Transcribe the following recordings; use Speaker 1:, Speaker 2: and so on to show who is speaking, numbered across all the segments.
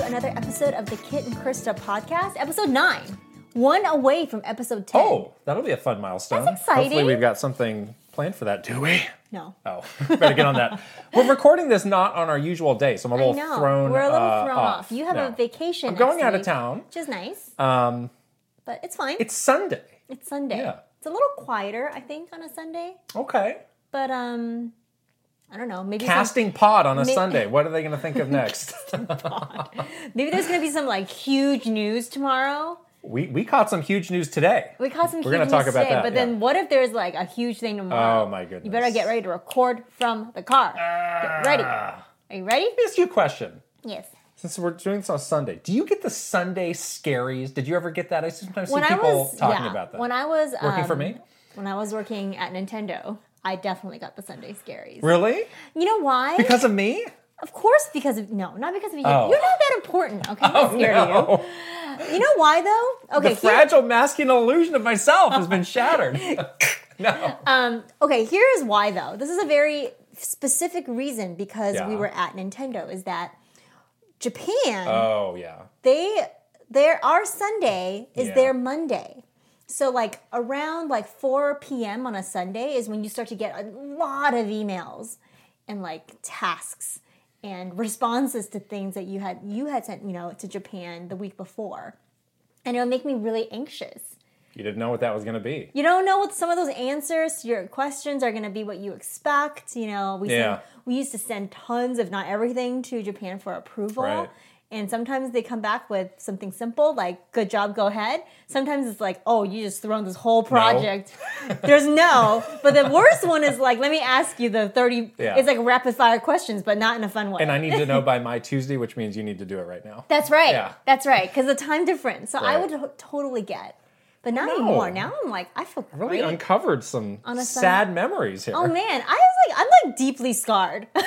Speaker 1: another episode of the Kit and Krista podcast, episode nine, one away from episode 10.
Speaker 2: Oh, that'll be a fun milestone.
Speaker 1: That's exciting.
Speaker 2: Hopefully, we've got something planned for that. Do we?
Speaker 1: No.
Speaker 2: Oh, better get on that. We're recording this not on our usual day, so I'm a
Speaker 1: I
Speaker 2: little
Speaker 1: know.
Speaker 2: thrown.
Speaker 1: We're a little
Speaker 2: uh,
Speaker 1: thrown off. You have a
Speaker 2: now.
Speaker 1: vacation.
Speaker 2: I'm going
Speaker 1: next
Speaker 2: out of
Speaker 1: week,
Speaker 2: town.
Speaker 1: Which is nice,
Speaker 2: Um,
Speaker 1: but it's fine.
Speaker 2: it's Sunday.
Speaker 1: It's Sunday.
Speaker 2: Yeah.
Speaker 1: It's a little quieter, I think, on a Sunday.
Speaker 2: Okay.
Speaker 1: But um, I don't know. Maybe some-
Speaker 2: Casting pod on a
Speaker 1: May-
Speaker 2: Sunday. What are they going to think of next?
Speaker 1: maybe there's gonna be some like huge news tomorrow.
Speaker 2: we we caught some huge news today.
Speaker 1: We caught some
Speaker 2: We're
Speaker 1: huge
Speaker 2: gonna
Speaker 1: news
Speaker 2: talk about
Speaker 1: today,
Speaker 2: that,
Speaker 1: but
Speaker 2: yeah.
Speaker 1: then what if there's like a huge thing tomorrow?
Speaker 2: Oh, my goodness. Ah.
Speaker 1: You better get ready to record from the car. get ready. Are you ready?
Speaker 2: Here's you a question.
Speaker 1: Yes.
Speaker 2: Since we're doing this on Sunday, do you get the Sunday scaries? Did you ever get that? I sometimes see
Speaker 1: When I
Speaker 2: people
Speaker 1: was
Speaker 2: talking
Speaker 1: yeah,
Speaker 2: about that.
Speaker 1: When I was
Speaker 2: Working
Speaker 1: um,
Speaker 2: for me?
Speaker 1: When I was working at Nintendo, I definitely got the Sunday scaries.
Speaker 2: Really?
Speaker 1: You know why?
Speaker 2: Because of me?
Speaker 1: Of course, because of no, not because of you.
Speaker 2: Oh.
Speaker 1: You're not that important. Okay, I'm not scared of you.
Speaker 2: no.
Speaker 1: You know why though? Okay,
Speaker 2: the
Speaker 1: here-
Speaker 2: fragile masculine illusion of myself has been shattered. no.
Speaker 1: um, okay, here is why though. This is a very specific reason because we
Speaker 2: Yeah.
Speaker 1: were at Nintendo. Is that Japan?
Speaker 2: oh yeah.
Speaker 1: they their our Sunday is
Speaker 2: Yeah.
Speaker 1: their Monday. So like around like 4 p.m. on a Sunday is when you start to get a lot of emails and like tasks and responses to things that you had you had sent, you know, to Japan the week before. And it'll make me really anxious.
Speaker 2: You didn't know what that was going to be.
Speaker 1: You don't know what some of those answers to your questions are going to be what you expect. You know, we send-
Speaker 2: Yeah.
Speaker 1: we used to send tons, if not everything, to Japan for approval.
Speaker 2: Right.
Speaker 1: And sometimes they come back with something simple like "Good job, go ahead." Sometimes it's like, "Oh, you just thrown this whole project." There's no. But the worst one is like, "Let me ask you the 30
Speaker 2: Yeah.
Speaker 1: It's like rapid fire questions, but not in a fun way.
Speaker 2: And I need to know by my Tuesday, which means you need to do it right now.
Speaker 1: That's right.
Speaker 2: Yeah.
Speaker 1: That's right. Because the time difference. So I
Speaker 2: Right.
Speaker 1: would ho- totally get. But not
Speaker 2: No.
Speaker 1: anymore. Now I'm like, I feel
Speaker 2: Really
Speaker 1: great.
Speaker 2: uncovered some
Speaker 1: a
Speaker 2: sad memories here.
Speaker 1: Oh man, I was like, I'm like deeply scarred. we,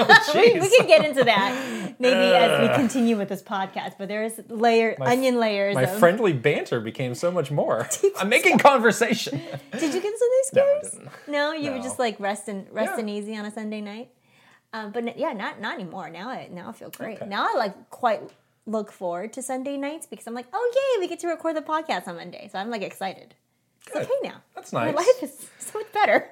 Speaker 1: we
Speaker 2: Jeez.
Speaker 1: can get into that maybe as we continue with this podcast. But there is layer, onion layers.
Speaker 2: Uh. My
Speaker 1: of,
Speaker 2: friendly banter became so much more. I'm making conversation. Uh,
Speaker 1: did you get some of these
Speaker 2: No, I
Speaker 1: scares?
Speaker 2: didn't.
Speaker 1: No, you were
Speaker 2: No.
Speaker 1: just like rest and rest
Speaker 2: Yeah.
Speaker 1: and easy on a Sunday night. Um, but n- yeah, not not anymore. Now I now I feel great. Now I like quite look forward to Sunday nights because I'm like, oh yay, we get to record the podcast on Monday. So I'm like excited. It's
Speaker 2: Good.
Speaker 1: okay now.
Speaker 2: That's
Speaker 1: My
Speaker 2: nice.
Speaker 1: life is so much better.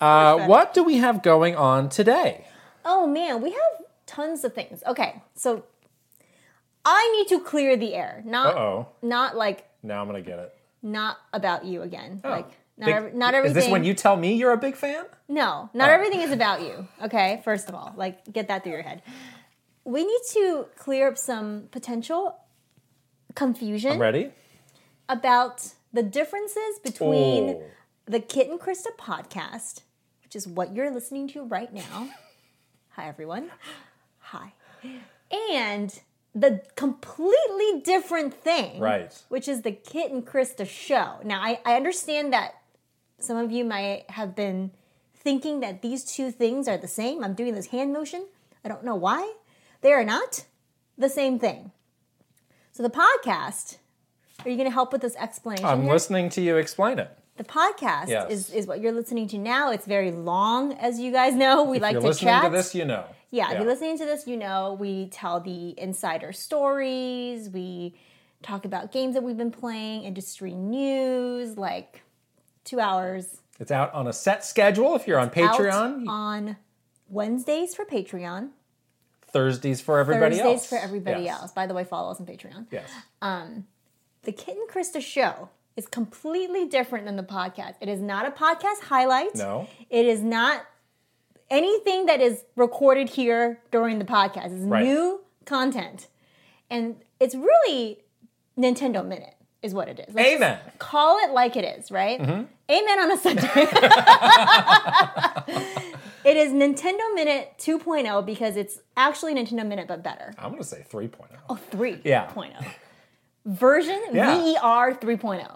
Speaker 2: Uh, what do we have going on today?
Speaker 1: Oh man, we have tons of things. Okay, so I need to clear the air. Not
Speaker 2: Uh-oh.
Speaker 1: not like
Speaker 2: Now I'm gonna get it.
Speaker 1: not about you again. Like not
Speaker 2: Oh. Big-
Speaker 1: every, not everything.
Speaker 2: Is this when you Oh. tell me you're a big fan?
Speaker 1: No, not everything is about you. Okay, first of all, like get that through your head. We need to clear up some potential confusion
Speaker 2: Ready?
Speaker 1: about the differences between
Speaker 2: Oh.
Speaker 1: the Kit and Krista podcast, which is what you're listening to right now. Hi, everyone. Hi. And the completely different thing,
Speaker 2: Right.
Speaker 1: Which is the Kit and Krista show. Now, I, I understand that some of you might have been thinking that these two things are the same. I'm doing this hand motion. I don't know why. They are not the same thing. So, the podcast, are you going to help with this explanation?
Speaker 2: I'm
Speaker 1: here?
Speaker 2: listening to you explain it.
Speaker 1: the podcast
Speaker 2: Yes.
Speaker 1: is, is what you're listening to now. It's very long, as you guys know. We like
Speaker 2: you're
Speaker 1: to
Speaker 2: listening
Speaker 1: chat.
Speaker 2: to this, you know.
Speaker 1: yeah, if
Speaker 2: Yeah.
Speaker 1: you're listening to this, you know we tell the insider stories. We talk about games that we've been playing, industry news, like two hours
Speaker 2: It's out on a set schedule. If you're on Patreon,
Speaker 1: out on Wednesdays for Patreon,
Speaker 2: Thursdays for everybody
Speaker 1: Thursdays
Speaker 2: else.
Speaker 1: for everybody
Speaker 2: Yes.
Speaker 1: else. By the way, follow us on Patreon.
Speaker 2: Yes.
Speaker 1: The Kit and Krista show is completely different than the podcast. It is not a podcast highlight.
Speaker 2: No.
Speaker 1: It is not anything that is recorded here during the podcast. It's
Speaker 2: Right.
Speaker 1: new content. And it's really Nintendo Minute is what it is. Let's just
Speaker 2: Amen. Mm-hmm.
Speaker 1: Call it like it is, right? Amen on a Sunday. it is Nintendo Minute 2.0 because it's actually Nintendo Minute but better.
Speaker 2: I'm going to say 3.0.
Speaker 1: Oh, 3.0.
Speaker 2: Yeah.
Speaker 1: Version E
Speaker 2: Yeah.
Speaker 1: VER 3.0.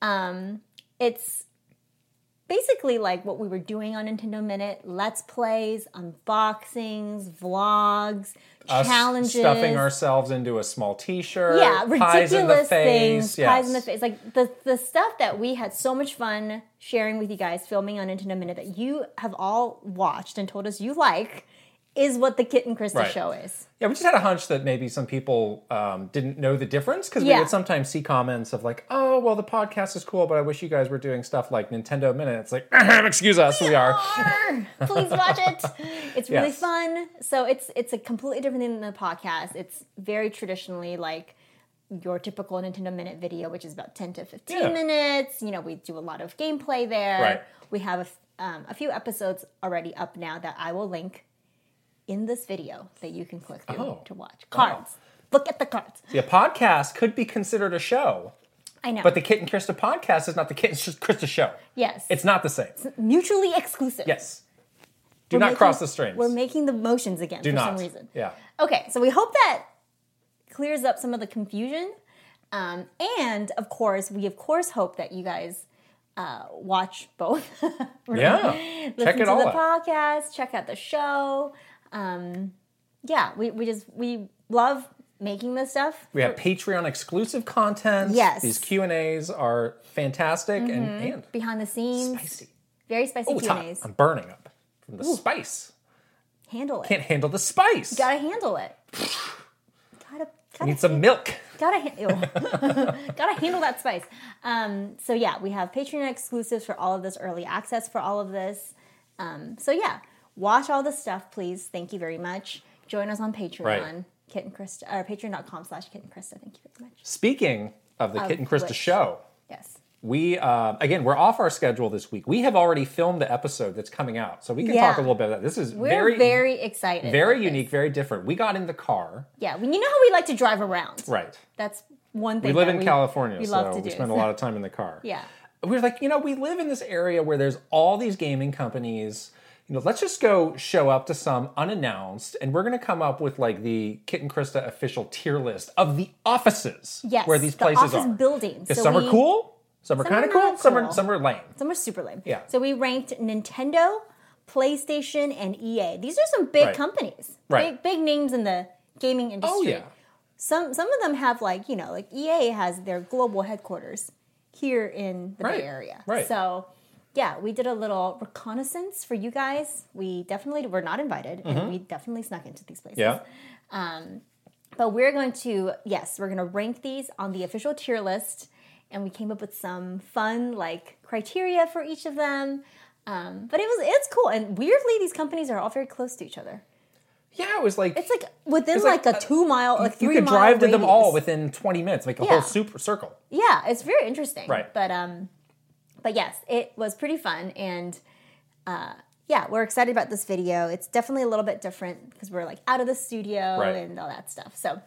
Speaker 1: oh. Um, it's basically like what we were doing on Nintendo Minute Let's Plays, unboxings, vlogs,
Speaker 2: Us
Speaker 1: Oh, challenges.
Speaker 2: stuffing ourselves into a small T-shirt.
Speaker 1: yeah,
Speaker 2: pies in the
Speaker 1: ridiculous
Speaker 2: face.
Speaker 1: things, pies in the
Speaker 2: yes.
Speaker 1: face, like the the stuff that we had so much fun sharing with you guys, filming on Nintendo Minute that you have all watched and told us you like, is what the Kit and Krista
Speaker 2: Right.
Speaker 1: show is.
Speaker 2: Yeah, we just had a hunch that maybe some people um, didn't know the difference because we
Speaker 1: Yeah.
Speaker 2: would sometimes see comments of like, "Oh, well, the podcast is cool, but I wish you guys were doing stuff like Nintendo Minute." It's like, excuse us, we are.
Speaker 1: Arr, Please watch it. It's really
Speaker 2: Yes.
Speaker 1: fun. So it's it's a completely different thing than the podcast. It's very traditionally like your typical Nintendo Minute video, which is about ten to fifteen
Speaker 2: Yeah.
Speaker 1: minutes. You know, we do a lot of gameplay there.
Speaker 2: Right.
Speaker 1: We have a, f- um, a few episodes already up now that I will link in this video that you can click through
Speaker 2: Oh.
Speaker 1: to watch cards. Look at the cards.
Speaker 2: Yeah, podcast could be considered a show,
Speaker 1: I know.
Speaker 2: but the Kit and Krista podcast is not the Kit and Krista show.
Speaker 1: yes,
Speaker 2: It's not the same.
Speaker 1: mutually exclusive.
Speaker 2: Yes, do
Speaker 1: We're
Speaker 2: not
Speaker 1: making-
Speaker 2: cross the streams.
Speaker 1: We're making the motions again
Speaker 2: do
Speaker 1: for
Speaker 2: not.
Speaker 1: some reason.
Speaker 2: Yeah.
Speaker 1: Okay, so we hope that clears up some of the confusion. Um, and of course, we of course hope that you guys uh, watch both.
Speaker 2: Yeah. Check
Speaker 1: Listen
Speaker 2: it
Speaker 1: to
Speaker 2: all
Speaker 1: the
Speaker 2: out.
Speaker 1: podcast, check out the show. Um, yeah, we, we just we love making this stuff.
Speaker 2: We have Patreon exclusive content.
Speaker 1: Yes. Mm-hmm.
Speaker 2: These Q and A's are fantastic and, and
Speaker 1: Behind the scenes,
Speaker 2: spicy.
Speaker 1: very spicy
Speaker 2: Oh, it's hot.
Speaker 1: Q&As.
Speaker 2: I'm burning up from the spice.
Speaker 1: Handle it.
Speaker 2: Can't handle the spice.
Speaker 1: gotta handle it. gotta gotta
Speaker 2: Need some milk.
Speaker 1: gotta ha- ew. gotta handle that spice. Um, so yeah, we have Patreon exclusives for all of this, early access for all of this. Um, so yeah, watch all the stuff, please. Thank you very much. Join us on Patreon, uh,
Speaker 2: Right.
Speaker 1: Kit and Krista, or patreon.com slash Kit and Krista. Thank you very much.
Speaker 2: Speaking of the Kit and Krista
Speaker 1: which.
Speaker 2: show,
Speaker 1: Yes.
Speaker 2: we uh, again we're off our schedule this week. We have already filmed the episode that's coming out, so we can
Speaker 1: Yeah.
Speaker 2: talk a little bit about that. This is
Speaker 1: We're
Speaker 2: very,
Speaker 1: very,
Speaker 2: very,
Speaker 1: excited. about
Speaker 2: unique, very different. We got in the car,
Speaker 1: this. Yeah, well, you know how we like to drive around.
Speaker 2: right?
Speaker 1: That's one thing.
Speaker 2: We live
Speaker 1: that
Speaker 2: in California,
Speaker 1: we love
Speaker 2: so
Speaker 1: to
Speaker 2: we
Speaker 1: do.
Speaker 2: spend a lot of time in the car.
Speaker 1: Yeah.
Speaker 2: we were like, you know, we live in this area where there's all these gaming companies. You know, let's just go show up to some unannounced, and we're going to come up with like the Kit and Krista official tier list of the offices
Speaker 1: Yes,
Speaker 2: where these
Speaker 1: the
Speaker 2: places
Speaker 1: office
Speaker 2: are.
Speaker 1: buildings.
Speaker 2: Because
Speaker 1: So
Speaker 2: some
Speaker 1: we-
Speaker 2: are cool, some are
Speaker 1: some are
Speaker 2: kind of cool,
Speaker 1: not
Speaker 2: some are
Speaker 1: cool.
Speaker 2: some are lame.
Speaker 1: Some are super lame.
Speaker 2: Yeah.
Speaker 1: So we ranked Nintendo, PlayStation, and EA. These are some big
Speaker 2: Right.
Speaker 1: companies.
Speaker 2: Right.
Speaker 1: Big big names in the gaming industry.
Speaker 2: Oh yeah,
Speaker 1: Some some of them have like, you know, like EA has their global headquarters here in the
Speaker 2: Right.
Speaker 1: Bay Area.
Speaker 2: Right.
Speaker 1: So yeah, we did a little reconnaissance for you guys. We definitely were not invited
Speaker 2: Mm-hmm.
Speaker 1: and we definitely snuck into these places.
Speaker 2: yeah,
Speaker 1: But we're going to, yes, we're going to rank these on the official tier list. And we came up with some fun, like, criteria for each of them. Um, but it was, it's cool. And weirdly, these companies are all very close to each other.
Speaker 2: yeah. It was like
Speaker 1: It's like within
Speaker 2: It's like,
Speaker 1: like, a two mile, like
Speaker 2: you
Speaker 1: three
Speaker 2: could
Speaker 1: mile
Speaker 2: drive to them all
Speaker 1: radius.
Speaker 2: within 20 minutes, make a
Speaker 1: Yeah.
Speaker 2: whole super circle.
Speaker 1: Yeah, it's very interesting.
Speaker 2: Right.
Speaker 1: But, um, but yes, it was pretty fun. And, uh, yeah, we're excited about this video. It's definitely a little bit different because we're like out of the studio
Speaker 2: Right.
Speaker 1: and all that stuff. So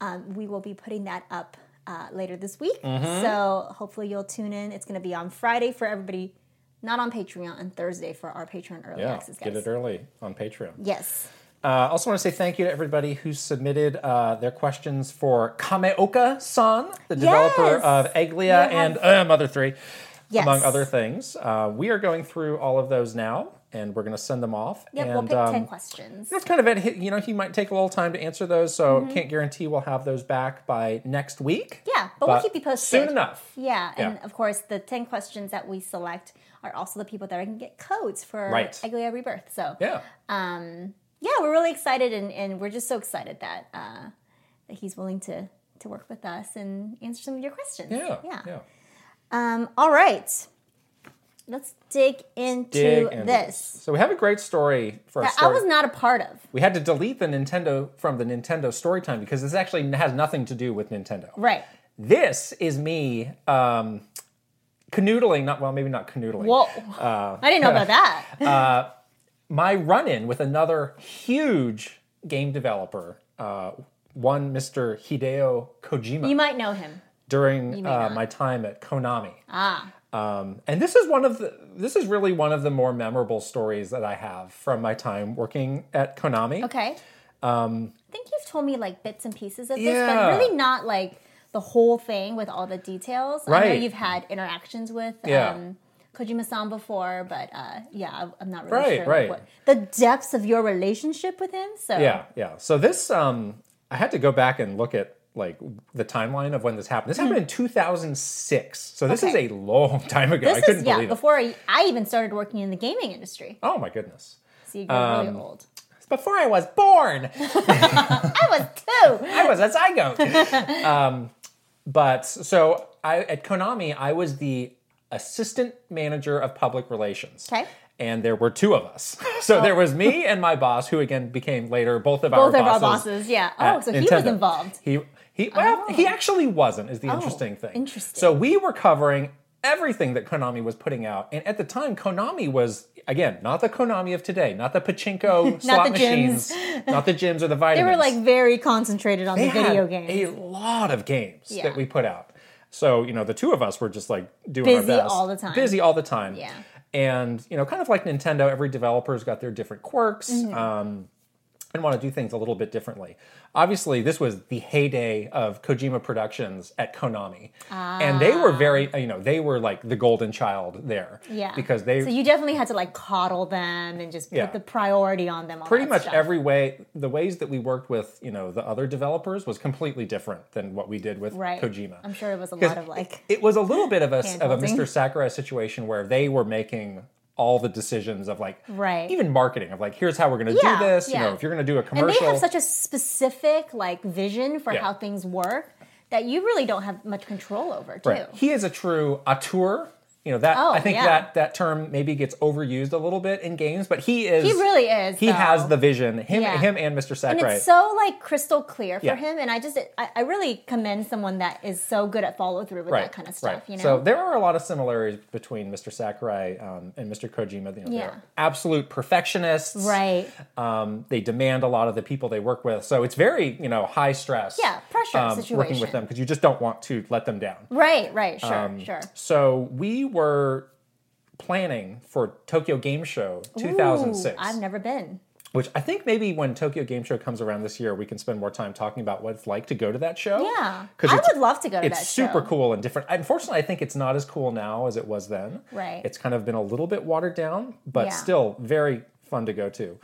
Speaker 1: um, we will be putting that up uh, later this week.
Speaker 2: Mm-hmm.
Speaker 1: So hopefully you'll tune in. It's going to be on Friday for everybody, not on Patreon, and Thursday for our Patreon early
Speaker 2: Yeah,
Speaker 1: access guys.
Speaker 2: get it early on Patreon.
Speaker 1: yes.
Speaker 2: Uh, I also want to say thank you to everybody who submitted uh, their questions for Kameoka san, the developer
Speaker 1: Yes!
Speaker 2: of Eglia
Speaker 1: We have-
Speaker 2: and uh, Mother 3,
Speaker 1: Yes.
Speaker 2: among other things. Uh, we are going through all of those now, and we're going to send them off.
Speaker 1: Yep,
Speaker 2: and
Speaker 1: we'll pick
Speaker 2: um,
Speaker 1: 10 questions.
Speaker 2: It's kind of at, you know, he might take a little time to answer those, so can't guarantee we'll have those back by next week.
Speaker 1: Mm-hmm. Yeah, but we'll keep you posted.
Speaker 2: Soon enough.
Speaker 1: Yeah, and
Speaker 2: Yeah.
Speaker 1: of course, the 10 questions that we select are also the people that are going to get codes for
Speaker 2: Right.
Speaker 1: Eglia Rebirth. So,
Speaker 2: Yeah.
Speaker 1: yeah, we're really excited, and, and we're just so excited that uh, that he's willing to to work with us and answer some of your questions.
Speaker 2: Yeah.
Speaker 1: yeah.
Speaker 2: yeah.
Speaker 1: Um, all right, let's dig into
Speaker 2: Dig into
Speaker 1: this
Speaker 2: So we have a great story for a
Speaker 1: that I
Speaker 2: story.
Speaker 1: was not a part of.
Speaker 2: We had to delete the Nintendo from the Nintendo Storytime because this actually has nothing to do with Nintendo.
Speaker 1: Right.
Speaker 2: This is me um, canoodling, not well, maybe not canoodling.
Speaker 1: Whoa. I didn't know about that.
Speaker 2: My run in with another huge game developer, uh, one Mr. Hideo Kojima,
Speaker 1: you might know him.
Speaker 2: during uh, my time at Konami. Ah. Um, and this is one of the this is really one of the more memorable stories that I have from my time working at Konami.
Speaker 1: Okay. Um, I think you've told me like bits and pieces of this,
Speaker 2: Yeah.
Speaker 1: but really not like the whole thing with all the details. I
Speaker 2: Right.
Speaker 1: know you've had interactions with
Speaker 2: Yeah.
Speaker 1: um, Kojima-san before, but uh, yeah, I- I'm not really
Speaker 2: Right,
Speaker 1: sure
Speaker 2: right.
Speaker 1: what the depths of your relationship with him. So
Speaker 2: Yeah, yeah. So this, um, I had to go back and look at like the timeline of when this happened. This happened in 2006, so this
Speaker 1: Mm-hmm. Okay.
Speaker 2: is a long time ago. I
Speaker 1: this
Speaker 2: couldn't
Speaker 1: is yeah
Speaker 2: believe it.
Speaker 1: before I, I even started working in the gaming industry.
Speaker 2: Oh my goodness!
Speaker 1: So you got really old.
Speaker 2: But before I was born.
Speaker 1: I was two.
Speaker 2: I was a zygote. um, but so I at Konami, I was the assistant manager of public relations.
Speaker 1: Okay.
Speaker 2: And there were two of us. So there was me and my boss, who again became later both of
Speaker 1: Both
Speaker 2: our bosses.
Speaker 1: of our bosses. Yeah. Oh,
Speaker 2: at
Speaker 1: so he was
Speaker 2: Nintendo.
Speaker 1: involved. Oh.
Speaker 2: He he well, he actually wasn't is the interesting thing.
Speaker 1: interesting.
Speaker 2: So we were covering everything that Konami was putting out, and at the time, Konami was again not the Konami of today, not the pachinko slot
Speaker 1: the gyms.
Speaker 2: machines, not the gyms or the vitamins.
Speaker 1: They were like very concentrated on
Speaker 2: They
Speaker 1: the video
Speaker 2: had
Speaker 1: games.
Speaker 2: A lot of games
Speaker 1: Yeah.
Speaker 2: that we put out. So you know, the two of us were just like doing our
Speaker 1: Busy
Speaker 2: best,
Speaker 1: all the time.
Speaker 2: busy all the time.
Speaker 1: Yeah.
Speaker 2: And you know, kind of like Nintendo, every developer's got their different quirks
Speaker 1: Mm-hmm.
Speaker 2: um, and want to do things a little bit differently. Obviously, this was the heyday of Kojima Productions at Konami, and they were very, you know, they were like the golden child there,
Speaker 1: Ah. Yeah.
Speaker 2: because they
Speaker 1: So you definitely had to like coddle them and just
Speaker 2: Yeah.
Speaker 1: put the priority on them. all
Speaker 2: pretty
Speaker 1: that
Speaker 2: much
Speaker 1: stuff.
Speaker 2: every way the ways that we worked with you know the other developers was completely different than what we did with
Speaker 1: Right.
Speaker 2: kojima
Speaker 1: I'm sure it was a
Speaker 2: 'Cause
Speaker 1: lot of like.
Speaker 2: it was a little bit of a of a
Speaker 1: hand-holding.
Speaker 2: mr sakurai situation where they were making all the decisions of like
Speaker 1: Right.
Speaker 2: even marketing of like here's how we're going to
Speaker 1: Yeah,
Speaker 2: do this you
Speaker 1: yeah.
Speaker 2: know if you're going to do a
Speaker 1: And they
Speaker 2: commercial
Speaker 1: have such a specific like vision for
Speaker 2: Yeah.
Speaker 1: how things work that you really don't have much control over too.
Speaker 2: Right. He is a true auteur. You know that
Speaker 1: Oh,
Speaker 2: I think
Speaker 1: yeah.
Speaker 2: that that term maybe gets overused a little bit in games, but he is
Speaker 1: He really is,
Speaker 2: He
Speaker 1: though.
Speaker 2: has the vision. Him
Speaker 1: Yeah.
Speaker 2: him and Mr.
Speaker 1: And
Speaker 2: Sakurai.
Speaker 1: it's so like crystal clear for
Speaker 2: Yeah.
Speaker 1: him, and I just I, I really commend someone that is so good at follow through with that kind of stuff. You know,
Speaker 2: So there are a lot of similarities between Mr. Sakurai um, and Mr. Kojima. You know,
Speaker 1: Yeah.
Speaker 2: They're absolute perfectionists.
Speaker 1: right?
Speaker 2: Um, they demand a lot of the people they work with, so it's very you know high stress.
Speaker 1: Yeah, pressure
Speaker 2: um, Working with
Speaker 1: situation.
Speaker 2: them because you just don't want to let them down.
Speaker 1: Right, right, sure,
Speaker 2: Um,
Speaker 1: sure.
Speaker 2: So we were planning for Tokyo Game Show 2006,
Speaker 1: Ooh, I've never been.
Speaker 2: which I think maybe when Tokyo Game Show comes around this year, we can spend more time talking about what it's like to go to that show.
Speaker 1: Yeah,
Speaker 2: because
Speaker 1: I
Speaker 2: it's
Speaker 1: would love to go to
Speaker 2: it's
Speaker 1: that
Speaker 2: super
Speaker 1: show.
Speaker 2: cool and different. Unfortunately, I think it's not as cool now as it was then.
Speaker 1: Right.
Speaker 2: It's kind of been a little bit watered down, but
Speaker 1: Yeah.
Speaker 2: still very fun to go to.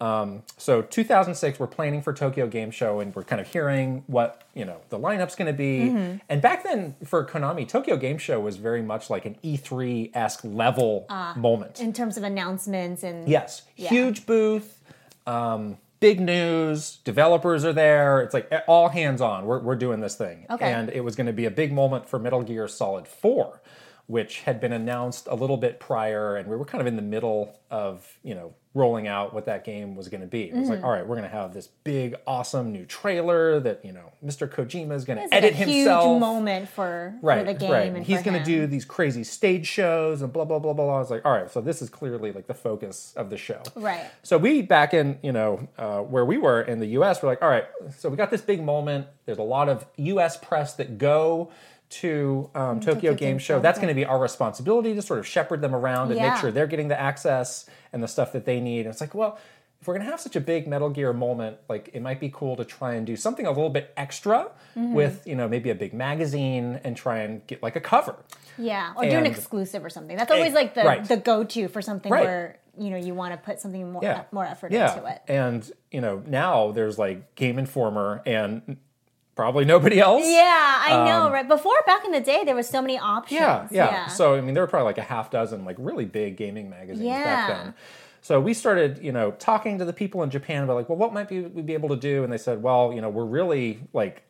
Speaker 2: Um, so 2006, we're planning for Tokyo Game Show, and we're kind of hearing what you know the lineup's going to be.
Speaker 1: Mm-hmm.
Speaker 2: And back then, for Konami, Tokyo Game Show was very much like an E3 esque level
Speaker 1: Uh,
Speaker 2: moment.
Speaker 1: in terms of announcements and
Speaker 2: Yes,
Speaker 1: Yeah.
Speaker 2: huge booth, um, big news. Developers are there. It's like eh, all hands on. We're we're doing this thing,
Speaker 1: Okay.
Speaker 2: and it was going to be a big moment for Metal Gear Solid Four, which had been announced a little bit prior, and we were kind of in the middle of you know rolling out what that game was going to be. It was like,
Speaker 1: Mm.
Speaker 2: all right, we're going to have this big, awesome new trailer that you know Mr. Kojima is going
Speaker 1: It's
Speaker 2: to
Speaker 1: like
Speaker 2: edit
Speaker 1: a huge
Speaker 2: himself
Speaker 1: moment for, for the game. And
Speaker 2: he's
Speaker 1: for
Speaker 2: gonna
Speaker 1: him.
Speaker 2: do these crazy stage shows and blah blah blah blah. blah. I was like, all right, so this is clearly like the focus of the show.
Speaker 1: Right.
Speaker 2: So we back in you know uh, where we were in the U.S. We're like, all right, so we got this big moment. There's a lot of U.S. press that go to um, Tokyo, Game, Show. That's going to be our responsibility to sort of shepherd them around and
Speaker 1: Yeah.
Speaker 2: make sure they're getting the access and the stuff that they need. And it's like, well. If we're gonna have such a big Metal Gear moment, like it might be cool to try and do something a little bit extra with, you know, maybe a big magazine and try and get like a cover.
Speaker 1: yeah, or do an
Speaker 2: and-
Speaker 1: exclusive or something. That's always like the
Speaker 2: right.
Speaker 1: the go to for something
Speaker 2: Right.
Speaker 1: where you know you want to put something more
Speaker 2: Yeah.
Speaker 1: more effort
Speaker 2: Yeah.
Speaker 1: into it.
Speaker 2: And you know, now there's like Game Informer and probably nobody else.
Speaker 1: Yeah, I know, right? Before, back in the day, there were so many options.
Speaker 2: Um, Yeah, yeah. So I mean, there were probably like a half dozen like really big gaming magazines back
Speaker 1: Yeah.
Speaker 2: then. So we started, you know, talking to the people in Japan about like, well, what might be we be able to do? And they said, well, you know, we're really like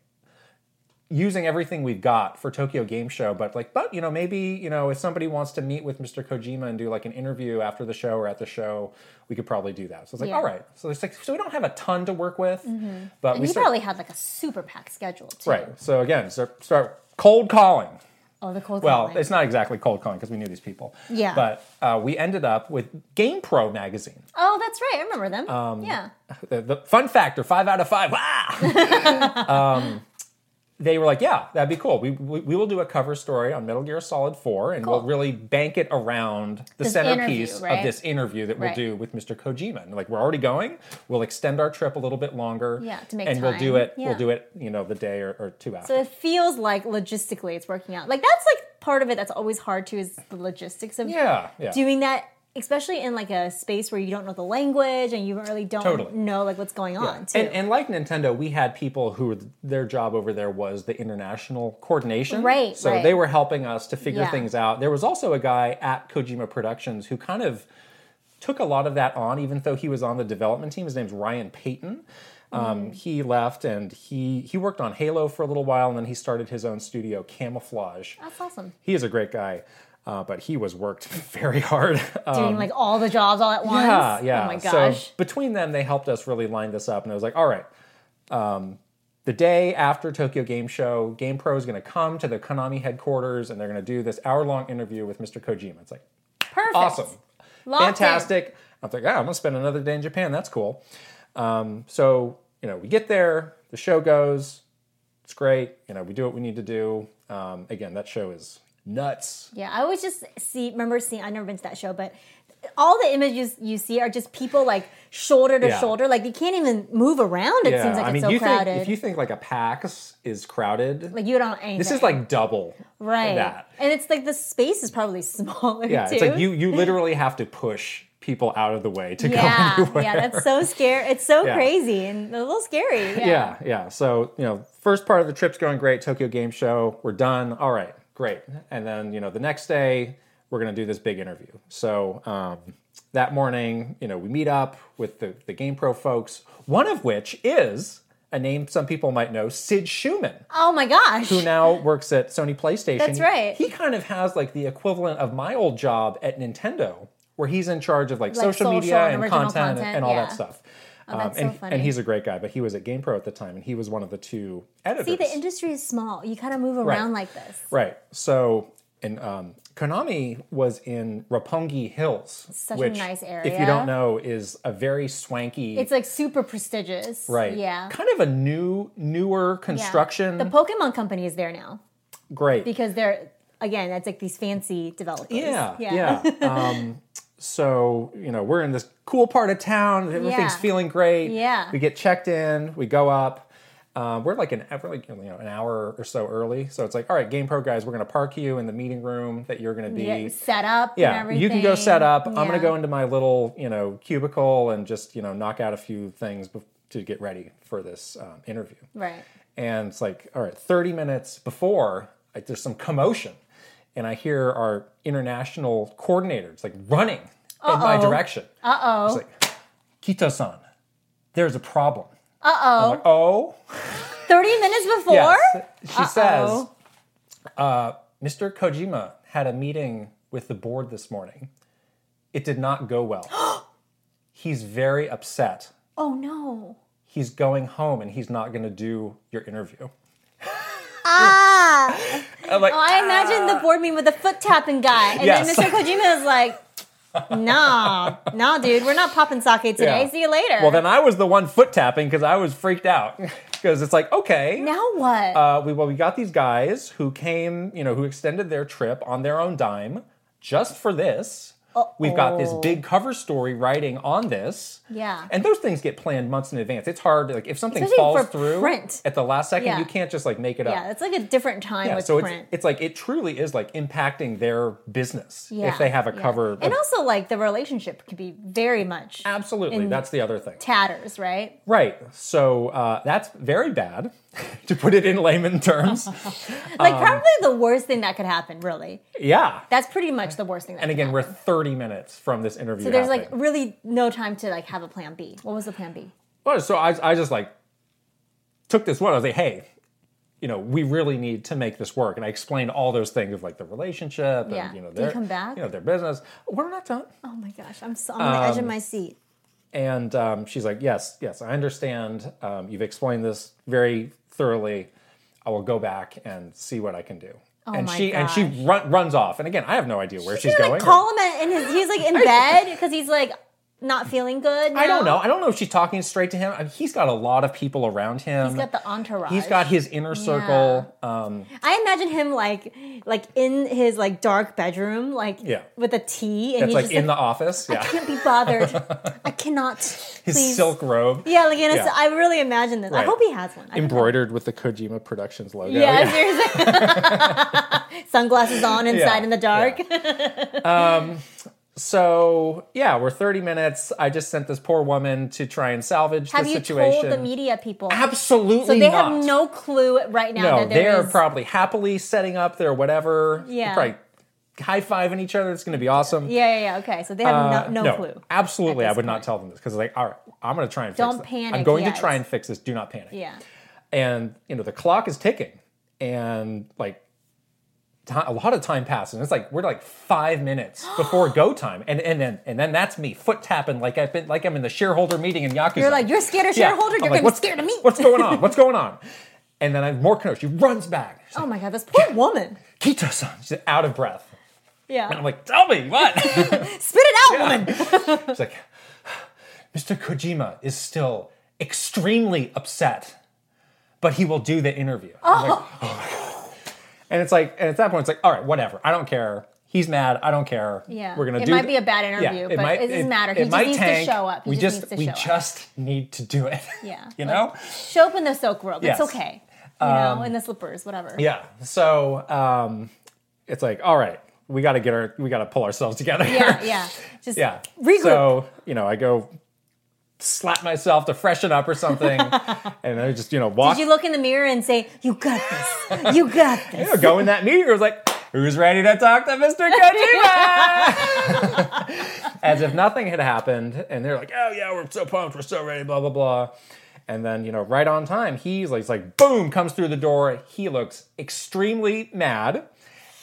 Speaker 2: using everything we've got for Tokyo Game Show, but like, but you know, maybe you know, if somebody wants to meet with Mr. Kojima and do like an interview after the show or at the show, we could probably do that. So it's like,
Speaker 1: Yeah.
Speaker 2: all right. So there's like, so we don't have a ton to work with, but we
Speaker 1: you
Speaker 2: start,
Speaker 1: probably had like a super packed schedule too.
Speaker 2: right. So again, start, start cold calling.
Speaker 1: Oh, the cold.
Speaker 2: Well,
Speaker 1: calling.
Speaker 2: it's not exactly cold calling because we knew these people.
Speaker 1: Yeah.
Speaker 2: But uh, we ended up with Game Pro magazine.
Speaker 1: oh, that's right. I remember them.
Speaker 2: Um,
Speaker 1: yeah.
Speaker 2: The, the fun factor, five out of five. Wow. um, they were like, yeah, that'd be cool. We, we, we will do a cover story on Metal Gear Solid 4 and we'll
Speaker 1: Cool.
Speaker 2: really bank it around the
Speaker 1: This
Speaker 2: centerpiece
Speaker 1: interview, right?
Speaker 2: of this interview that we'll
Speaker 1: Right.
Speaker 2: do with Mr. Kojima. And like, we're already going. We'll extend our trip a little bit longer.
Speaker 1: Yeah, to make
Speaker 2: And we'll do
Speaker 1: time.
Speaker 2: it,
Speaker 1: Yeah.
Speaker 2: we'll do it, you know, the day or, or two after.
Speaker 1: So it feels like logistically it's working out. Like that's like part of it that's always hard too is the logistics of
Speaker 2: yeah, yeah.
Speaker 1: doing that, especially in like a space where you don't know the language and you really don't
Speaker 2: Totally.
Speaker 1: know like what's going on too.
Speaker 2: And, and like Nintendo, we had people who their job over there was the international coordination.
Speaker 1: Right,
Speaker 2: So
Speaker 1: right.
Speaker 2: they were helping us to figure
Speaker 1: Yeah.
Speaker 2: things out. There was also a guy at Kojima Productions who kind of took a lot of that on, even though he was on the development team. His name's Ryan Payton.
Speaker 1: Mm-hmm.
Speaker 2: Um, He left and he he worked on Halo for a little while, and then he started his own studio, Camouflage.
Speaker 1: That's awesome.
Speaker 2: He is a great guy, uh, but he was worked very hard. Uh,
Speaker 1: Doing like all the jobs all at once.
Speaker 2: yeah, Ah, yeah.
Speaker 1: Oh my
Speaker 2: So
Speaker 1: gosh.
Speaker 2: between them, they helped us really line this up, and I was like, all right. Um, the day after Tokyo Game Show, Game Pro is going to come to the Konami headquarters, and they're going to do this hour-long interview with Mr. Kojima. It's like,
Speaker 1: Perfect.
Speaker 2: awesome,
Speaker 1: Locked in.
Speaker 2: fantastic. I'm like, yeah, I'm gonna spend another day in Japan. That's cool. Um, so you know, we get there, the show goes, it's great. You know, we do what we need to do. Um, again, that show is nuts.
Speaker 1: Yeah, I always just see remember seeing I've never been to that show, but all the images you see are just people like shoulder to
Speaker 2: Yeah.
Speaker 1: shoulder. Like you can't even move around. It
Speaker 2: Yeah,
Speaker 1: seems like
Speaker 2: I mean,
Speaker 1: it's so
Speaker 2: you
Speaker 1: crowded.
Speaker 2: think if you think like a PAX is crowded,
Speaker 1: like you don't anything.
Speaker 2: this is like double
Speaker 1: right.
Speaker 2: that.
Speaker 1: And it's like the space is probably smaller
Speaker 2: Yeah,
Speaker 1: too.
Speaker 2: it's like you you literally have to push people out of the way to go
Speaker 1: yeah,
Speaker 2: anywhere.
Speaker 1: yeah, that's so scary. It's so
Speaker 2: Yeah.
Speaker 1: crazy and a little scary. Yeah.
Speaker 2: yeah, yeah. So, you know, first part of the trip's going great, Tokyo Game Show, we're done. All right, great. And then, you know, the next day, we're going to do this big interview. So, um, that morning, you know, we meet up with the, the Game Pro folks, one of which is a name some people might know, Sid Schumann,
Speaker 1: Oh my gosh.
Speaker 2: who now works at Sony PlayStation.
Speaker 1: That's right.
Speaker 2: He kind of has like the equivalent of my old job at Nintendo, where he's in charge of like, social,
Speaker 1: social
Speaker 2: media
Speaker 1: and
Speaker 2: and
Speaker 1: original
Speaker 2: content, and-
Speaker 1: content,
Speaker 2: and all
Speaker 1: yeah. Oh,
Speaker 2: that stuff. Um,
Speaker 1: that's
Speaker 2: and,
Speaker 1: so funny.
Speaker 2: and he's a great guy, but he was at GamePro at the time, and he was one of the two editors.
Speaker 1: See, the industry is small. You kind of move around like this.
Speaker 2: right. So, and um, Konami was in Roppongi Hills,
Speaker 1: Such a
Speaker 2: which,
Speaker 1: nice
Speaker 2: If you
Speaker 1: area.
Speaker 2: don't know, is a very swanky,
Speaker 1: It's like super prestigious.
Speaker 2: right?
Speaker 1: Yeah.
Speaker 2: kind of a new, newer
Speaker 1: Yeah.
Speaker 2: construction.
Speaker 1: The Pokemon company is there now
Speaker 2: great.
Speaker 1: because they're again that's like these fancy developers.
Speaker 2: Yeah, yeah. um, so you know, we're in this cool part of town. Everything's
Speaker 1: Yeah.
Speaker 2: feeling great.
Speaker 1: Yeah.
Speaker 2: we get checked in. We go up. Um, we're like an we're like you know an hour or so early. So it's like, all right, Game Pro guys, we're gonna park you in the meeting room that you're gonna be.
Speaker 1: You get set up. and
Speaker 2: Yeah,
Speaker 1: everything.
Speaker 2: you can go set up. I'm
Speaker 1: Yeah.
Speaker 2: gonna go into my little you know cubicle and just you know knock out a few things bef- to get ready for this um, interview.
Speaker 1: Right.
Speaker 2: And it's like, all right, 30 minutes before, like, there's some commotion. And I hear our international coordinator, it's like running in my direction. Uh oh. It's like, Kito san, there's a problem. Uh oh. Like, oh.
Speaker 1: Thirty minutes before.
Speaker 2: Yes. She says,
Speaker 1: Uh-oh.
Speaker 2: uh, Mr. Kojima had a meeting with the board this morning. It did not go well. He's very upset.
Speaker 1: Oh no.
Speaker 2: He's going home and he's not going to do your interview.
Speaker 1: Ah.
Speaker 2: I'm like,
Speaker 1: Oh, I imagine the board meeting with the foot tapping guy, and
Speaker 2: Uh, Yes.
Speaker 1: then Mr. Kojima is like, "Nah, nah, dude, we're not popping sake today.
Speaker 2: Yeah.
Speaker 1: See you later."
Speaker 2: Well, then I was the one foot tapping because I was freaked out because it's like, okay,
Speaker 1: now what?
Speaker 2: uh, we well, we got these guys who came, you know, who extended their trip on their own dime just for this. We've got this
Speaker 1: Uh-oh.
Speaker 2: big cover story writing on this.
Speaker 1: Yeah.
Speaker 2: And those things get planned months in advance. It's hard, like if something
Speaker 1: Especially
Speaker 2: falls
Speaker 1: for
Speaker 2: through
Speaker 1: print.
Speaker 2: at the last second,
Speaker 1: Yeah.
Speaker 2: you can't just like make it up.
Speaker 1: yeah, it's like a different time
Speaker 2: Yeah,
Speaker 1: with
Speaker 2: so
Speaker 1: print.
Speaker 2: it's it's like it truly is like impacting their business
Speaker 1: yeah,
Speaker 2: if they have a
Speaker 1: yeah.
Speaker 2: cover.
Speaker 1: and also like the relationship could be very much
Speaker 2: absolutely,
Speaker 1: in
Speaker 2: that's the other thing.
Speaker 1: tatters, right?
Speaker 2: Right. So uh, that's very bad, to put it in layman terms. Um,
Speaker 1: Like probably the worst thing that could happen, really.
Speaker 2: yeah.
Speaker 1: That's pretty much the worst thing. That
Speaker 2: And
Speaker 1: could
Speaker 2: again,
Speaker 1: happen.
Speaker 2: we're 30 minutes from this interview.
Speaker 1: so there's like
Speaker 2: happening.
Speaker 1: really no time to like have a plan B. What was the plan B?
Speaker 2: Well, so I, I just like took this one. I was like, hey, you know, we really need to make this work. And I explained all those things of like the relationship
Speaker 1: Yeah.
Speaker 2: and you know
Speaker 1: Did you
Speaker 2: their
Speaker 1: come back?
Speaker 2: you know their business. We're not done.
Speaker 1: Oh my gosh, I'm so I'm on the edge
Speaker 2: Um,
Speaker 1: of my seat.
Speaker 2: And um, she's like, yes, yes, I understand. Um, you've explained this very thoroughly. I will go back and see what I can do. and
Speaker 1: Oh my
Speaker 2: she and she run, runs off. And again, I have no idea where she's,
Speaker 1: She's
Speaker 2: going.
Speaker 1: like
Speaker 2: or-
Speaker 1: call him at, in his. He's like in bed because he's like not feeling good.
Speaker 2: I don't
Speaker 1: now.
Speaker 2: know. I don't know if she's talking straight to him. I mean, he's got a lot of people around him.
Speaker 1: He's got the entourage.
Speaker 2: He's got his inner circle. Um,
Speaker 1: I imagine him like like in his like dark bedroom, like
Speaker 2: Yeah.
Speaker 1: with a tea, and
Speaker 2: that's
Speaker 1: he's
Speaker 2: like
Speaker 1: just
Speaker 2: in
Speaker 1: like,
Speaker 2: the office. Yeah,
Speaker 1: I can't be bothered. I cannot.
Speaker 2: his
Speaker 1: please.
Speaker 2: silk robe
Speaker 1: Yeah, like in a,
Speaker 2: Yeah.
Speaker 1: I really imagine this. I
Speaker 2: Right.
Speaker 1: hope he has one. I don't know.
Speaker 2: embroidered with the Kojima Productions logo.
Speaker 1: Yeah, seriously. Sunglasses on inside
Speaker 2: Yeah, Um,
Speaker 1: in the dark.
Speaker 2: So yeah, we're 30 minutes. I just sent this poor woman to try and salvage
Speaker 1: Have
Speaker 2: the
Speaker 1: you
Speaker 2: situation.
Speaker 1: told the media people?
Speaker 2: Absolutely
Speaker 1: So they
Speaker 2: not.
Speaker 1: have no clue right now
Speaker 2: No,
Speaker 1: that there
Speaker 2: they're
Speaker 1: is.
Speaker 2: probably happily setting up their whatever.
Speaker 1: Yeah.
Speaker 2: Probably high fiving each other. It's going to be awesome.
Speaker 1: Yeah, yeah, yeah. Okay, so they have
Speaker 2: Uh,
Speaker 1: no, no, clue.
Speaker 2: Absolutely,
Speaker 1: at
Speaker 2: I
Speaker 1: this
Speaker 2: would not
Speaker 1: point.
Speaker 2: tell them this because like, all right, I'm going to try and
Speaker 1: Don't
Speaker 2: fix This. I'm
Speaker 1: panic
Speaker 2: going
Speaker 1: yet.
Speaker 2: to try and fix this. Do not panic.
Speaker 1: Yeah.
Speaker 2: And you know the clock is ticking, and like ti a lot of time passes. And it's like we're like five minutes before go time, and and then and then that's me foot tapping like I've been like I'm in the shareholder meeting in Yakuza.
Speaker 1: You're like, you're scared of
Speaker 2: Yeah.
Speaker 1: shareholder,
Speaker 2: I'm
Speaker 1: you're gonna
Speaker 2: like,
Speaker 1: be
Speaker 2: "What's-
Speaker 1: scared of me.
Speaker 2: What's going on? What's going on? And then I more Kanoshi. She runs back. She's
Speaker 1: Oh my god, this poor woman.
Speaker 2: like, Kito-san. She's out of breath. And
Speaker 1: Yeah.
Speaker 2: I'm like, tell me what.
Speaker 1: Spit it out, woman.
Speaker 2: It's like, Mr. Kojima is still extremely upset, but he will do the interview. I'm like, oh my God. And it's like, and at that point, it's like, all right, whatever. I don't care. He's mad. I don't care.
Speaker 1: Yeah.
Speaker 2: we're gonna
Speaker 1: It
Speaker 2: do.
Speaker 1: might
Speaker 2: th-
Speaker 1: be a bad interview, but it doesn't matter. He just needs to show up. He
Speaker 2: we
Speaker 1: just needs
Speaker 2: just,
Speaker 1: to
Speaker 2: we
Speaker 1: show up.
Speaker 2: just need to do it.
Speaker 1: Yeah.
Speaker 2: you
Speaker 1: Like,
Speaker 2: know.
Speaker 1: Show up in the silk robe.
Speaker 2: Yes. Um,
Speaker 1: It's okay. You know, in the slippers, whatever.
Speaker 2: Yeah. So um, it's like, all right, we got to get our, we got to pull ourselves together.
Speaker 1: Yeah, yeah. Just
Speaker 2: Yeah.
Speaker 1: regroup.
Speaker 2: So, you know, I go slap myself to freshen up or something. and I just, you know, walk.
Speaker 1: Did you look in the mirror and say, "You got this. You got this."
Speaker 2: you know, go in that meeting. It was like, who's ready to talk to Mr. Kojima? As if nothing had happened. And they're like, oh, yeah, we're so pumped. We're so ready, blah, blah, blah. And then, you know, right on time, he's like, it's like, boom, comes through the door. He looks extremely mad.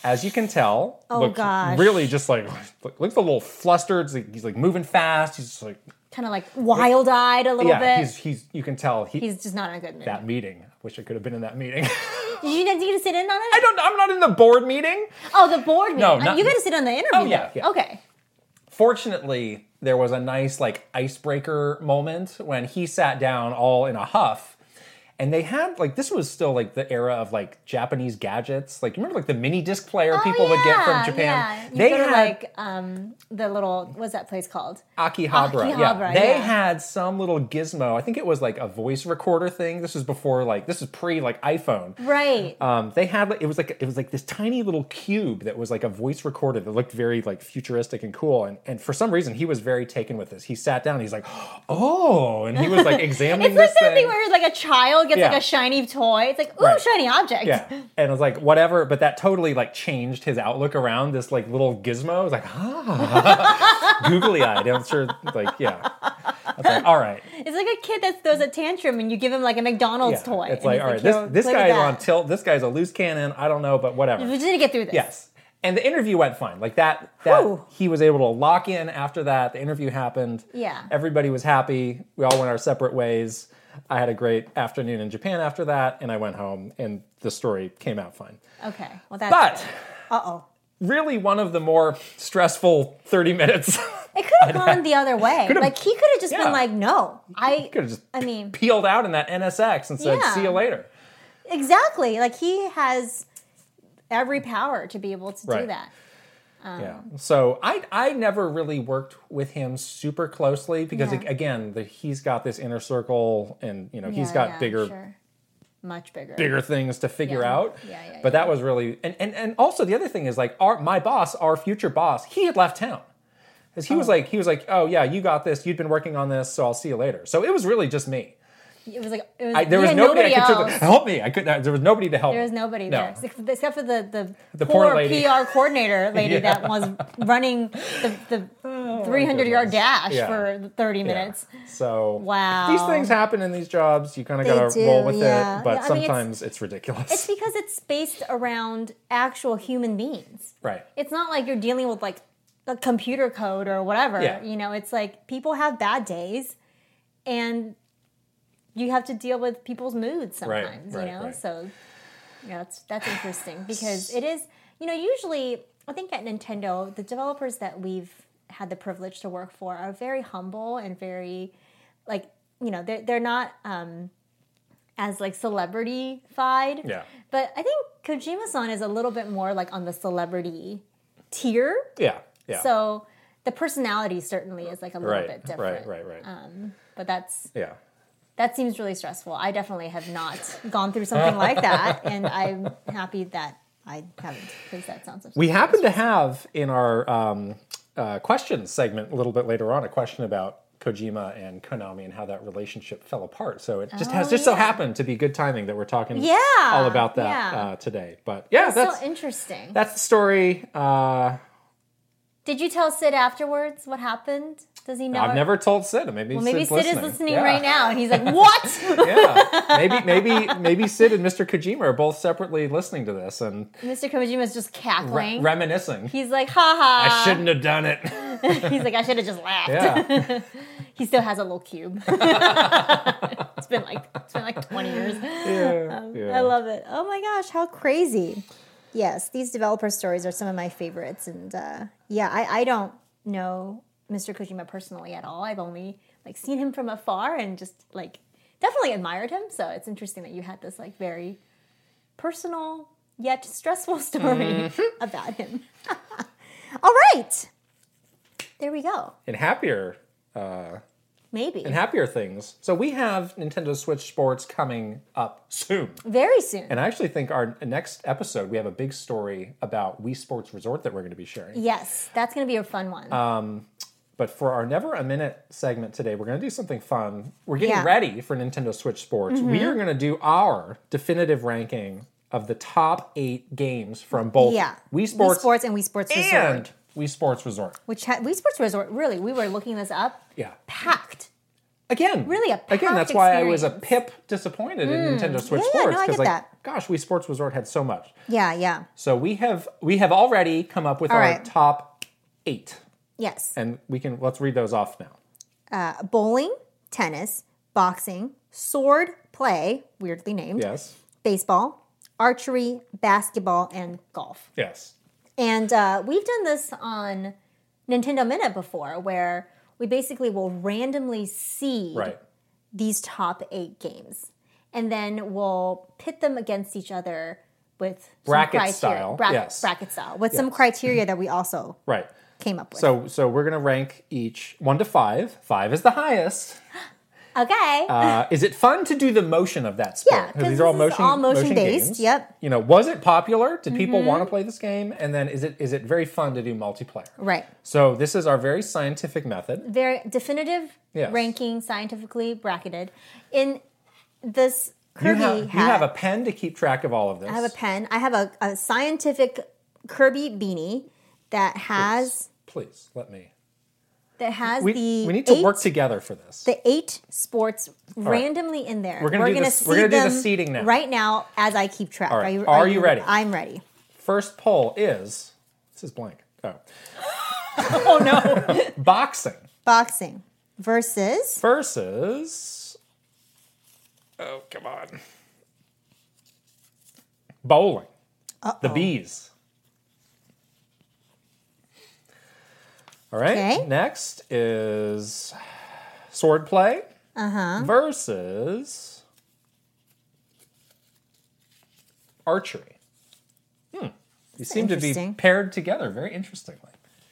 Speaker 2: As you can tell, oh
Speaker 1: gosh.
Speaker 2: really just like looks a little flustered. He's like, he's like moving fast. He's just like,
Speaker 1: Kind of like wild-eyed a little
Speaker 2: yeah,
Speaker 1: bit.
Speaker 2: he's he's you can tell he,
Speaker 1: He's just not in a good mood.
Speaker 2: that meeting. I wish I could have been in that meeting.
Speaker 1: Did you guys get to sit in on it?
Speaker 2: I don't. I'm not in the board meeting.
Speaker 1: Oh, the board meeting.
Speaker 2: No,
Speaker 1: Uh,
Speaker 2: not-
Speaker 1: you got to sit on the interview.
Speaker 2: Oh, yeah,
Speaker 1: though.
Speaker 2: yeah.
Speaker 1: Okay.
Speaker 2: Fortunately, there was a nice like icebreaker moment when he sat down all in a huff. And they had like this was still like the era of like Japanese gadgets. Like you remember like the mini disc player people would get from
Speaker 1: Oh, yeah,
Speaker 2: Japan.
Speaker 1: Yeah. You
Speaker 2: They
Speaker 1: go to
Speaker 2: had
Speaker 1: like um, the little what's that place called?
Speaker 2: Akihabara.
Speaker 1: Akihabara,
Speaker 2: yeah. They
Speaker 1: yeah.
Speaker 2: had some little gizmo. I think it was like a voice recorder thing. This was before like this is pre like iPhone.
Speaker 1: Right.
Speaker 2: Um, they had like it was like it was like this tiny little cube that was like a voice recorder that looked very like futuristic and cool. And and for some reason he was very taken with this. He sat down. He's like, oh, and he was like examining
Speaker 1: it's like
Speaker 2: this
Speaker 1: that thing
Speaker 2: thing.
Speaker 1: where like a child gets
Speaker 2: Yeah.
Speaker 1: like a shiny toy. It's like ooh,
Speaker 2: Right.
Speaker 1: shiny object.
Speaker 2: yeah, and it was like whatever, but that totally like changed his outlook around this like little gizmo. It was like ah, googly eyed. I'm sure like yeah. I was like, all right,
Speaker 1: It's like a kid that throws a tantrum and you give him like a
Speaker 2: yeah.
Speaker 1: McDonald's toy. and
Speaker 2: It's like
Speaker 1: he's
Speaker 2: all right,
Speaker 1: "Yo,
Speaker 2: this this
Speaker 1: look at
Speaker 2: guy's
Speaker 1: that."
Speaker 2: on tilt. This guy's a loose cannon. I don't know, but whatever.
Speaker 1: We just need to get through this.
Speaker 2: Yes. And the interview went fine. Like that that
Speaker 1: Whew.
Speaker 2: he was able to lock in after that. The interview happened.
Speaker 1: Yeah.
Speaker 2: Everybody was happy. We all went our separate ways. I had a great afternoon in Japan after that, and I went home and the story came out fine.
Speaker 1: Okay. Well, that's.
Speaker 2: But
Speaker 1: Uh oh.
Speaker 2: really one of the more stressful 30 minutes.
Speaker 1: It could have gone the other way. Like he could have just
Speaker 2: yeah.
Speaker 1: been like, no, I.
Speaker 2: Could have just
Speaker 1: I mean,
Speaker 2: peeled out in that NSX and said,
Speaker 1: Yeah.
Speaker 2: see you later.
Speaker 1: exactly. Like he has every power to be able to do
Speaker 2: Right.
Speaker 1: that. Uh-huh.
Speaker 2: yeah. So I I never really worked with him super closely because
Speaker 1: Yeah.
Speaker 2: ag- again, the, he's got this inner circle and you know, he's
Speaker 1: Yeah,
Speaker 2: got
Speaker 1: yeah,
Speaker 2: bigger
Speaker 1: sure. much bigger.
Speaker 2: bigger things to figure
Speaker 1: Yeah.
Speaker 2: out.
Speaker 1: Yeah, yeah,
Speaker 2: but that was really and, and and also the other thing is like our my boss, our future boss, he had left town. Cuz he was like he was like, "Oh yeah, you got this. You'd been working on this, so I'll see you later." So it was really just me.
Speaker 1: It was like it was,
Speaker 2: I, there
Speaker 1: you
Speaker 2: was
Speaker 1: had
Speaker 2: nobody, I could
Speaker 1: else.
Speaker 2: to help me. I could not there was nobody to help.
Speaker 1: There was nobody
Speaker 2: No.
Speaker 1: there except- except for the the,
Speaker 2: poor
Speaker 1: poor,
Speaker 2: lady.
Speaker 1: PR coordinator lady that was running the, the 300 yard
Speaker 2: Oh, goodness.
Speaker 1: dash
Speaker 2: Yeah.
Speaker 1: for 30
Speaker 2: Yeah.
Speaker 1: minutes.
Speaker 2: So
Speaker 1: Wow.
Speaker 2: these things happen in these jobs. You kind of
Speaker 1: They
Speaker 2: got to
Speaker 1: do,
Speaker 2: roll with
Speaker 1: yeah.
Speaker 2: it,
Speaker 1: Yeah, I
Speaker 2: but
Speaker 1: mean, it's-
Speaker 2: sometimes it's, ridiculous.
Speaker 1: It's because it's based around actual human beings.
Speaker 2: right.
Speaker 1: It's not like you're dealing with like a computer code or whatever.
Speaker 2: Yeah.
Speaker 1: You know, it's like people have bad days, and you have to deal with people's moods
Speaker 2: Right,
Speaker 1: sometimes.
Speaker 2: right,
Speaker 1: you know,
Speaker 2: right.
Speaker 1: so yeah, that's that's interesting because it is. You know, usually I think at Nintendo, the developers that we've had the privilege to work for are very humble and very like you know they're they're not um as like celebrity fied
Speaker 2: Yeah.
Speaker 1: but i think kojima-san is a little bit more like on the celebrity tier
Speaker 2: Yeah. Yeah.
Speaker 1: so the personality certainly is like a little
Speaker 2: right.
Speaker 1: bit
Speaker 2: right.
Speaker 1: different Uh,
Speaker 2: Right. Right.
Speaker 1: but that's
Speaker 2: yeah.
Speaker 1: that seems really stressful i definitely have not gone through something like that and i'm happy that i haven't because that sounds
Speaker 2: We happen to have in our um, uh, questions segment a little bit later on a question about Kojima and Konami and how that relationship fell apart. So it just has just so happened to be good timing that we're talking
Speaker 1: Oh, Yeah,
Speaker 2: all about that
Speaker 1: yeah.
Speaker 2: uh, today. But yeah, that's
Speaker 1: so interesting.
Speaker 2: that's the story. Uh,
Speaker 1: Did you tell Sid afterwards what happened? Does he know?
Speaker 2: I've never told Sid. Maybe
Speaker 1: Well, maybe
Speaker 2: Sid's
Speaker 1: Sid
Speaker 2: listening.
Speaker 1: is listening
Speaker 2: Yeah.
Speaker 1: right now, and he's like, "What,
Speaker 2: yeah, maybe maybe maybe Sid and Mr. Kojima are both separately listening to this and
Speaker 1: Mr. Kojima's just
Speaker 2: re-
Speaker 1: cackling."
Speaker 2: reminiscing.
Speaker 1: he's like, "Ha ha!"
Speaker 2: I shouldn't have done it.
Speaker 1: He's like, "I should have just laughed."
Speaker 2: Yeah,
Speaker 1: He still has a little cube. it's been like it's been like twenty years.
Speaker 2: yeah, yeah.
Speaker 1: I love it. Oh my gosh, how crazy! Yes, these developer stories are some of my favorites, and uh, yeah, I, I don't know Mr. Kojima personally at all. I've only like seen him from afar and just like definitely admired him. So it's interesting that you had this like very personal yet stressful story
Speaker 2: Mm-hmm.
Speaker 1: about him. all right, there we go.
Speaker 2: And happier
Speaker 1: Maybe
Speaker 2: and happier things. So we have Nintendo Switch Sports coming up soon.
Speaker 1: very soon.
Speaker 2: And I actually think our next episode we have a big story about Wii Sports Resort that we're going to be sharing.
Speaker 1: Yes, that's gonna be a fun one.
Speaker 2: Um, But for our Never a Minute segment today, we're going to do something fun. We're getting
Speaker 1: Yeah. Mm-hmm.
Speaker 2: ready for Nintendo Switch Sports. We are going to do our definitive ranking of the top 8 games from both
Speaker 1: yeah,
Speaker 2: Wii Sports,
Speaker 1: and Wii Sports Resort.
Speaker 2: and Wii Sports Resort.
Speaker 1: which ha- Wii Sports Resort really we were looking this up
Speaker 2: Yeah.
Speaker 1: packed
Speaker 2: again
Speaker 1: Really a
Speaker 2: again
Speaker 1: packed
Speaker 2: that's why i was a pip disappointed in nintendo switch
Speaker 1: Yeah, yeah,
Speaker 2: sports
Speaker 1: no, I get
Speaker 2: like
Speaker 1: that.
Speaker 2: gosh we sports resort had so much
Speaker 1: yeah yeah
Speaker 2: so we have we have already come up with
Speaker 1: All
Speaker 2: our
Speaker 1: right.
Speaker 2: top eight
Speaker 1: yes
Speaker 2: and we can let's read those off now
Speaker 1: uh, bowling tennis boxing sword play weirdly named
Speaker 2: yes
Speaker 1: baseball archery basketball and golf
Speaker 2: yes
Speaker 1: and uh, we've done this on Nintendo Minute before where we basically will randomly see
Speaker 2: right
Speaker 1: these top eight games, and then we'll pit them against each other with some
Speaker 2: Bracket
Speaker 1: criteria-
Speaker 2: style,
Speaker 1: bracket,
Speaker 2: yes.
Speaker 1: bracket style, with some criteria that we also
Speaker 2: right
Speaker 1: came up with.
Speaker 2: so so we're gonna rank each one to five five is the highest
Speaker 1: okay,
Speaker 2: uh, is it fun to do the motion of that sport?
Speaker 1: Yeah,
Speaker 2: 'Cause
Speaker 1: 'cause
Speaker 2: these are all
Speaker 1: this is
Speaker 2: motion,
Speaker 1: all motion-based,
Speaker 2: games.
Speaker 1: yep. Mm-hmm.
Speaker 2: You know, was it popular? Did people want to play this game? And then is it is it very fun to do multiplayer?
Speaker 1: right.
Speaker 2: So this is our very scientific method.
Speaker 1: Very definitive
Speaker 2: Yes.
Speaker 1: ranking, scientifically bracketed. In this
Speaker 2: You
Speaker 1: Kirby
Speaker 2: have, you
Speaker 1: hat,
Speaker 2: have a pen to keep track of all of this.
Speaker 1: I have a pen. I have a, a scientific Kirby beanie that has
Speaker 2: Please let me.
Speaker 1: that has
Speaker 2: We,
Speaker 1: the
Speaker 2: we need to
Speaker 1: eight,
Speaker 2: work together for this.
Speaker 1: the eight sports randomly in there. We're
Speaker 2: gonna do this- we're
Speaker 1: see
Speaker 2: gonna do the
Speaker 1: them
Speaker 2: seating now.
Speaker 1: Right now, as I keep track.
Speaker 2: right. Are you ready?
Speaker 1: I'm ready.
Speaker 2: First poll is this is blank. Oh,
Speaker 1: Oh no!
Speaker 2: boxing
Speaker 1: Boxing versus
Speaker 2: versus. Oh come on. Bowling. The bees. All right.
Speaker 1: Okay.
Speaker 2: Next is swordplay
Speaker 1: Uh-huh.
Speaker 2: versus archery. Hmm. These seem to be
Speaker 1: interesting.
Speaker 2: paired together very interestingly.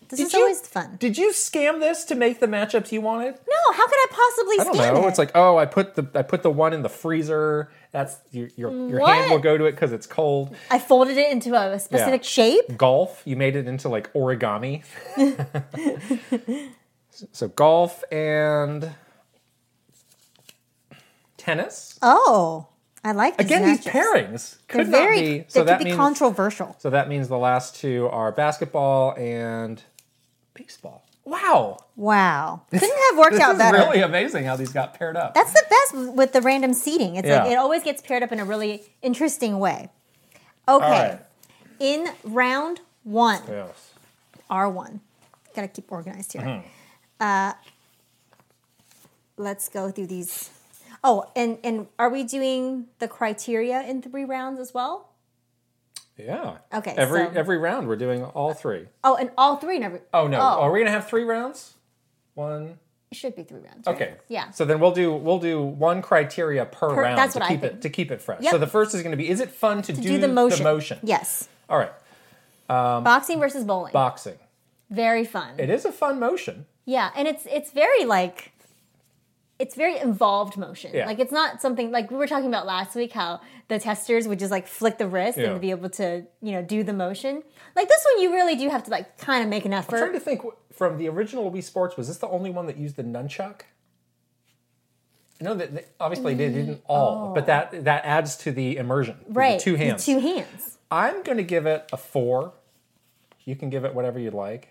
Speaker 1: this
Speaker 2: Did
Speaker 1: is
Speaker 2: you-
Speaker 1: always fun.
Speaker 2: Did you scam this to make the matchups you wanted?
Speaker 1: no, how could I possibly
Speaker 2: I don't
Speaker 1: stand
Speaker 2: know.
Speaker 1: it?
Speaker 2: It's like, oh, I put the I put the one in the freezer. That's your your, your
Speaker 1: What?
Speaker 2: hand will go to it because it's cold.
Speaker 1: I folded it into a specific
Speaker 2: Yeah.
Speaker 1: shape.
Speaker 2: golf. You made it into like origami. so golf and tennis.
Speaker 1: Oh, I like these
Speaker 2: Again, these
Speaker 1: matches.
Speaker 2: pairings
Speaker 1: They're
Speaker 2: could
Speaker 1: very
Speaker 2: not be.
Speaker 1: they
Speaker 2: So
Speaker 1: could
Speaker 2: that
Speaker 1: be
Speaker 2: means
Speaker 1: controversial.
Speaker 2: so that means the last two are basketball and baseball. Wow,
Speaker 1: Wow, couldn't have worked
Speaker 2: this
Speaker 1: out
Speaker 2: is
Speaker 1: better.
Speaker 2: really amazing how these got paired up.
Speaker 1: That's the best with the random seating. It's like
Speaker 2: Yeah.
Speaker 1: it always gets paired up in a really interesting way. Okay.
Speaker 2: right.
Speaker 1: In round one,
Speaker 2: yes.
Speaker 1: R1. Gotta keep organized here.
Speaker 2: Mm-hmm.
Speaker 1: Uh, let's go through these. Oh, and, and are we doing the criteria in three rounds as well?
Speaker 2: Yeah.
Speaker 1: Okay,
Speaker 2: Every
Speaker 1: so-
Speaker 2: every round we're doing all three.
Speaker 1: Oh, and all three in every.
Speaker 2: Oh no, are
Speaker 1: Oh,
Speaker 2: we gonna have three rounds? One.
Speaker 1: it should be three rounds. right?
Speaker 2: Okay.
Speaker 1: Yeah.
Speaker 2: So then we'll do we'll do one criteria per,
Speaker 1: Per-
Speaker 2: round
Speaker 1: that's
Speaker 2: to
Speaker 1: what I
Speaker 2: keep it
Speaker 1: think.
Speaker 2: to keep it fresh.
Speaker 1: Yep.
Speaker 2: So the first is going to be is it fun to,
Speaker 1: Do the motion.
Speaker 2: motion?
Speaker 1: Yes.
Speaker 2: All right. Um,
Speaker 1: Boxing versus bowling.
Speaker 2: Boxing.
Speaker 1: Very fun.
Speaker 2: It is a fun motion.
Speaker 1: Yeah, and it's it's very like it's very involved motion.
Speaker 2: Yeah.
Speaker 1: Like it's not something like we were talking about last week how the testers would just like flick the wrist
Speaker 2: Yeah.
Speaker 1: and be able to, you know, do the motion. Like this one you really do have to like kind of make an effort.
Speaker 2: I'm trying to think wh- from the original Wii Sports, was this the only one that used the nunchuck? No, that that- obviously they didn't all, but that that adds to the immersion. with the
Speaker 1: Mm, oh. right.
Speaker 2: two
Speaker 1: the
Speaker 2: hands.
Speaker 1: Two hands.
Speaker 2: I'm going to give it a four. You can give it whatever you'd like.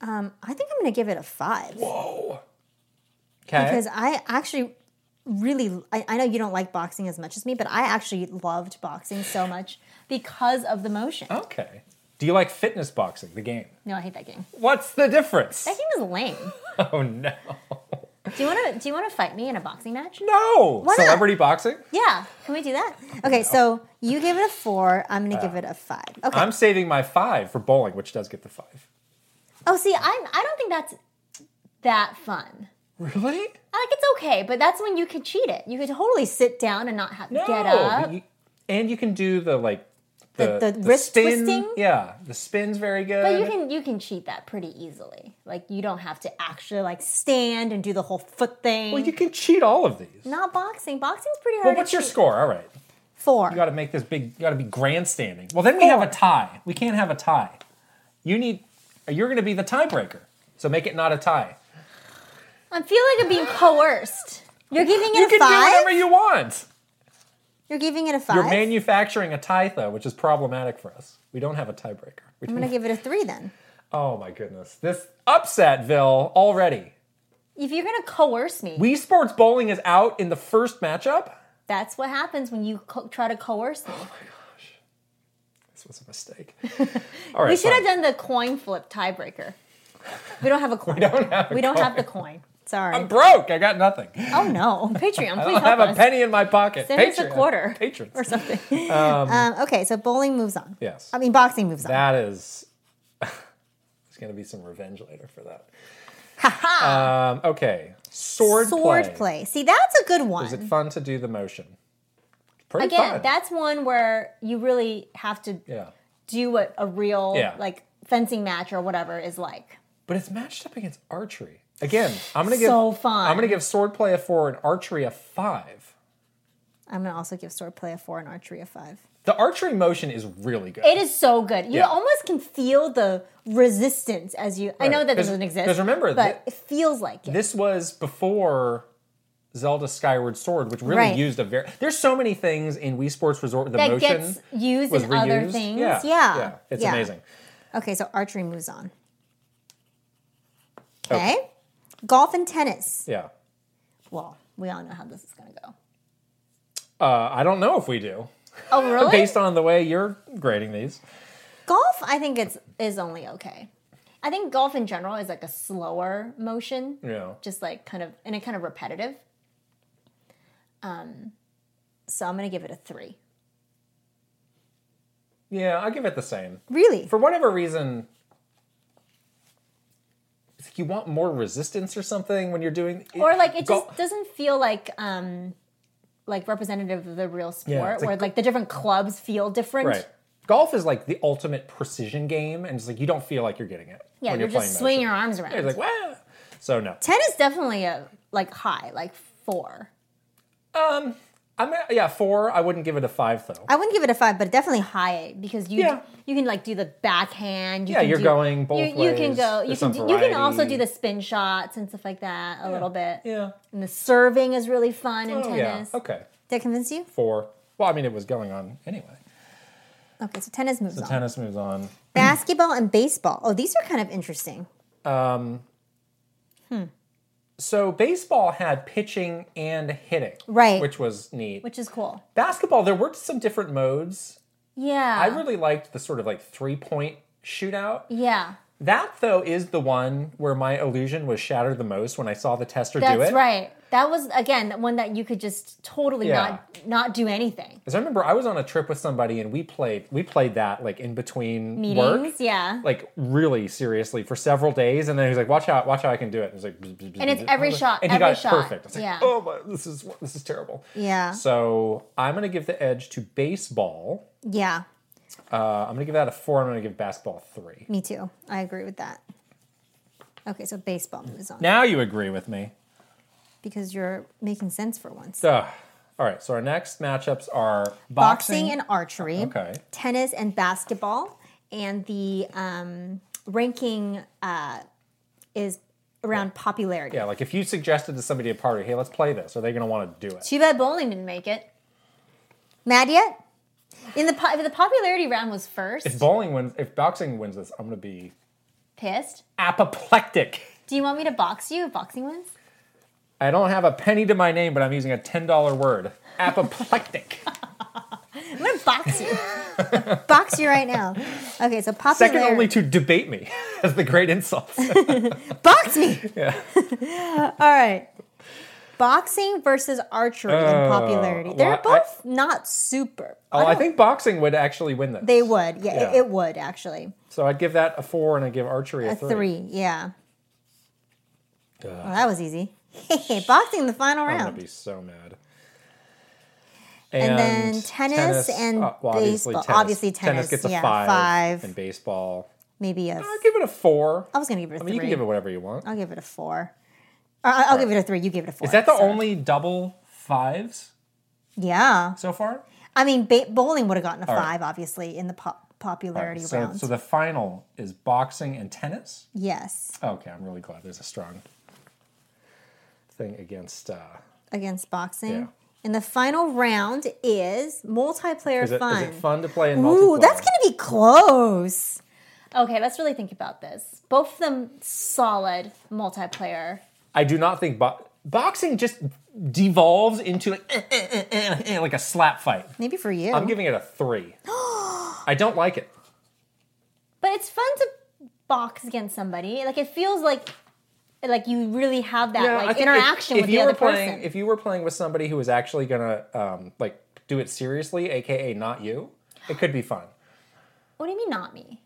Speaker 1: Um, I think I'm going to give it a 5
Speaker 2: Okay.
Speaker 1: because I actually really I, I know you don't like boxing as much as me, but I actually loved boxing so much because of the motion.
Speaker 2: okay. Do you like fitness boxing, the game?
Speaker 1: No, I hate that game.
Speaker 2: What's the difference?
Speaker 1: That game is lame.
Speaker 2: Oh no.
Speaker 1: do you want to do you want to fight me in a boxing match?
Speaker 2: No.
Speaker 1: not?
Speaker 2: Celebrity boxing?
Speaker 1: Yeah, can we do that? Okay, so you give it a four. I'm gonna give it a five. Okay.
Speaker 2: I'm saving my 5 for bowling, which does get the 5.
Speaker 1: oh, see, I'm. I don't think that's that fun.
Speaker 2: Really?
Speaker 1: I Like it's okay, but that's when you could cheat it. You could totally sit down and not have
Speaker 2: No.
Speaker 1: get up.
Speaker 2: You- and you can do the like
Speaker 1: The- the wrist
Speaker 2: spin.
Speaker 1: twisting?
Speaker 2: Yeah, the spin's very good.
Speaker 1: But you can you can cheat that pretty easily. Like you don't have to actually like stand and do the whole foot thing.
Speaker 2: well, you can cheat all of these.
Speaker 1: Not boxing. Boxing's pretty hard.
Speaker 2: Well,
Speaker 1: to
Speaker 2: what's your
Speaker 1: cheat.
Speaker 2: score? All right.
Speaker 1: Four.
Speaker 2: You got to make this big. You got to be grandstanding. Well, then we have a tie. We can't have a tie. You need. You're going to be the tiebreaker. So make it not a tie.
Speaker 1: I feel like I'm being coerced. You're giving
Speaker 2: You
Speaker 1: it a
Speaker 2: can do
Speaker 1: five.
Speaker 2: whatever you want.
Speaker 1: You're giving it a 5
Speaker 2: You're manufacturing a tie though, which is problematic for us. We don't have a tiebreaker. We
Speaker 1: I'm gonna give it a three then.
Speaker 2: oh my goodness, this upsetville already.
Speaker 1: If you're gonna coerce me,
Speaker 2: Wii Sports Bowling is out in the first matchup.
Speaker 1: that's what happens when you co- try to coerce me.
Speaker 2: This was a mistake. All right,
Speaker 1: We should have
Speaker 2: fine.
Speaker 1: done the coin flip tiebreaker. We don't have a coin. we don't have. the coin. Sorry.
Speaker 2: I'm broke. I got nothing.
Speaker 1: oh no, Patreon, please
Speaker 2: Um, I
Speaker 1: help
Speaker 2: have a
Speaker 1: us.
Speaker 2: penny in my pocket.
Speaker 1: Send us a
Speaker 2: Patreon-
Speaker 1: quarter.
Speaker 2: Patrons.
Speaker 1: or something. Um, okay, so bowling moves on.
Speaker 2: Yes.
Speaker 1: I mean, boxing moves on.
Speaker 2: That is. There's going to be some revenge later for that.
Speaker 1: Haha.
Speaker 2: Um, okay. Sword,
Speaker 1: Sword
Speaker 2: play.
Speaker 1: play. See, that's a good
Speaker 2: Is it
Speaker 1: one.
Speaker 2: fun to do the motion? Pretty
Speaker 1: Again,
Speaker 2: fun.
Speaker 1: that's one where you really have to
Speaker 2: yeah.
Speaker 1: do what a real
Speaker 2: Yeah.
Speaker 1: like fencing match or whatever is like.
Speaker 2: But it's matched up against archery. Again, I'm going to give.
Speaker 1: So fun.
Speaker 2: I'm going to give sword play a four and archery a five.
Speaker 1: I'm gonna also give sword play a four and archery a five.
Speaker 2: The archery motion is really good.
Speaker 1: It is so good. You
Speaker 2: Yeah.
Speaker 1: almost can feel the resistance as you. I know
Speaker 2: Right.
Speaker 1: that
Speaker 2: 'Cause-
Speaker 1: doesn't exist.
Speaker 2: 'cause remember,
Speaker 1: but it feels like it.
Speaker 2: this was before Zelda Skyward Sword, which really
Speaker 1: Right.
Speaker 2: used a very. There's so many things in Wii Sports Resort with the
Speaker 1: that
Speaker 2: motion
Speaker 1: gets used
Speaker 2: was
Speaker 1: in other
Speaker 2: reused.
Speaker 1: things.
Speaker 2: Yeah,
Speaker 1: Yeah,
Speaker 2: it's
Speaker 1: Yeah.
Speaker 2: amazing.
Speaker 1: Okay, so archery moves on.
Speaker 2: Oh.
Speaker 1: Okay, golf and tennis.
Speaker 2: Yeah,
Speaker 1: Well, we all know how this is gonna go.
Speaker 2: uh, I don't know if we do
Speaker 1: Oh, really?
Speaker 2: based on the way you're grading these.
Speaker 1: golf, I think it's is only okay. I think golf in general is like a slower motion.
Speaker 2: Yeah,
Speaker 1: just like kind of and it kind of repetitive. Um, so I'm gonna give it a three.
Speaker 2: yeah, I'll give it the same.
Speaker 1: Really?
Speaker 2: For whatever reason, it's like you want more resistance or something when you're doing,
Speaker 1: or like it
Speaker 2: Go-
Speaker 1: just doesn't feel like um like representative of the real sport
Speaker 2: Yeah, it's
Speaker 1: where
Speaker 2: like-
Speaker 1: like the different clubs feel different.
Speaker 2: right. Golf is like the ultimate precision game, and it's like you don't feel like you're getting it.
Speaker 1: Yeah,
Speaker 2: when
Speaker 1: you're,
Speaker 2: playing
Speaker 1: just swinging
Speaker 2: motion.
Speaker 1: your arms around.
Speaker 2: It's like wow. So no.
Speaker 1: Tennis definitely a like high, like four.
Speaker 2: I'm gonna- yeah four. I wouldn't give it a five though.
Speaker 1: I wouldn't give it a five, but definitely high because you
Speaker 2: Yeah.
Speaker 1: you can like do the backhand. You
Speaker 2: Yeah,
Speaker 1: can
Speaker 2: you're
Speaker 1: do-
Speaker 2: going both
Speaker 1: you, You can
Speaker 2: ways.
Speaker 1: go. You
Speaker 2: There's
Speaker 1: can
Speaker 2: some
Speaker 1: do, you can also
Speaker 2: variety.
Speaker 1: do the spin shots and stuff like that a little bit.
Speaker 2: yeah.
Speaker 1: And the serving is really fun in
Speaker 2: Oh yeah.
Speaker 1: tennis.
Speaker 2: Okay.
Speaker 1: Did I convince you?
Speaker 2: Four. Well, I mean, it was going on anyway.
Speaker 1: Okay, so tennis moves
Speaker 2: The
Speaker 1: on.
Speaker 2: tennis moves on.
Speaker 1: Basketball and baseball. Oh, these are kind of interesting.
Speaker 2: So baseball had pitching and hitting,
Speaker 1: Right.
Speaker 2: Which was neat.
Speaker 1: which is cool.
Speaker 2: Basketball, there were some different modes.
Speaker 1: Yeah.
Speaker 2: I really liked the sort of like three point shootout.
Speaker 1: yeah.
Speaker 2: That though is the one where my illusion was shattered the most when I saw the tester do it.
Speaker 1: That's right. That was again one that you could just totally
Speaker 2: Yeah.
Speaker 1: not not do anything.
Speaker 2: Because I remember I was on a trip with somebody and we played we played that like in between
Speaker 1: Meetings,
Speaker 2: work.
Speaker 1: yeah.
Speaker 2: like really seriously for several days, and then he was like, "Watch out, watch how I can do it." And, it was like, bzz, bzz, bzz,
Speaker 1: And it's
Speaker 2: bzz.
Speaker 1: every shot,
Speaker 2: and he
Speaker 1: every
Speaker 2: got it
Speaker 1: shot.
Speaker 2: perfect. It's like,
Speaker 1: Yeah.
Speaker 2: oh my, this is this is terrible.
Speaker 1: Yeah.
Speaker 2: So I'm gonna give the edge to baseball.
Speaker 1: yeah.
Speaker 2: Uh, I'm gonna give that a four. I'm gonna give basketball a three.
Speaker 1: Me too. I agree with that. Okay, so baseball moves on.
Speaker 2: Now you agree with me.
Speaker 1: because you're making sense for once.
Speaker 2: Ugh. All right, so our next matchups are boxing,
Speaker 1: Boxing, and archery,
Speaker 2: Okay.
Speaker 1: tennis and basketball, and the um, ranking uh, is around popularity.
Speaker 2: yeah, like if you suggested to somebody at a party, hey, let's play this, are they going to want to do it?
Speaker 1: Too bad bowling didn't make it. Mad yet? In the po- the popularity round was first.
Speaker 2: If bowling wins, if boxing wins this, I'm going to be
Speaker 1: Pissed.
Speaker 2: apoplectic.
Speaker 1: Do you want me to box you if boxing wins?
Speaker 2: I don't have a penny to my name, but I'm using a $10 word. Apoplectic.
Speaker 1: I'm gonna box you. box you right now. Okay, so popularity.
Speaker 2: Second only to debate me as the great insult.
Speaker 1: Box me. All right. Boxing versus archery in popularity. They're
Speaker 2: Uh, well, I-
Speaker 1: both not super.
Speaker 2: Oh, I
Speaker 1: don't-
Speaker 2: think boxing would actually win this.
Speaker 1: they would. Yeah, It,
Speaker 2: Yeah.
Speaker 1: it would actually.
Speaker 2: so I'd give that a four and I'd give archery a,
Speaker 1: A three. Yeah.
Speaker 2: Ugh.
Speaker 1: Well, that was easy. boxing the final
Speaker 2: I'm going
Speaker 1: round.
Speaker 2: to be so mad.
Speaker 1: And then tennis and
Speaker 2: uh,
Speaker 1: baseball. Obviously tennis,
Speaker 2: gets a
Speaker 1: yeah,
Speaker 2: five,
Speaker 1: five.
Speaker 2: And baseball.
Speaker 1: Maybe a.
Speaker 2: I'll give it a four.
Speaker 1: I was gonna give it a
Speaker 2: I
Speaker 1: three. Uh,
Speaker 2: mean, you can give it whatever you want.
Speaker 1: I'll give it a four. Or I- I'll give it a three. You give it a four.
Speaker 2: Is that the
Speaker 1: Sorry.
Speaker 2: only double fives
Speaker 1: Yeah.
Speaker 2: so far?
Speaker 1: I mean, ba- bowling would have gotten a
Speaker 2: right.
Speaker 1: five, obviously, in the pop- popularity
Speaker 2: So,
Speaker 1: round.
Speaker 2: so the final is boxing and tennis.
Speaker 1: yes,
Speaker 2: Okay, I'm really glad there's a strong thing against. Uh,
Speaker 1: against boxing.
Speaker 2: Yeah.
Speaker 1: And the final round is multiplayer
Speaker 2: is, it,
Speaker 1: fun.
Speaker 2: is it fun to play in multiplayer?
Speaker 1: Ooh, that's going to be close. Okay, let's really think about this. Both of them solid multiplayer.
Speaker 2: I do not think bo- boxing just devolves into like, eh, eh, eh, eh, eh, like a slap fight.
Speaker 1: Maybe for you.
Speaker 2: I'm giving it a three. I don't like it.
Speaker 1: but it's fun to box against somebody. Like it feels like like you really have that
Speaker 2: I
Speaker 1: like
Speaker 2: think if-
Speaker 1: interaction
Speaker 2: if,
Speaker 1: with
Speaker 2: you
Speaker 1: the other
Speaker 2: were playing,
Speaker 1: person.
Speaker 2: If you were playing with somebody who was actually gonna um, like do it seriously, aka not you, it could be fun.
Speaker 1: what do you mean not me?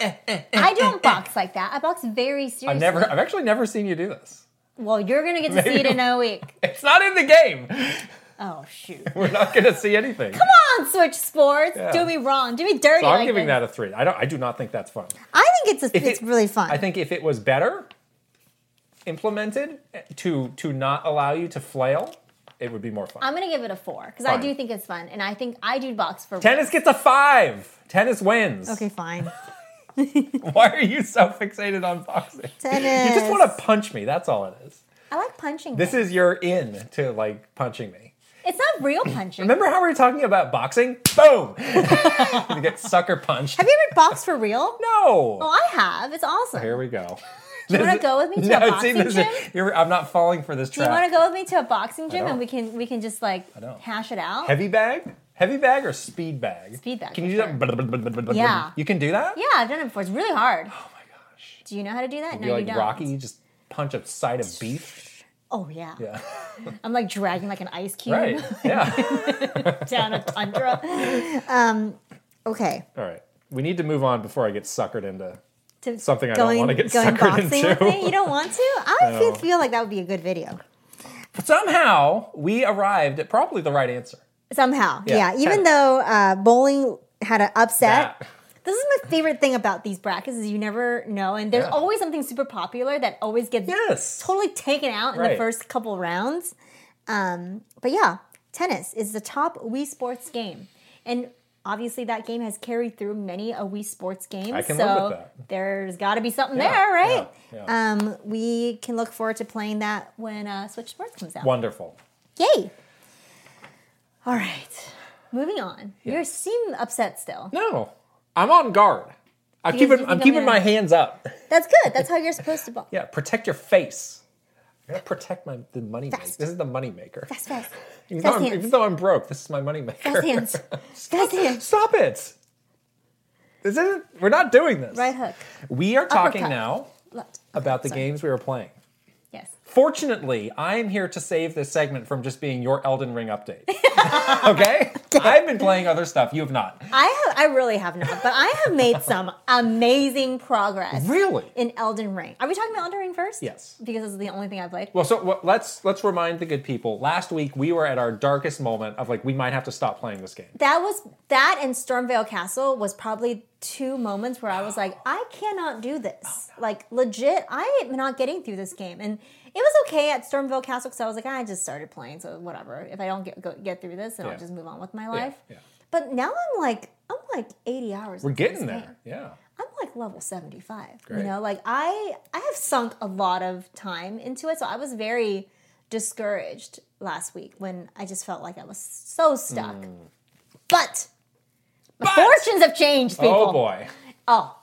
Speaker 2: Eh,
Speaker 1: I don't box like that. I box very seriously.
Speaker 2: I've never, I've actually never seen you do this.
Speaker 1: Well, you're gonna get to
Speaker 2: Maybe
Speaker 1: see it in a week.
Speaker 2: It's not in the game.
Speaker 1: Oh shoot!
Speaker 2: We're not gonna see anything.
Speaker 1: Come on, Switch Sports. Do me wrong. Do me dirty.
Speaker 2: So I'm
Speaker 1: like
Speaker 2: giving
Speaker 1: this.
Speaker 2: that a three. I don't. I do not think that's fun.
Speaker 1: I think it's a, it's
Speaker 2: it-
Speaker 1: really fun.
Speaker 2: I think if it was better implemented to to not allow you to flail, it would be more fun.
Speaker 1: I'm gonna give it a four because I
Speaker 2: Fine.
Speaker 1: do think it's fun, and I think I do box for
Speaker 2: Tennis gets a five. Tennis wins.
Speaker 1: Okay, fine.
Speaker 2: Why are you so fixated on boxing?
Speaker 1: Tennis.
Speaker 2: You just want to punch me. That's all it is.
Speaker 1: I like punching.
Speaker 2: This
Speaker 1: things.
Speaker 2: is your in to like punching me.
Speaker 1: It's not real punching.
Speaker 2: Remember how we were talking about boxing? Boom! you get sucker punched.
Speaker 1: have you ever boxed for real?
Speaker 2: no.
Speaker 1: Oh, I have. It's awesome.
Speaker 2: Here we go.
Speaker 1: Do you want to go with me to a boxing
Speaker 2: this is-
Speaker 1: gym?
Speaker 2: you're- I'm not falling for this
Speaker 1: Do you want
Speaker 2: trap.
Speaker 1: to go with me to a boxing gym
Speaker 2: don't.
Speaker 1: and we can we can just like
Speaker 2: don't.
Speaker 1: hash it out?
Speaker 2: Heavy bag? Heavy bag or speed bag?
Speaker 1: Speed bag,
Speaker 2: Can you do
Speaker 1: for
Speaker 2: that?
Speaker 1: Yeah.
Speaker 2: You can do that?
Speaker 1: yeah, I've done it before. It's really hard.
Speaker 2: Oh my gosh.
Speaker 1: Do you know how to do that?
Speaker 2: You're
Speaker 1: no,
Speaker 2: like
Speaker 1: you don't.
Speaker 2: Rocky, you just punch a side of beef.
Speaker 1: Oh yeah.
Speaker 2: Yeah.
Speaker 1: I'm like dragging like an ice cube
Speaker 2: Right. Yeah.
Speaker 1: down a tundra. Um, okay.
Speaker 2: All right. We need to move on before I get suckered into
Speaker 1: To
Speaker 2: Something I don't wanna get
Speaker 1: going
Speaker 2: suckered
Speaker 1: boxing
Speaker 2: into.
Speaker 1: With me? You don't want to? I
Speaker 2: No.
Speaker 1: feel, feel like that would be a good video.
Speaker 2: Somehow we arrived at probably the right answer.
Speaker 1: Somehow, yeah.
Speaker 2: Yeah,
Speaker 1: Even
Speaker 2: tennis.
Speaker 1: though uh, bowling had an upset,
Speaker 2: That.
Speaker 1: this is my favorite thing about these brackets is you never know, and there's
Speaker 2: Yeah.
Speaker 1: always something super popular that always gets
Speaker 2: Yes.
Speaker 1: totally taken out in the
Speaker 2: Right.
Speaker 1: first couple rounds. Um, but yeah, tennis is the top Wii Sports game, and obviously that game has carried through many a Wii Sports game.
Speaker 2: I can
Speaker 1: so
Speaker 2: live with that.
Speaker 1: there's got to be something
Speaker 2: Yeah,
Speaker 1: there, right?
Speaker 2: yeah,
Speaker 1: Um, we can look forward to playing that when uh, Switch Sports comes out.
Speaker 2: Wonderful.
Speaker 1: Yay! All right, moving on. You seem upset still.
Speaker 2: No. I'm on guard. I'm
Speaker 1: Because
Speaker 2: keeping
Speaker 1: you
Speaker 2: I'm
Speaker 1: think I'm
Speaker 2: keeping my
Speaker 1: gonna-
Speaker 2: hands up.
Speaker 1: That's good. That's how you're supposed to ball.
Speaker 2: Yeah, protect your face. I gotta protect my the money maker. This is the money maker.
Speaker 1: Fast, fast,
Speaker 2: Even though,
Speaker 1: fast
Speaker 2: I'm,
Speaker 1: hands,
Speaker 2: even though I'm broke, this is my money
Speaker 1: fast
Speaker 2: maker.
Speaker 1: hands, fast hands.
Speaker 2: Stop it. This isn't we're not doing this.
Speaker 1: Right hook,
Speaker 2: We are talking
Speaker 1: Uppercut.
Speaker 2: now
Speaker 1: left.
Speaker 2: about the
Speaker 1: Sorry.
Speaker 2: games we were playing.
Speaker 1: Yes.
Speaker 2: Fortunately, I am here to save this segment from just being your Elden Ring update. okay? I've been playing other stuff. You have not.
Speaker 1: I have, I really have not, but I have made some amazing progress
Speaker 2: Really?
Speaker 1: in Elden Ring. Are we talking about Elden Ring first?
Speaker 2: Yes.
Speaker 1: because it's the only thing I played.
Speaker 2: Well, so well, let's let's remind the good people. Last week we were at our darkest moment of like we might have to stop playing this game.
Speaker 1: that was that and Stormvale Castle was probably two moments where I was like, I cannot do this.
Speaker 2: Oh,
Speaker 1: Like legit, I am not getting through this game. And it was okay at Stormvale Castle because I was like, "Ah, I just started playing, so whatever. If I don't get go, get through this, then
Speaker 2: Yeah.
Speaker 1: I'll just move on with my
Speaker 2: Yeah,
Speaker 1: life.
Speaker 2: yeah.
Speaker 1: But now I'm like, I'm like 80 hours.
Speaker 2: We're
Speaker 1: into this game.
Speaker 2: getting there. Yeah.
Speaker 1: I'm like level 75.
Speaker 2: Great.
Speaker 1: You know, like I I have sunk a lot of time into it, so I was very discouraged last week when I just felt like I was so stuck.
Speaker 2: Hmm.
Speaker 1: But, my fortunes have changed, people.
Speaker 2: Oh boy.
Speaker 1: Oh,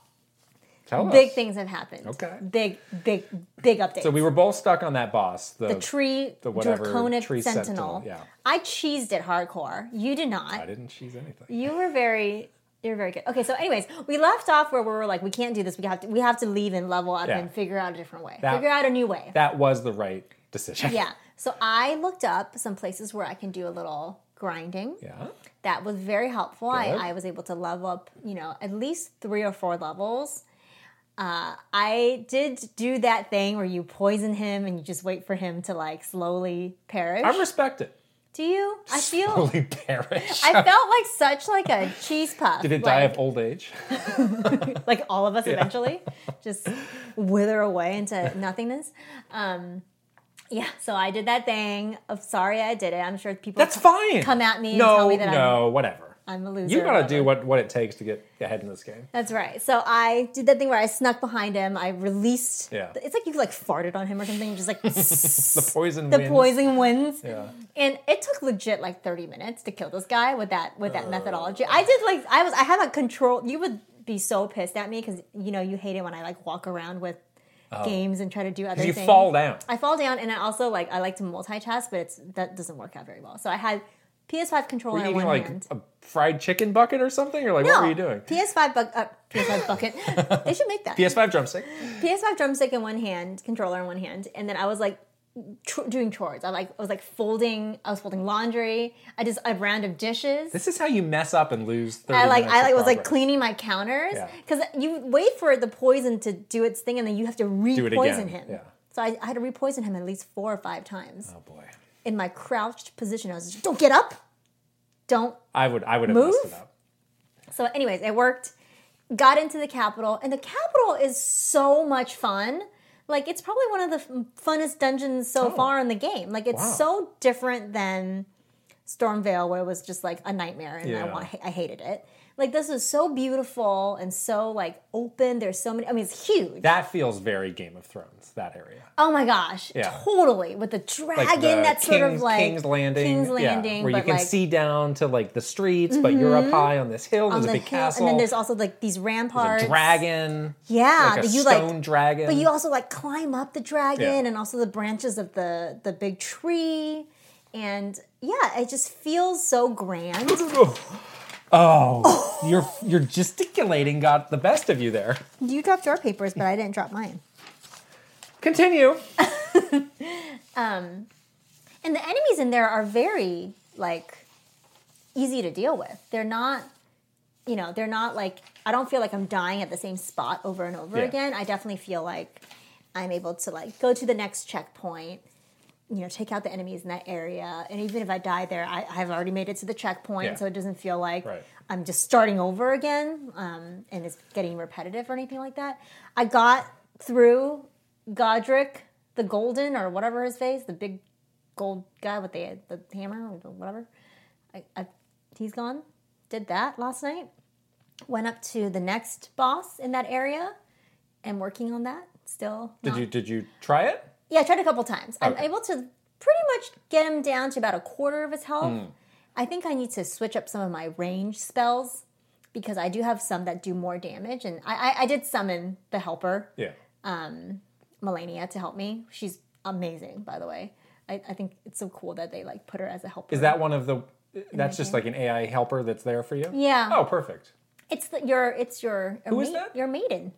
Speaker 2: Tell us.
Speaker 1: big things have happened.
Speaker 2: Okay.
Speaker 1: Big, big, big updates.
Speaker 2: So we were both stuck on that boss. The,
Speaker 1: the tree, the
Speaker 2: whatever
Speaker 1: draconic
Speaker 2: tree
Speaker 1: sentinel.
Speaker 2: sentinel, yeah.
Speaker 1: I cheesed it hardcore. You did not.
Speaker 2: I didn't cheese anything.
Speaker 1: You were very you're very good. Okay, so anyways, we left off where we were like, we can't do this. We have to we have to leave and level up
Speaker 2: Yeah.
Speaker 1: and figure out a different way.
Speaker 2: That-
Speaker 1: figure out a new way.
Speaker 2: That was the right decision.
Speaker 1: yeah. So I looked up some places where I can do a little grinding.
Speaker 2: Yeah.
Speaker 1: That was very helpful. I,
Speaker 2: Good.
Speaker 1: I was able to level up, you know, at least three or four levels. Uh, I did do that thing where you poison him and you just wait for him to like slowly perish.
Speaker 2: I respect it.
Speaker 1: do you? I feel
Speaker 2: Holy perish.
Speaker 1: I felt like such like a cheese puff.
Speaker 2: Did it
Speaker 1: like,
Speaker 2: die of old age?
Speaker 1: like all of us eventually just wither away into nothingness. Um, yeah, so I did that thing. Of sorry, I did it. I'm sure people
Speaker 2: That's fine.
Speaker 1: come at me and
Speaker 2: No,
Speaker 1: tell me that
Speaker 2: no, whatever.
Speaker 1: I'm, I'm a loser.
Speaker 2: You gotta
Speaker 1: whatever.
Speaker 2: do what, what it takes to get ahead in this game.
Speaker 1: That's right. So I did that thing where I snuck behind him. I released.
Speaker 2: Yeah.
Speaker 1: It's like you like farted on him or something. Just like the
Speaker 2: Poison
Speaker 1: the
Speaker 2: wins.
Speaker 1: poison wins.
Speaker 2: Yeah.
Speaker 1: And it took legit like 30 minutes to kill this guy with that with
Speaker 2: Uh.
Speaker 1: that methodology. I did like I was I had like control you would be so pissed at me cuz you know you hate it when I like walk around with games and try to do other
Speaker 2: Oh. You
Speaker 1: things.
Speaker 2: fall down.
Speaker 1: I fall down and I also like I like to multitask but it's that doesn't work out very well. So I had PS5 controller
Speaker 2: Were you
Speaker 1: in one
Speaker 2: eating like
Speaker 1: hand.
Speaker 2: a fried chicken bucket or something? Or like what
Speaker 1: No,
Speaker 2: were you doing?
Speaker 1: PS5 bu- uh, PS5 bucket. they should make that.
Speaker 2: PS5 drumstick.
Speaker 1: PS5 drumstick in one hand, controller in one hand, and then I was like tr- doing chores. I like I was like folding. I was folding laundry. I just a round of dishes.
Speaker 2: This is how you mess up and lose 30
Speaker 1: I like
Speaker 2: minutes
Speaker 1: I
Speaker 2: of
Speaker 1: like was like
Speaker 2: progress.
Speaker 1: cleaning my counters
Speaker 2: Yeah.
Speaker 1: because you wait for the poison to do its thing, and then you have to
Speaker 2: it
Speaker 1: re-poison
Speaker 2: again,
Speaker 1: him.
Speaker 2: yeah.
Speaker 1: So I, I had to re-poison him at least four or five times
Speaker 2: Oh boy.
Speaker 1: in my crouched position. I was just, don't get up, don't
Speaker 2: I would I would have messed it
Speaker 1: Move?
Speaker 2: up.
Speaker 1: So, anyways, it worked. Got into the Capitol, and the Capitol is so much fun. Like, it's probably one of the f- funnest dungeons so
Speaker 2: Oh.
Speaker 1: far in the game. Like, it's
Speaker 2: Wow.
Speaker 1: so different than Stormvale, where it was just like a nightmare, and I
Speaker 2: Yeah.
Speaker 1: want, I hated it. Like, this is so beautiful and so like open. There's so many. I mean, it's huge.
Speaker 2: That feels very Game of Thrones, that area.
Speaker 1: oh my gosh,
Speaker 2: Yeah.
Speaker 1: totally with the dragon.
Speaker 2: the
Speaker 1: that's sort of
Speaker 2: King's-
Speaker 1: like
Speaker 2: King's Landing.
Speaker 1: King's
Speaker 2: yeah,
Speaker 1: Landing,
Speaker 2: where you
Speaker 1: but,
Speaker 2: can
Speaker 1: like, Mm-hmm.
Speaker 2: see down to like the streets, but you're up high on this hill.
Speaker 1: on
Speaker 2: There's
Speaker 1: the
Speaker 2: a big
Speaker 1: hill,
Speaker 2: castle.
Speaker 1: and then there's also like these ramparts.
Speaker 2: a dragon.
Speaker 1: Yeah,
Speaker 2: like a
Speaker 1: but you like
Speaker 2: stone dragon.
Speaker 1: But you also like climb up the dragon
Speaker 2: Yeah.
Speaker 1: and also the branches of the the big tree, and yeah, it just feels so grand.
Speaker 2: oh, you're you're gesticulating got the best of you there.
Speaker 1: you dropped your papers, but I didn't drop mine.
Speaker 2: Continue.
Speaker 1: And the enemies in there are very like easy to deal with. They're not, you know, they're not like I don't feel like I'm dying at the same spot over and over
Speaker 2: Yeah.
Speaker 1: again. I definitely feel like I'm able to like go to the next checkpoint. You know, take out the enemies in that area, and even if I die there, I, I've already made it to the checkpoint,
Speaker 2: Yeah.
Speaker 1: so it doesn't feel like
Speaker 2: Right.
Speaker 1: I'm just starting over again, um, and it's getting repetitive or anything like that. I got through Godric the Golden or whatever his face, the big gold guy with the the hammer or the whatever. I, I, he's gone. Did that last night. Went up to the next boss in that area, and working on that still.
Speaker 2: Did
Speaker 1: not-
Speaker 2: you did you try it?
Speaker 1: Yeah, I tried a couple times. I'm
Speaker 2: Okay.
Speaker 1: able to pretty much get him down to about a quarter of his health.
Speaker 2: Mm.
Speaker 1: I think I need to switch up some of my range spells because I do have some that do more damage, and I, I, I did summon the helper
Speaker 2: Yeah.
Speaker 1: Melania to help me. She's amazing, by the way. I, I think it's so cool that they like put her as a helper.
Speaker 2: Is that one of the? That's just like an AI helper that's there for you.
Speaker 1: Yeah.
Speaker 2: Oh, perfect.
Speaker 1: It's the, your it's your your,
Speaker 2: Who is that?
Speaker 1: your maiden.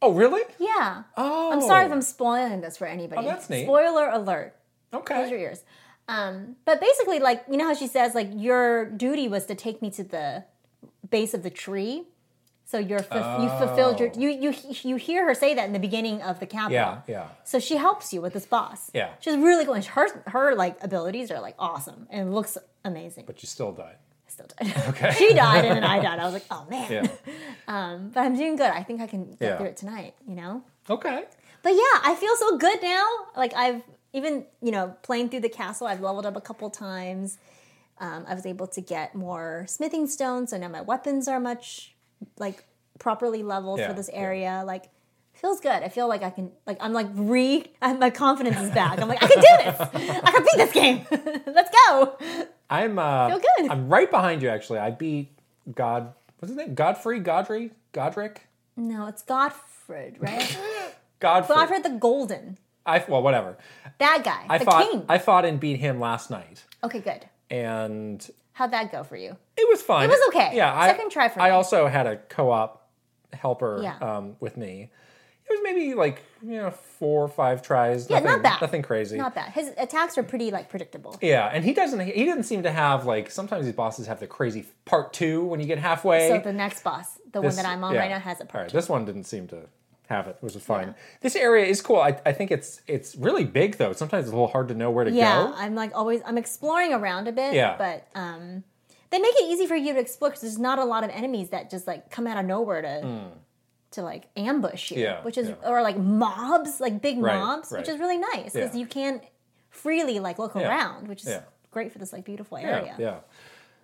Speaker 2: Oh, really?
Speaker 1: Yeah.
Speaker 2: Oh,
Speaker 1: I'm sorry if I'm spoiling this for anybody.
Speaker 2: Oh, that's neat.
Speaker 1: Spoiler alert. Close your
Speaker 2: Okay.
Speaker 1: ears. Um, but basically, like you know how she says, like your duty was to take me to the base of the tree. So you're fu- you fulfilled your
Speaker 2: Oh.
Speaker 1: you you you hear her say that in the beginning of the capital.
Speaker 2: Yeah, yeah.
Speaker 1: So she helps you with this boss.
Speaker 2: Yeah.
Speaker 1: She's really going. Her her like abilities are like awesome and looks amazing.
Speaker 2: But you still died.
Speaker 1: I still died.
Speaker 2: Okay.
Speaker 1: she died and then I died. I was like, oh man. Um,
Speaker 2: Yeah.
Speaker 1: But I'm doing good. I think I can get
Speaker 2: Yeah.
Speaker 1: through it tonight. You know.
Speaker 2: Okay.
Speaker 1: But yeah, I feel so good now. Like I've even you know playing through the castle, I've leveled up a couple times. Um, I was able to get more smithing stones, so now my weapons are much like properly leveled
Speaker 2: Yeah,
Speaker 1: for this
Speaker 2: yeah.
Speaker 1: area. Like feels good. I feel like I can like I'm like re I, my confidence is back. I'm like I can do this. I can beat this game. Let's go.
Speaker 2: I'm uh
Speaker 1: Feel good.
Speaker 2: I'm right behind you actually. I beat God what's his name? Godfrey? Godfrey? Godric?
Speaker 1: No, it's Godfred, right?
Speaker 2: Godfrey.
Speaker 1: Godfred the Golden.
Speaker 2: I well whatever.
Speaker 1: That guy,
Speaker 2: I
Speaker 1: the
Speaker 2: fought
Speaker 1: king.
Speaker 2: I fought and beat him last night.
Speaker 1: okay, good.
Speaker 2: And
Speaker 1: How'd that go for you?
Speaker 2: It was fine. It
Speaker 1: was okay.
Speaker 2: Yeah, I,
Speaker 1: Second try for
Speaker 2: I
Speaker 1: me.
Speaker 2: also had a co-op helper
Speaker 1: Yeah.
Speaker 2: um, with me. It was maybe like you know four or five tries.
Speaker 1: Yeah,
Speaker 2: nothing,
Speaker 1: not bad.
Speaker 2: Nothing crazy.
Speaker 1: Not bad. His attacks are pretty like predictable.
Speaker 2: yeah, and he doesn't. He didn't seem to have like. Sometimes these bosses have the crazy part two when you get halfway.
Speaker 1: So the next boss, the
Speaker 2: This-
Speaker 1: one that I'm on
Speaker 2: yeah.
Speaker 1: right now, has a
Speaker 2: All
Speaker 1: part.
Speaker 2: right,
Speaker 1: two.
Speaker 2: this one didn't seem to have it, which is fine. This area is cool. I, I think it's it's really big though. Sometimes it's a little hard to know where to
Speaker 1: Yeah,
Speaker 2: go.
Speaker 1: I'm like always I'm exploring around a bit.
Speaker 2: Yeah.
Speaker 1: But um, they make it easy for you to explore because there's not a lot of enemies that just like come out of nowhere to to like ambush you.
Speaker 2: Hmm. Yeah,
Speaker 1: Which is
Speaker 2: yeah.
Speaker 1: or like mobs, like big
Speaker 2: Right,
Speaker 1: mobs,
Speaker 2: right.
Speaker 1: which is really nice because
Speaker 2: Yeah.
Speaker 1: you can freely like look around, which is
Speaker 2: Yeah.
Speaker 1: great for this like beautiful
Speaker 2: Yeah,
Speaker 1: area.
Speaker 2: yeah.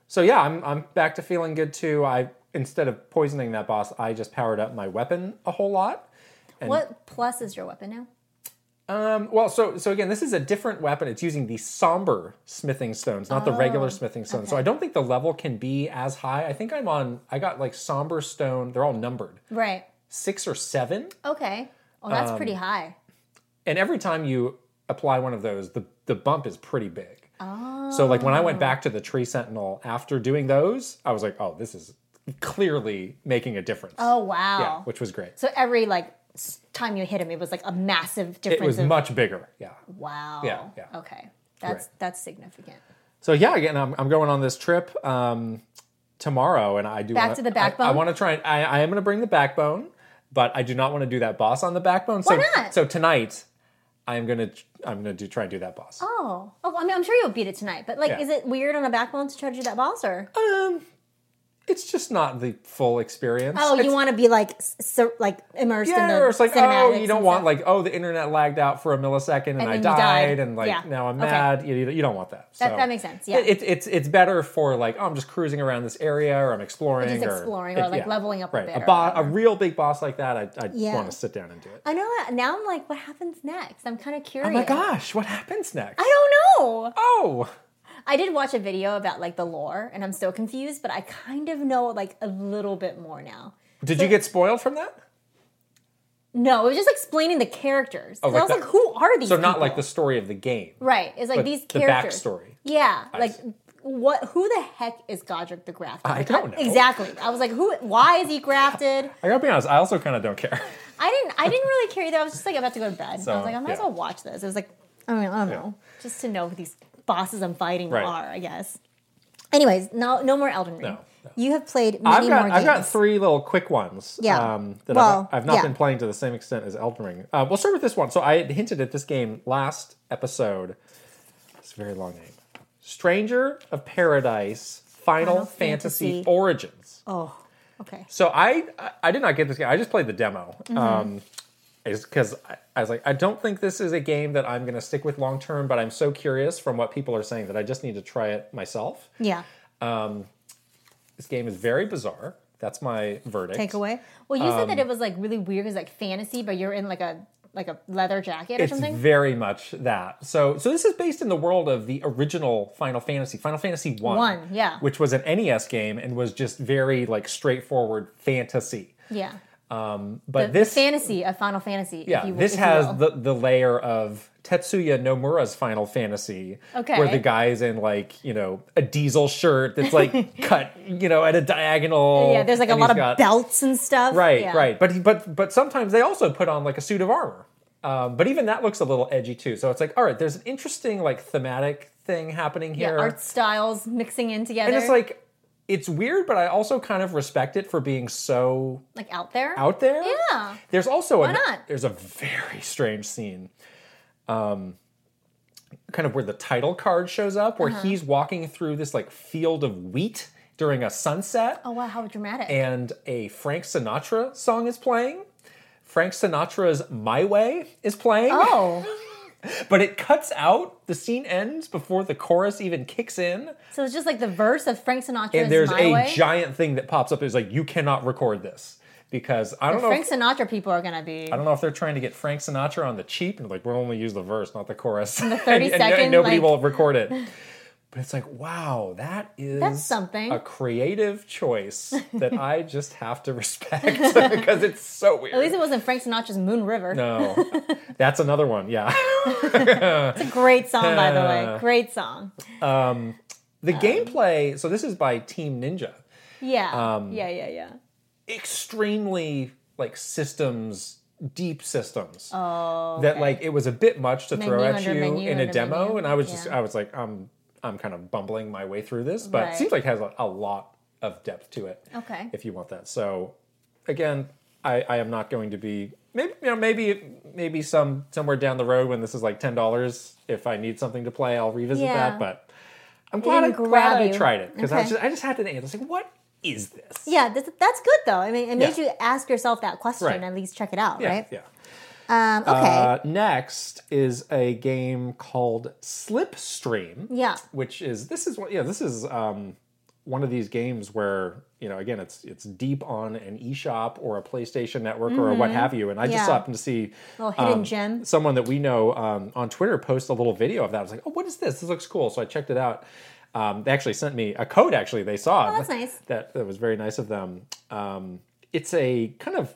Speaker 2: So yeah, I'm I'm back to feeling good too. I instead of poisoning that boss, I just powered up my weapon a whole lot.
Speaker 1: What plus is your weapon now?
Speaker 2: Um, well, so so again, this is a different weapon. It's using the somber smithing stones, not the
Speaker 1: Oh,
Speaker 2: regular smithing stones. So I don't think the level can be as high. I think I'm on. I got like somber stone. They're all numbered,
Speaker 1: Right.
Speaker 2: six or seven.
Speaker 1: Okay. Oh, that's
Speaker 2: Um,
Speaker 1: pretty high.
Speaker 2: and every time you apply one of those, the the bump is pretty big. So like when I went back to the tree sentinel after doing those, I was like, oh, this is clearly making a difference.
Speaker 1: Oh wow.
Speaker 2: Yeah, which was great.
Speaker 1: So every like s- time you hit him, it was like a massive
Speaker 2: It
Speaker 1: difference.
Speaker 2: was
Speaker 1: of,
Speaker 2: much bigger. Yeah.
Speaker 1: wow.
Speaker 2: Yeah, yeah.
Speaker 1: Okay. That's that's significant.
Speaker 2: So yeah, again, I'm, I'm going on this trip um, tomorrow, and I do
Speaker 1: Back
Speaker 2: wanna,
Speaker 1: to the
Speaker 2: I-
Speaker 1: backbone?
Speaker 2: I, want to try. And, I I am going to bring the backbone, but I do not want to do that boss on the backbone. So
Speaker 1: Why not?
Speaker 2: so tonight, I'm gonna I'm gonna do try and do that boss.
Speaker 1: Oh. Oh, I mean, I'm sure you'll beat it tonight. But like,
Speaker 2: Yeah. Oh,
Speaker 1: is it weird on a backbone to try to do that boss or?
Speaker 2: It's just not the full experience.
Speaker 1: oh,
Speaker 2: It's-
Speaker 1: you want to be like s- so, like immersed in
Speaker 2: Yeah,
Speaker 1: the
Speaker 2: or it's like, oh,
Speaker 1: cinematics
Speaker 2: you don't
Speaker 1: and
Speaker 2: want
Speaker 1: stuff.
Speaker 2: like, oh, the internet lagged out for a millisecond and,
Speaker 1: And
Speaker 2: I
Speaker 1: then you
Speaker 2: died,
Speaker 1: died.
Speaker 2: and like
Speaker 1: Yeah.
Speaker 2: now I'm
Speaker 1: Okay.
Speaker 2: mad. You, you don't want that.
Speaker 1: That-
Speaker 2: So
Speaker 1: that makes sense, yeah.
Speaker 2: it, it's it's better for like, oh, I'm just cruising around this area, or I'm exploring,
Speaker 1: Just
Speaker 2: or
Speaker 1: exploring or,
Speaker 2: it-
Speaker 1: like, leveling up a
Speaker 2: Right,
Speaker 1: bit or
Speaker 2: bo- a real big boss like that, I, I
Speaker 1: Yeah.
Speaker 2: want to sit down and do it.
Speaker 1: I know. that- Now I'm like, what happens next? I'm kind of curious.
Speaker 2: Oh my gosh, what happens
Speaker 1: I
Speaker 2: next?
Speaker 1: don't know.
Speaker 2: oh,
Speaker 1: I did watch a video about like the lore, and I'm still confused, but I kind of know like a little bit more now.
Speaker 2: did you get spoiled from that?
Speaker 1: No, it was just explaining the characters. 'Cause
Speaker 2: Oh, like
Speaker 1: I was
Speaker 2: that-
Speaker 1: like, who are these?
Speaker 2: So not
Speaker 1: people?
Speaker 2: like the story of the game,
Speaker 1: right. It's like
Speaker 2: but
Speaker 1: these
Speaker 2: the
Speaker 1: characters.
Speaker 2: backstory.
Speaker 1: Yeah, like
Speaker 2: see.
Speaker 1: what? Who the heck is Godric the Grafted?
Speaker 2: I
Speaker 1: Like,
Speaker 2: don't know.
Speaker 1: exactly. I was like, who? Why is he grafted?
Speaker 2: I gotta be honest, I also kind of don't care.
Speaker 1: I didn't. I didn't really care either. I was just like about to go to bed. I
Speaker 2: So,
Speaker 1: was like, I might as
Speaker 2: yeah.
Speaker 1: well watch this. It was like, I mean, I don't know, just to know who these bosses I'm fighting
Speaker 2: Right.
Speaker 1: are. I guess. Anyways, no, no more Elden Ring.
Speaker 2: No, no.
Speaker 1: You have played many
Speaker 2: I've got
Speaker 1: more games.
Speaker 2: I've got three little quick ones.
Speaker 1: Yeah.
Speaker 2: Um, that
Speaker 1: Well,
Speaker 2: I've, I've not
Speaker 1: yeah.
Speaker 2: been playing to the same extent as Elden Ring. Uh, we'll start with this one. So I had hinted at this game last episode. It's a very long name. Stranger of Paradise Final,
Speaker 1: Final
Speaker 2: Fantasy,
Speaker 1: Fantasy.
Speaker 2: Origins.
Speaker 1: Oh, okay.
Speaker 2: So I I- I did not get this game. I just played the demo.
Speaker 1: Mm-hmm.
Speaker 2: Um, is because I, I was like, I don't think this is a game that I'm going to stick with long term, but I'm so curious from what people are saying that I just need to try it myself.
Speaker 1: Yeah.
Speaker 2: This game is very bizarre. That's my verdict.
Speaker 1: Takeaway. Well, you said that
Speaker 2: um,
Speaker 1: it was like really weird. It was like fantasy, but you're in like a like a leather jacket or
Speaker 2: it's
Speaker 1: something.
Speaker 2: very much that. So, so this is based in the world of the original Final Fantasy, Final Fantasy One,
Speaker 1: One, yeah.
Speaker 2: which was an NES game and was just very like straightforward fantasy.
Speaker 1: Yeah.
Speaker 2: But
Speaker 1: The
Speaker 2: this,
Speaker 1: fantasy of Final Fantasy.
Speaker 2: yeah,
Speaker 1: if you,
Speaker 2: this
Speaker 1: if you
Speaker 2: has
Speaker 1: will.
Speaker 2: the the layer of Tetsuya Nomura's Final Fantasy,
Speaker 1: Okay.
Speaker 2: where the guy's in like you know a diesel shirt that's like cut you know at a diagonal.
Speaker 1: yeah. There's like a
Speaker 2: and
Speaker 1: lot
Speaker 2: he's
Speaker 1: of
Speaker 2: got-
Speaker 1: belts and stuff.
Speaker 2: Right,
Speaker 1: Yeah.
Speaker 2: right. But he, but but sometimes they also put on like a suit of armor. Um, but even that looks a little edgy too. So it's like, all right, there's an interesting like thematic thing happening
Speaker 1: Yeah,
Speaker 2: here.
Speaker 1: art styles mixing in together,
Speaker 2: and it's like it's weird, but I also kind of respect it for being so
Speaker 1: like out there.
Speaker 2: out there.
Speaker 1: Yeah.
Speaker 2: There's also a
Speaker 1: not?
Speaker 2: there's a very strange scene. Um kind of where the title card shows up where
Speaker 1: Uh-huh.
Speaker 2: he's walking through this like field of wheat during a sunset
Speaker 1: Oh wow, how dramatic!
Speaker 2: and a Frank Sinatra song is playing. Frank Sinatra's My Way is playing,
Speaker 1: oh,
Speaker 2: but it cuts out. The scene ends before the chorus even kicks in.
Speaker 1: so it's just like the verse of Frank Sinatra's
Speaker 2: and there's
Speaker 1: "My
Speaker 2: a
Speaker 1: Way."
Speaker 2: giant thing that pops up. It's like you cannot record this because I don't know.
Speaker 1: Frank
Speaker 2: If,
Speaker 1: Sinatra people are gonna be
Speaker 2: I don't know if they're trying to get Frank Sinatra on the cheap and like we'll only use the verse, not the chorus. The
Speaker 1: 30
Speaker 2: and, and
Speaker 1: second,
Speaker 2: nobody
Speaker 1: like-
Speaker 2: will record it. But it's like, wow, that is
Speaker 1: something.
Speaker 2: a creative choice that I just have to respect because it's so weird.
Speaker 1: At least it wasn't Frank Sinatra's Moon River.
Speaker 2: No, that's another one. Yeah,
Speaker 1: It's a great song, by the way.
Speaker 2: Uh.
Speaker 1: Great song.
Speaker 2: the gameplay. So this is by Team Ninja.
Speaker 1: Yeah.
Speaker 2: Um,
Speaker 1: yeah, yeah, yeah.
Speaker 2: Extremely like systems, deep systems.
Speaker 1: Oh.
Speaker 2: that like it was a bit much to throw
Speaker 1: Menu
Speaker 2: at
Speaker 1: under
Speaker 2: you
Speaker 1: menu
Speaker 2: in a
Speaker 1: under
Speaker 2: demo,
Speaker 1: menu,
Speaker 2: and I was just
Speaker 1: yeah.
Speaker 2: I was like I'm I'm kind of bumbling my way through this, but
Speaker 1: Right.
Speaker 2: it seems like it has a, a lot of depth to it.
Speaker 1: Okay.
Speaker 2: if you want that. So again, I, I am not going to be maybe you know maybe maybe some somewhere down the road when this is like ten dollars. If I need something to play, I'll revisit
Speaker 1: Yeah.
Speaker 2: that. But I'm glad I,
Speaker 1: didn't
Speaker 2: glad I
Speaker 1: grab you.
Speaker 2: tried it because I
Speaker 1: Okay.
Speaker 2: was just I just had to. I was like, what is this?
Speaker 1: Yeah, that's, that's good though. I mean, it made
Speaker 2: Yeah.
Speaker 1: you ask yourself that question
Speaker 2: Right.
Speaker 1: at least check it out,
Speaker 2: Yeah,
Speaker 1: right?
Speaker 2: yeah.
Speaker 1: Um, okay.
Speaker 2: Uh, next is a game called Slipstream.
Speaker 1: yeah.
Speaker 2: which is this is one yeah this is um, one of these games where you know again it's it's deep on an eShop or a PlayStation Network or a what have you, and I
Speaker 1: Mm-hmm. Yeah.
Speaker 2: just happened to see
Speaker 1: Little hidden
Speaker 2: um,
Speaker 1: gem.
Speaker 2: someone that we know um, on Twitter post a little video of that. I was like, oh, what is this? This looks cool. So I checked it out. Um, they actually sent me a code. Actually, they saw.
Speaker 1: Oh, that's nice.
Speaker 2: That that was very nice of them. Um, it's a kind of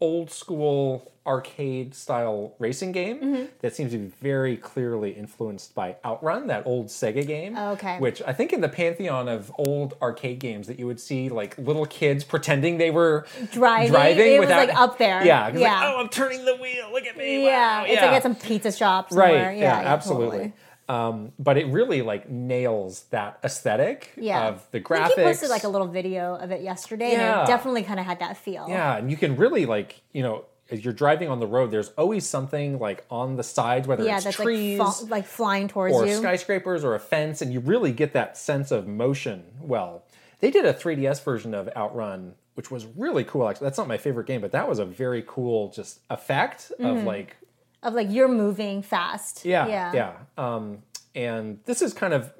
Speaker 2: old school arcade style racing game
Speaker 1: Mm-hmm.
Speaker 2: that seems to be very clearly influenced by Outrun, that old Sega game.
Speaker 1: Oh, Okay.
Speaker 2: Which I think in the pantheon of old arcade games that you would see like little kids pretending they were
Speaker 1: Driving,
Speaker 2: driving
Speaker 1: it
Speaker 2: without
Speaker 1: was like up there.
Speaker 2: Yeah. 'cause
Speaker 1: Yeah.
Speaker 2: Like, oh, I'm turning the wheel. Look at me.
Speaker 1: yeah.
Speaker 2: Wow.
Speaker 1: It's like at some pizza shop somewhere.
Speaker 2: Right.
Speaker 1: yeah,
Speaker 2: Yeah, absolutely.
Speaker 1: totally.
Speaker 2: Um, but it really like nails that aesthetic
Speaker 1: Yeah.
Speaker 2: of the
Speaker 1: I
Speaker 2: graphics.
Speaker 1: think you posted like a little video of it yesterday and
Speaker 2: Yeah.
Speaker 1: it definitely kind of had that feel.
Speaker 2: Yeah, and you can really like you know as you're driving on the road, there's always something like on the sides, whether
Speaker 1: Yeah,
Speaker 2: it's
Speaker 1: that's
Speaker 2: trees
Speaker 1: like, fa- like flying towards
Speaker 2: or
Speaker 1: you.
Speaker 2: skyscrapers or a fence, and you really get that sense of motion. Well, they did a 3DS version of Outrun, which was really cool. Actually, that's not my favorite game, but that was a very cool just effect of
Speaker 1: Mm-hmm.
Speaker 2: like
Speaker 1: of like you're moving fast.
Speaker 2: yeah, yeah. Um, and this is kind of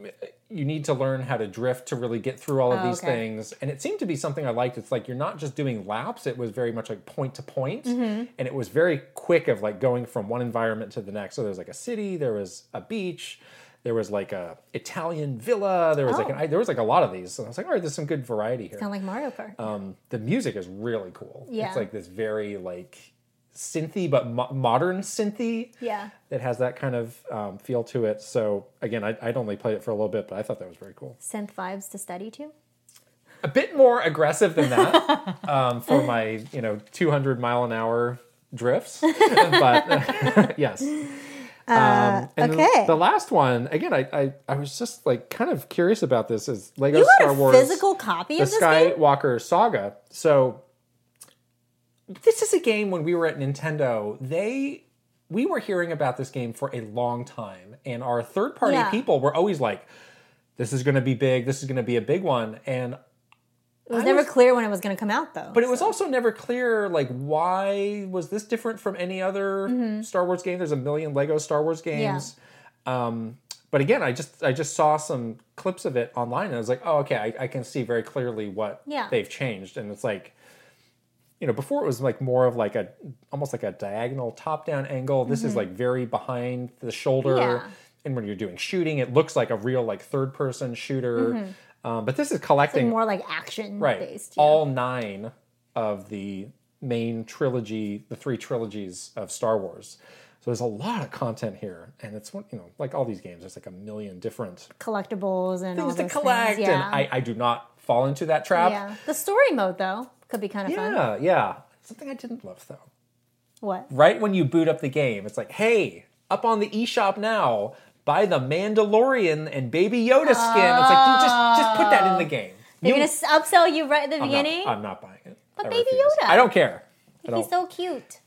Speaker 2: you need to learn how to drift to really get through all of
Speaker 1: Oh,
Speaker 2: these
Speaker 1: okay.
Speaker 2: things. And it seemed to be something I liked. It's like you're not just doing laps; it was very much like point to point,
Speaker 1: Mm-hmm.
Speaker 2: and it was very quick of like going from one environment to the next. So there's like a city, there was a beach. There was like a Italian villa. There was like
Speaker 1: Oh.
Speaker 2: an, I, there was like a lot of these, and I was like, all right, there's some good variety here.
Speaker 1: Kind of like Mario Kart.
Speaker 2: Um, the music is really cool.
Speaker 1: Yeah.
Speaker 2: It's like this very like synthy, but mo- modern synthy
Speaker 1: yeah.
Speaker 2: that has that kind of um, feel to it. So again, I, I'd only played it for a little bit, but I thought that was very cool.
Speaker 1: Synth vibes to study to.
Speaker 2: A bit more aggressive than that um, for my you know 200 mile an hour drifts, but yes. Um, and the-
Speaker 1: Uh, okay.
Speaker 2: The, last one again, I, I I was just like kind of curious about this is Lego
Speaker 1: You
Speaker 2: Star
Speaker 1: had a
Speaker 2: Wars
Speaker 1: physical copy
Speaker 2: the
Speaker 1: of this game?
Speaker 2: Skywalker Saga. So this is a game when we were at Nintendo, they we were hearing about this game for a long time and our third party
Speaker 1: Yeah.
Speaker 2: people were always like this is going to be big, this is going to be a big one and
Speaker 1: It was
Speaker 2: I
Speaker 1: never
Speaker 2: was-
Speaker 1: clear when it was going to come out, though.
Speaker 2: but it was also never clear like why was this different from any other
Speaker 1: Mm-hmm.
Speaker 2: Star Wars game? There's a million Lego Star Wars games. Um but again, I just I just saw some clips of it online and I was like, oh okay, I, I can see very clearly what
Speaker 1: Yeah.
Speaker 2: they've changed. And it's like you know, before it was like more of like a almost like a diagonal top down angle. This is like very behind the shoulder.
Speaker 1: Mm-hmm. Yeah.
Speaker 2: And when you're doing shooting, it looks like a real like third person shooter.
Speaker 1: Mm-hmm.
Speaker 2: Um, but this is collecting
Speaker 1: more like action
Speaker 2: right
Speaker 1: based. yeah.
Speaker 2: all nine of the main trilogy the three trilogies of star wars so there's a lot of content here and it's one you know like all these games there's like a million different
Speaker 1: collectibles and all
Speaker 2: things to
Speaker 1: those
Speaker 2: collect
Speaker 1: Things. Yeah.
Speaker 2: and I, I do not fall into that trap
Speaker 1: yeah. The story mode though could be kind of fun.
Speaker 2: yeah yeah something i didn't love though
Speaker 1: What?
Speaker 2: right when you boot up the game it's like hey up on the eShop now buy the Mandalorian and Baby Yoda skin. It's like, dude, just just put that in the game.
Speaker 1: Oh. They're
Speaker 2: You-
Speaker 1: gonna s- upsell you right at the
Speaker 2: I'm not-
Speaker 1: beginning.
Speaker 2: I'm not buying it.
Speaker 1: But
Speaker 2: I
Speaker 1: Baby
Speaker 2: refuse.
Speaker 1: Yoda.
Speaker 2: I don't care. I
Speaker 1: He's
Speaker 2: don't.
Speaker 1: so cute.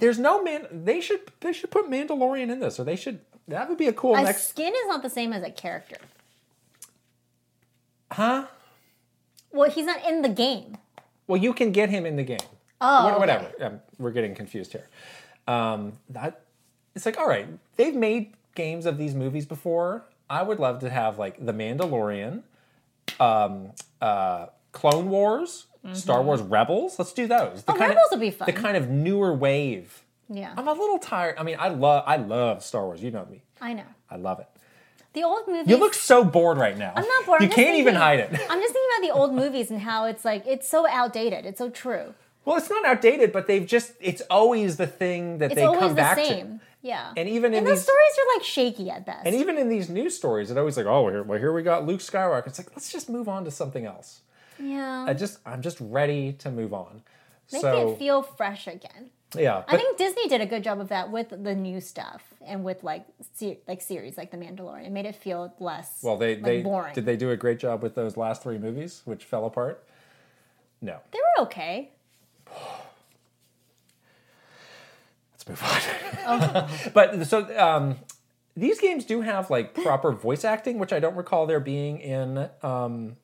Speaker 2: There's no man. They should they should put Mandalorian in this, or they should. That would be a cool
Speaker 1: A
Speaker 2: next.
Speaker 1: skin is not the same as a character.
Speaker 2: Huh?
Speaker 1: Well, he's not in the game.
Speaker 2: Well, you can get him in the game.
Speaker 1: Oh,
Speaker 2: Wha-
Speaker 1: okay.
Speaker 2: whatever. Um, we're getting confused here. Um, that it's like all right. They've made games of these movies before. I would love to have like The Mandalorian, um, uh, Clone Wars, Star Wars Rebels. Let's do those. The
Speaker 1: Mm-hmm. Oh, Rebels would be
Speaker 2: The
Speaker 1: fun.
Speaker 2: kind of newer wave.
Speaker 1: Yeah,
Speaker 2: I'm a little tired. I mean, I love I love Star Wars. You know me.
Speaker 1: I know.
Speaker 2: I love it.
Speaker 1: The old movies.
Speaker 2: You look so bored right now.
Speaker 1: I'm not bored.
Speaker 2: You
Speaker 1: I'm just
Speaker 2: can't even
Speaker 1: thinking-
Speaker 2: hide it.
Speaker 1: I'm just thinking about the old movies and how it's like it's so outdated. It's so true.
Speaker 2: Well, it's not outdated, but they've just it's always the thing that
Speaker 1: It's
Speaker 2: they
Speaker 1: always
Speaker 2: come
Speaker 1: the
Speaker 2: back
Speaker 1: same.
Speaker 2: to.
Speaker 1: Yeah.
Speaker 2: And even in
Speaker 1: and those
Speaker 2: these-
Speaker 1: stories are like shaky at best.
Speaker 2: And even in these news stories, it's always like, oh, here, well, here we got Luke Skywalker. It's like, let's just move on to something else.
Speaker 1: yeah.
Speaker 2: I just, I'm just ready to move on.
Speaker 1: Make
Speaker 2: so,
Speaker 1: it feel fresh again.
Speaker 2: yeah,
Speaker 1: I
Speaker 2: but
Speaker 1: think Disney did a good job of that with the new stuff and with like se- like series like The Mandalorian. It made it feel less
Speaker 2: well, they
Speaker 1: like,
Speaker 2: they
Speaker 1: boring.
Speaker 2: did they do a great job with those last three movies, which fell apart. No,
Speaker 1: They were okay.
Speaker 2: let's move on. but so um, these games do have like proper voice acting, which I don't recall there being in um,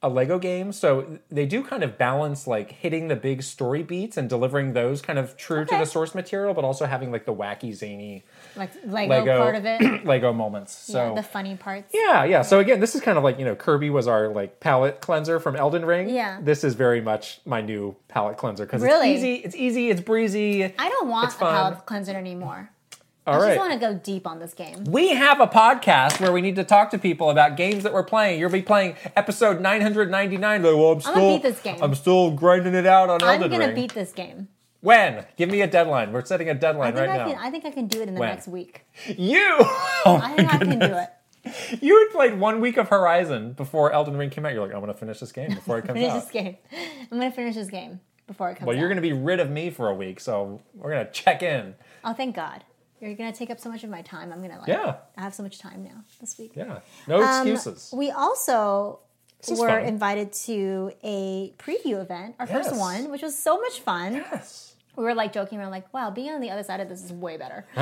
Speaker 2: a Lego game. So they do kind of balance like hitting the big story beats and delivering those kind of true to
Speaker 1: Okay.
Speaker 2: the source material, but also having like the wacky, zany
Speaker 1: Like Lego,
Speaker 2: Lego
Speaker 1: part of it,
Speaker 2: Lego moments. So.
Speaker 1: yeah, the funny parts.
Speaker 2: yeah, yeah. So again, this is kind of like, you know, Kirby was our like palette cleanser from Elden Ring.
Speaker 1: Yeah.
Speaker 2: This is very much my new palette cleanser because
Speaker 1: Really?
Speaker 2: it's easy, it's easy, it's breezy.
Speaker 1: I don't want
Speaker 2: It's
Speaker 1: a
Speaker 2: fun.
Speaker 1: palate cleanser anymore.
Speaker 2: All
Speaker 1: I
Speaker 2: right.
Speaker 1: just want to go deep on this game.
Speaker 2: We have a podcast where we need to talk to people about games that we're playing. You'll be playing episode 999. Like, well, I'm still,
Speaker 1: beat this game.
Speaker 2: I'm still grinding it out on
Speaker 1: I'm
Speaker 2: Elden
Speaker 1: gonna
Speaker 2: Ring.
Speaker 1: beat this game.
Speaker 2: when? Give me a deadline. We're setting a
Speaker 1: I
Speaker 2: deadline
Speaker 1: think
Speaker 2: right
Speaker 1: I
Speaker 2: now.
Speaker 1: can. I think I can do it in the
Speaker 2: When?
Speaker 1: next week.
Speaker 2: You, Oh
Speaker 1: I
Speaker 2: my
Speaker 1: think I can do it.
Speaker 2: God. you had played one week of Horizon before Elden Ring came out. You're like, I'm gonna finish this game before it comes
Speaker 1: Finish
Speaker 2: out.
Speaker 1: this game. I'm gonna finish this game before it comes.
Speaker 2: Well, you're
Speaker 1: out.
Speaker 2: gonna be rid of me for a week, so we're gonna check in.
Speaker 1: Oh, thank God. You're gonna take up so much of my time. I'm gonna like.
Speaker 2: Yeah.
Speaker 1: I have so much time now this week.
Speaker 2: Yeah, no
Speaker 1: Um,
Speaker 2: excuses.
Speaker 1: we also
Speaker 2: is
Speaker 1: were
Speaker 2: fun.
Speaker 1: invited to a preview event, our first
Speaker 2: Yes.
Speaker 1: one, which was so much fun.
Speaker 2: yes.
Speaker 1: We were like joking around, like, "Wow, being on the other side of this is way better."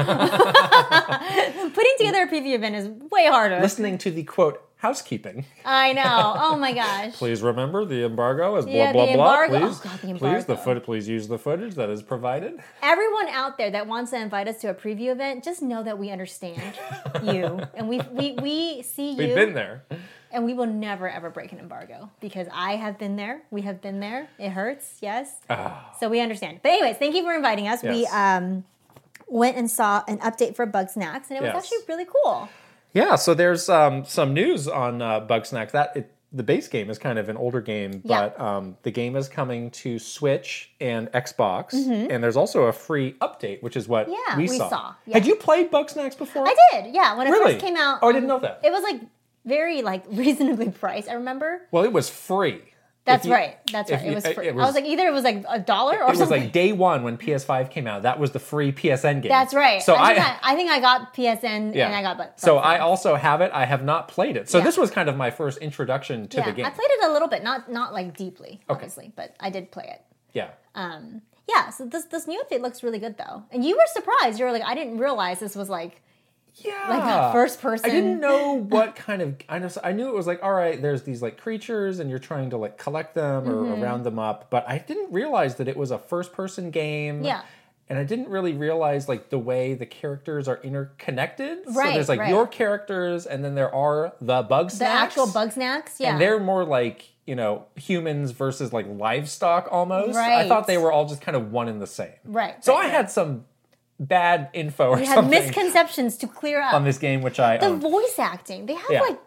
Speaker 1: Putting together a preview event is way harder.
Speaker 2: Listening to the quote housekeeping.
Speaker 1: I know. Oh my gosh.
Speaker 2: Please remember the embargo is blah
Speaker 1: Yeah, the
Speaker 2: blah blah.
Speaker 1: embargo-
Speaker 2: Please,
Speaker 1: oh, God, the
Speaker 2: please the
Speaker 1: embargo.
Speaker 2: foot. Please use the footage that is provided.
Speaker 1: Everyone out there that wants to invite us to a preview event, just know that we understand you, and we we we see you.
Speaker 2: We've been there.
Speaker 1: And we will never ever break an embargo because I have been there. We have been there. It hurts, yes. So we understand. But anyways, thank you for inviting us. We
Speaker 2: Ah. Yes.
Speaker 1: um, went and saw an update for Bug Snacks, and it was
Speaker 2: Yes.
Speaker 1: actually really cool.
Speaker 2: Yeah. So there's um, some news on uh, Bugsnax. That it, the base game is kind of an older game,
Speaker 1: Yeah.
Speaker 2: but um, the game is coming to Switch and Xbox, and there's also a free update, which is what
Speaker 1: Mm-hmm. Yeah,
Speaker 2: we
Speaker 1: we
Speaker 2: saw.
Speaker 1: saw, yeah.
Speaker 2: Had you played Bugsnax before?
Speaker 1: I did, yeah. When it
Speaker 2: Really?
Speaker 1: first came out,
Speaker 2: Oh, I didn't
Speaker 1: um,
Speaker 2: know that.
Speaker 1: It was like very like reasonably priced. I remember.
Speaker 2: Well, it was free.
Speaker 1: That's
Speaker 2: If you-
Speaker 1: right. That's
Speaker 2: if
Speaker 1: right.
Speaker 2: you-
Speaker 1: it was
Speaker 2: it-
Speaker 1: free.
Speaker 2: it
Speaker 1: I
Speaker 2: was-
Speaker 1: was like either it was like a dollar or
Speaker 2: It was
Speaker 1: something.
Speaker 2: like day one when PS5 came out. That was the free PSN game.
Speaker 1: That's right.
Speaker 2: So
Speaker 1: I
Speaker 2: I,
Speaker 1: think I, I think I got PSN and I got Bug. Bug
Speaker 2: so
Speaker 1: Snacks.
Speaker 2: I also have it. I have not played it. So
Speaker 1: Yeah.
Speaker 2: this was kind of my first introduction to
Speaker 1: yeah,
Speaker 2: the game.
Speaker 1: I played it a little bit, not not like deeply, obviously, but I did play it.
Speaker 2: yeah.
Speaker 1: Um, yeah, so this this new update looks really good though, and you were surprised. You were like, I didn't realize this was like
Speaker 2: Yeah.
Speaker 1: a first person-
Speaker 2: I didn't know what kind of I know I knew it was like all right, there's these like creatures and you're trying to like collect them or
Speaker 1: Mm-hmm.
Speaker 2: round them up, but I didn't realize that it was a first person game.
Speaker 1: Yeah.
Speaker 2: And I didn't really realize like the way the characters are interconnected. so
Speaker 1: Right,
Speaker 2: there's like
Speaker 1: right.
Speaker 2: your characters and then there are the bug
Speaker 1: the actual bug snacks. Yeah,
Speaker 2: And they're more like, you know, humans versus like livestock almost. I
Speaker 1: Right.
Speaker 2: thought they were all just kind of one and the same.
Speaker 1: right.
Speaker 2: So
Speaker 1: right,
Speaker 2: I
Speaker 1: right.
Speaker 2: had some bad info or
Speaker 1: We had
Speaker 2: something
Speaker 1: misconceptions to clear up.
Speaker 2: on this game, which I
Speaker 1: the
Speaker 2: owned.
Speaker 1: voice acting, they have
Speaker 2: Yeah.
Speaker 1: like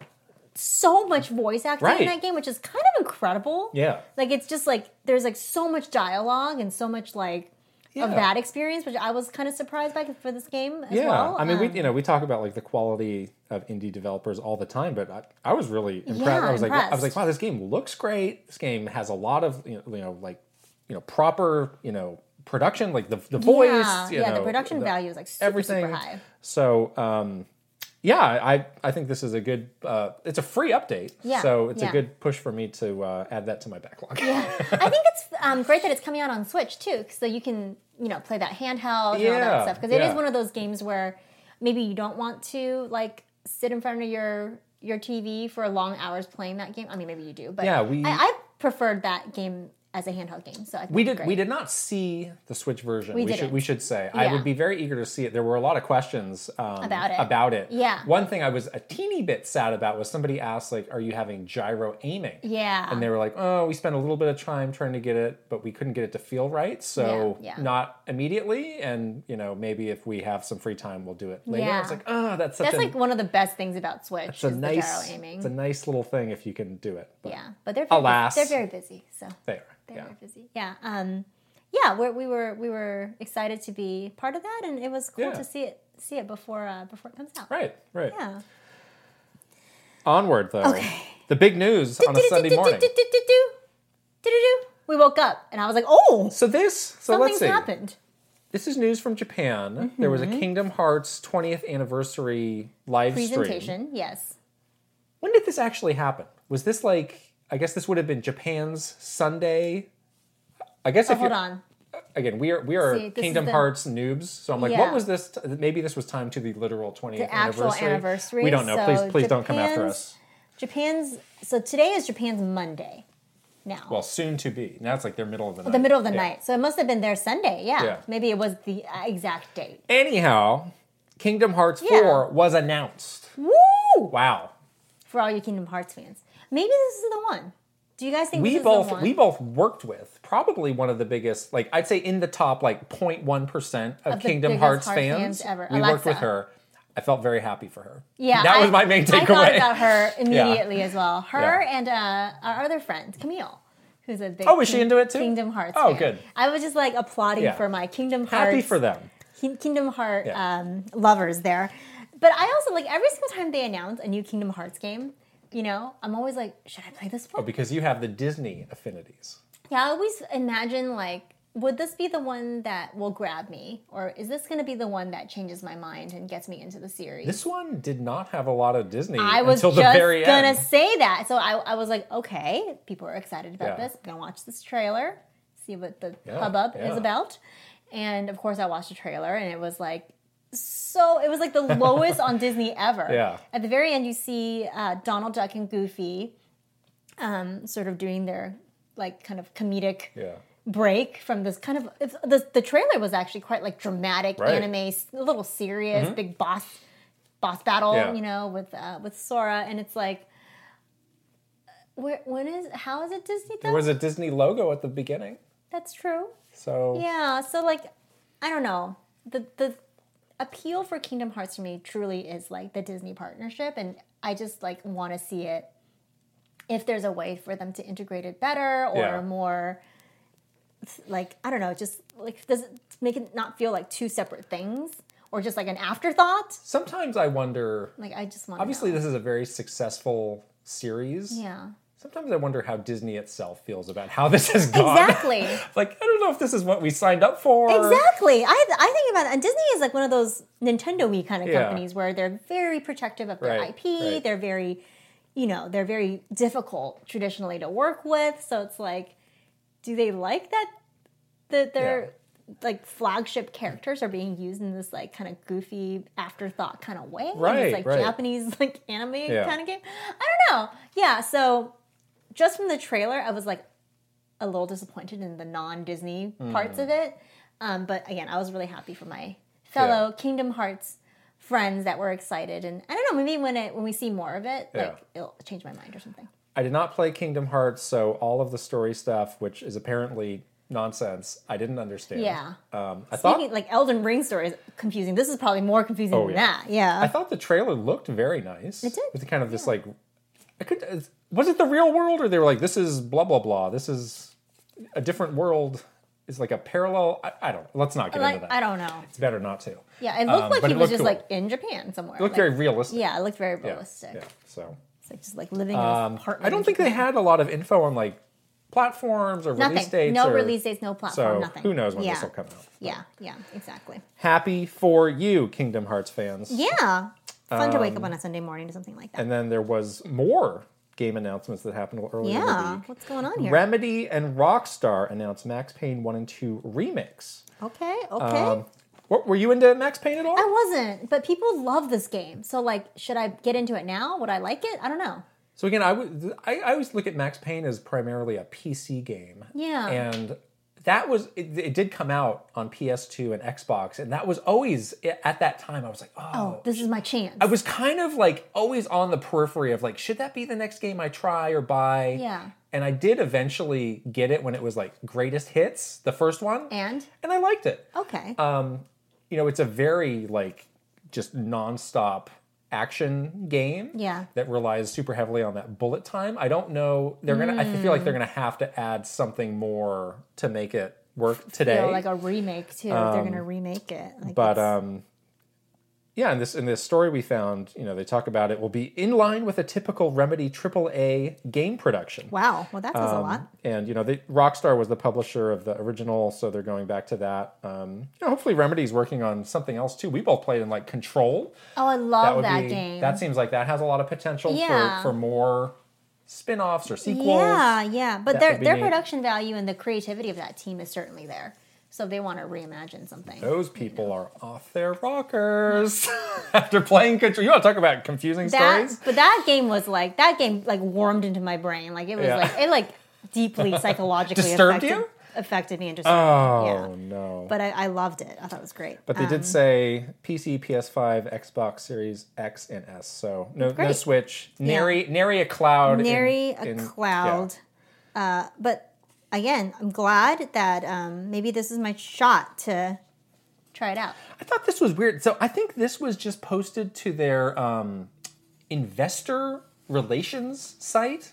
Speaker 1: so much voice acting
Speaker 2: Right.
Speaker 1: in that game, which is kind of incredible.
Speaker 2: Yeah.
Speaker 1: like it's just like there's like so much dialogue and so much like of
Speaker 2: Yeah.
Speaker 1: that experience, which I was kind of surprised by for this game as
Speaker 2: Yeah,
Speaker 1: well.
Speaker 2: I mean,
Speaker 1: Um,
Speaker 2: we you know we talk about like the quality of indie developers all the time, but I, I was really impressed.
Speaker 1: Yeah,
Speaker 2: I was like, I was
Speaker 1: impressed.
Speaker 2: like, wow, this game looks great. This game has a lot of you know, you know like you know proper you know production, like the the voice.
Speaker 1: yeah,
Speaker 2: you
Speaker 1: yeah,
Speaker 2: know,
Speaker 1: the production value is like super,
Speaker 2: everything.
Speaker 1: super high.
Speaker 2: So um, yeah, I I think this is a good. Uh, it's a free update,
Speaker 1: Yeah,
Speaker 2: so it's
Speaker 1: yeah.
Speaker 2: a good push for me to uh, add that to my backlog.
Speaker 1: I think it's um, great that it's coming out on Switch too, so you can you know play that handheld and all that
Speaker 2: Yeah,
Speaker 1: stuff. Because it is
Speaker 2: yeah.
Speaker 1: one of those games where maybe you don't want to like sit in front of your your TV for long hours playing that game. I mean, maybe you do, but
Speaker 2: Yeah, we-
Speaker 1: I, I preferred that game as a handheld game. So I think
Speaker 2: We
Speaker 1: it's
Speaker 2: did.
Speaker 1: Great.
Speaker 2: We did not see the Switch version. We, should.
Speaker 1: didn't.
Speaker 2: We should say.
Speaker 1: Yeah.
Speaker 2: I would be very eager to see it. There were a lot of questions um,
Speaker 1: About it.
Speaker 2: About it.
Speaker 1: Yeah.
Speaker 2: One thing I was a teeny bit sad about was somebody asked, like, "Are you having gyro aiming?"
Speaker 1: Yeah.
Speaker 2: And they were like, "Oh, we spent a little bit of time trying to get it, but we couldn't get it to feel right, so
Speaker 1: Yeah, yeah.
Speaker 2: not immediately. And you know, maybe if we have some free time, we'll do it later."
Speaker 1: Yeah.
Speaker 2: I was like, "Oh, that's such
Speaker 1: That's
Speaker 2: a
Speaker 1: like one of the best things about Switch.
Speaker 2: it's a
Speaker 1: is the
Speaker 2: nice
Speaker 1: gyro aiming.
Speaker 2: it's a nice little thing if you can do it." But
Speaker 1: yeah, but they're very
Speaker 2: Alas.
Speaker 1: Busy. they're very busy. So
Speaker 2: They are.
Speaker 1: they're
Speaker 2: yeah.
Speaker 1: very busy. Yeah. Um, yeah. We're, we were we were excited to be part of that, and it was cool
Speaker 2: Yeah.
Speaker 1: to see it see it before uh, before it comes out.
Speaker 2: Right. Right.
Speaker 1: Yeah.
Speaker 2: Onward though. The big news on a Sunday morning.
Speaker 1: Do-do-do-do-do-do-do. Do-do-do. We woke up, and I was like, oh,
Speaker 2: So this, so let's
Speaker 1: something's
Speaker 2: see.
Speaker 1: happened. Mm-hmm.
Speaker 2: This is news from Japan. There was a Kingdom Hearts 20th anniversary live stream.
Speaker 1: Presentation. Yes.
Speaker 2: When did this actually happen? Was this like? I guess this would have been Japan's Sunday. I guess
Speaker 1: So
Speaker 2: if you
Speaker 1: Oh, hold on.
Speaker 2: again, we are we are
Speaker 1: See, this is
Speaker 2: Kingdom
Speaker 1: the-
Speaker 2: Hearts noobs, so I'm like,
Speaker 1: Yeah.
Speaker 2: what was this? T- maybe this was time to the literal 20th
Speaker 1: The
Speaker 2: anniversary.
Speaker 1: actual anniversary,
Speaker 2: We don't know.
Speaker 1: so
Speaker 2: please, please don't come after
Speaker 1: Japan's-
Speaker 2: us.
Speaker 1: Japan's. So today is Japan's Monday. Now.
Speaker 2: Well, soon to be. Now it's like their middle of the night.
Speaker 1: Oh, the middle of the
Speaker 2: Yeah.
Speaker 1: night. So it must have been their Sunday. Yeah.
Speaker 2: Yeah.
Speaker 1: Maybe it was the uh, exact date.
Speaker 2: Anyhow, Kingdom Hearts
Speaker 1: Yeah.
Speaker 2: 4 was announced.
Speaker 1: Woo!
Speaker 2: Wow.
Speaker 1: For all you Kingdom Hearts fans. Maybe this is the one. Do you guys think
Speaker 2: we
Speaker 1: this is the
Speaker 2: both
Speaker 1: one?
Speaker 2: we both worked with probably one of the biggest like i'd say in the top like 0.1% of,
Speaker 1: Of the
Speaker 2: kingdom
Speaker 1: biggest
Speaker 2: hearts
Speaker 1: Heart
Speaker 2: fans,
Speaker 1: fans ever.
Speaker 2: we worked with
Speaker 1: Alexa.
Speaker 2: her i felt very happy for her
Speaker 1: yeah,
Speaker 2: that
Speaker 1: I-
Speaker 2: was my main
Speaker 1: I thought
Speaker 2: takeaway
Speaker 1: about her immediately as well. Her and uh, our other friend Camille, who's a big
Speaker 2: Oh, is she
Speaker 1: King-
Speaker 2: into it too?
Speaker 1: Kingdom Hearts.
Speaker 2: Oh,
Speaker 1: fan.
Speaker 2: good.
Speaker 1: I was just like applauding
Speaker 2: Yeah.
Speaker 1: for my Kingdom Hearts.
Speaker 2: happy for them
Speaker 1: Ki- Kingdom Heart
Speaker 2: Yeah.
Speaker 1: um, lovers there. But I also like every single time they announce a new Kingdom Hearts game. You know, I'm always like, should I play this one?
Speaker 2: Oh, because you have the disney affinities
Speaker 1: Yeah, I always imagine like, would this be the one that will grab me, or is this going to be the one that changes my mind and gets me into the series?
Speaker 2: this one did not have a lot of disney
Speaker 1: I was
Speaker 2: until
Speaker 1: just
Speaker 2: the very
Speaker 1: gonna
Speaker 2: end
Speaker 1: say that, so I, I was like, okay, people are excited about
Speaker 2: Yeah.
Speaker 1: this. I'm gonna watch this trailer, see what the
Speaker 2: Yeah,
Speaker 1: hubbub is
Speaker 2: yeah.
Speaker 1: about, and of course, I watched the trailer, and it was like. So it was like the lowest on Disney ever.
Speaker 2: Yeah.
Speaker 1: At the very end, you see uh, Donald Duck and Goofy, um, sort of doing their like kind of comedic
Speaker 2: yeah
Speaker 1: break from this kind of it's- the, the trailer was actually quite like dramatic
Speaker 2: Right. Mm-hmm.
Speaker 1: anime s- a little serious big boss boss battle
Speaker 2: Yeah.
Speaker 1: you know with uh, with Sora and it's like where, when is how is it Disney
Speaker 2: there
Speaker 1: done?
Speaker 2: was a disney logo at the beginning
Speaker 1: That's true.
Speaker 2: so
Speaker 1: Yeah, so like I don't know. The the appeal for Kingdom Hearts to me truly is like the Disney partnership and I just like want to see it if there's a way for them to integrate it better or
Speaker 2: Yeah.
Speaker 1: more like I don't know, just like does it make it not feel like two separate things or just like an afterthought?
Speaker 2: sometimes i wonder
Speaker 1: Like I just want
Speaker 2: obviously this is a very successful series
Speaker 1: yeah.
Speaker 2: sometimes i wonder how disney itself feels about how this has gone
Speaker 1: Exactly.
Speaker 2: like I don't know if this is what we signed up for.
Speaker 1: Exactly. I, I think about it. And Disney is like one of those Nintendo y kind of
Speaker 2: Yeah.
Speaker 1: companies where they're very protective of their
Speaker 2: Right,
Speaker 1: IP.
Speaker 2: right.
Speaker 1: They're very, you know, they're very difficult traditionally to work with. So it's like, do they like that that their like flagship characters are being used in this like kind of goofy afterthought kind of way? In
Speaker 2: Right,
Speaker 1: this like
Speaker 2: right.
Speaker 1: Japanese like anime
Speaker 2: Yeah.
Speaker 1: kind of game. I don't know. Yeah. So just from the trailer, I was like a little disappointed in the non Disney
Speaker 2: Hmm.
Speaker 1: parts of it. Um, but again, I was really happy for my fellow Kingdom Hearts friends that were excited. And I don't know, maybe when it when we see more of it, like
Speaker 2: Yeah.
Speaker 1: it'll change my mind or something.
Speaker 2: I did not play Kingdom Hearts, so all of the story stuff, which is apparently nonsense, I didn't understand.
Speaker 1: Yeah.
Speaker 2: Um, I thought
Speaker 1: Speaking, like Elden Ring story is confusing. This is probably more confusing
Speaker 2: Oh,
Speaker 1: than
Speaker 2: yeah.
Speaker 1: that. Yeah.
Speaker 2: I thought the trailer looked very nice. It
Speaker 1: did,
Speaker 2: With kind of this like, I could uh, was it the real world or they were like this is blah blah blah. This is a different world. Is like a parallel. I, I don't. Let's not get
Speaker 1: like
Speaker 2: into that.
Speaker 1: I don't know.
Speaker 2: It's better not to. It
Speaker 1: Yeah, it looked
Speaker 2: Um,
Speaker 1: like
Speaker 2: but
Speaker 1: he
Speaker 2: it
Speaker 1: was
Speaker 2: looked
Speaker 1: just
Speaker 2: cool.
Speaker 1: like in Japan somewhere.
Speaker 2: looked
Speaker 1: like,
Speaker 2: very realistic.
Speaker 1: yeah, it looked very
Speaker 2: Yeah,
Speaker 1: realistic.
Speaker 2: yeah. So
Speaker 1: It's like just like living in this apartment.
Speaker 2: I don't think they had a lot of info on like platforms or
Speaker 1: nothing.
Speaker 2: release dates.
Speaker 1: no
Speaker 2: or-
Speaker 1: release dates, no platform,
Speaker 2: So
Speaker 1: Uh, nothing.
Speaker 2: who knows when
Speaker 1: yeah.
Speaker 2: this will come out?
Speaker 1: Yeah, yeah, exactly.
Speaker 2: Happy for you, Kingdom Hearts fans.
Speaker 1: Yeah. Fun to wake up on a Sunday morning to something like that.
Speaker 2: Um, And then there was more game announcements that happened earlier in the
Speaker 1: Yeah,
Speaker 2: week.
Speaker 1: what's going on here?
Speaker 2: Remedy and Rockstar announced Max Payne 1 and 2 remix.
Speaker 1: okay, okay.
Speaker 2: Um, what, were you into Max Payne at all?
Speaker 1: I wasn't, but people love this game. So, like, should I get into it now? Would I like it? I don't know.
Speaker 2: So again, I would- I- I always look at Max Payne as primarily a PC game.
Speaker 1: Yeah.
Speaker 2: And that was it, it did come out on PS2 and Xbox, and that was always at that time I was like, oh,
Speaker 1: Oh, this is my chance.
Speaker 2: I was kind of like always on the periphery of like, should that be the next game I try or buy?
Speaker 1: Yeah.
Speaker 2: And I did eventually get it when it was like greatest hits, the first one.
Speaker 1: and
Speaker 2: And I liked it.
Speaker 1: okay,
Speaker 2: You know, it's a very like just nonstop action game.
Speaker 1: Yeah.
Speaker 2: That relies super heavily on that bullet time. I don't know. They're gonna I feel like
Speaker 1: Mm.
Speaker 2: they're gonna have to add something more to make it work
Speaker 1: you
Speaker 2: today.
Speaker 1: know, like a remake too. if they're gonna remake it. Like
Speaker 2: Um, But
Speaker 1: it's-
Speaker 2: um, yeah, in this in this story we found, you know, they talk about it will be in line with a typical Remedy AAA game production.
Speaker 1: wow, well, that says a lot.
Speaker 2: And you know, the, Rockstar was the publisher of the original, so they're going back to that. Um, you know, hopefully, Remedy's working on something else too. We both played in like Control.
Speaker 1: Oh, I love that,
Speaker 2: be
Speaker 1: game.
Speaker 2: that seems like that has a lot of potential
Speaker 1: Yeah.
Speaker 2: for for more spin-offs or sequels.
Speaker 1: yeah, yeah. But
Speaker 2: That
Speaker 1: their
Speaker 2: would be
Speaker 1: their
Speaker 2: neat.
Speaker 1: production value and the creativity of that team is certainly there. So if they want to reimagine something.
Speaker 2: Those people are off their rockers after playing Control. You want to talk about confusing
Speaker 1: That,
Speaker 2: stories?
Speaker 1: but that game was like that game like warmed into my brain. Like it was
Speaker 2: Yeah.
Speaker 1: like it like deeply psychologically
Speaker 2: Disturbed
Speaker 1: affected,
Speaker 2: you?
Speaker 1: affected me and disturbed.
Speaker 2: Oh
Speaker 1: me, yeah.
Speaker 2: no!
Speaker 1: But I, I loved it. I thought it was great.
Speaker 2: But they did say PC, PS5, Xbox Series X, and S. So no, no
Speaker 1: Great.
Speaker 2: Switch. Nary, nary a cloud. in-
Speaker 1: nary a
Speaker 2: in- yeah.
Speaker 1: cloud. Uh, but again, I'm glad that um, maybe this is my shot to try it out.
Speaker 2: I thought this was weird. So I think this was just posted to their um, investor relations site,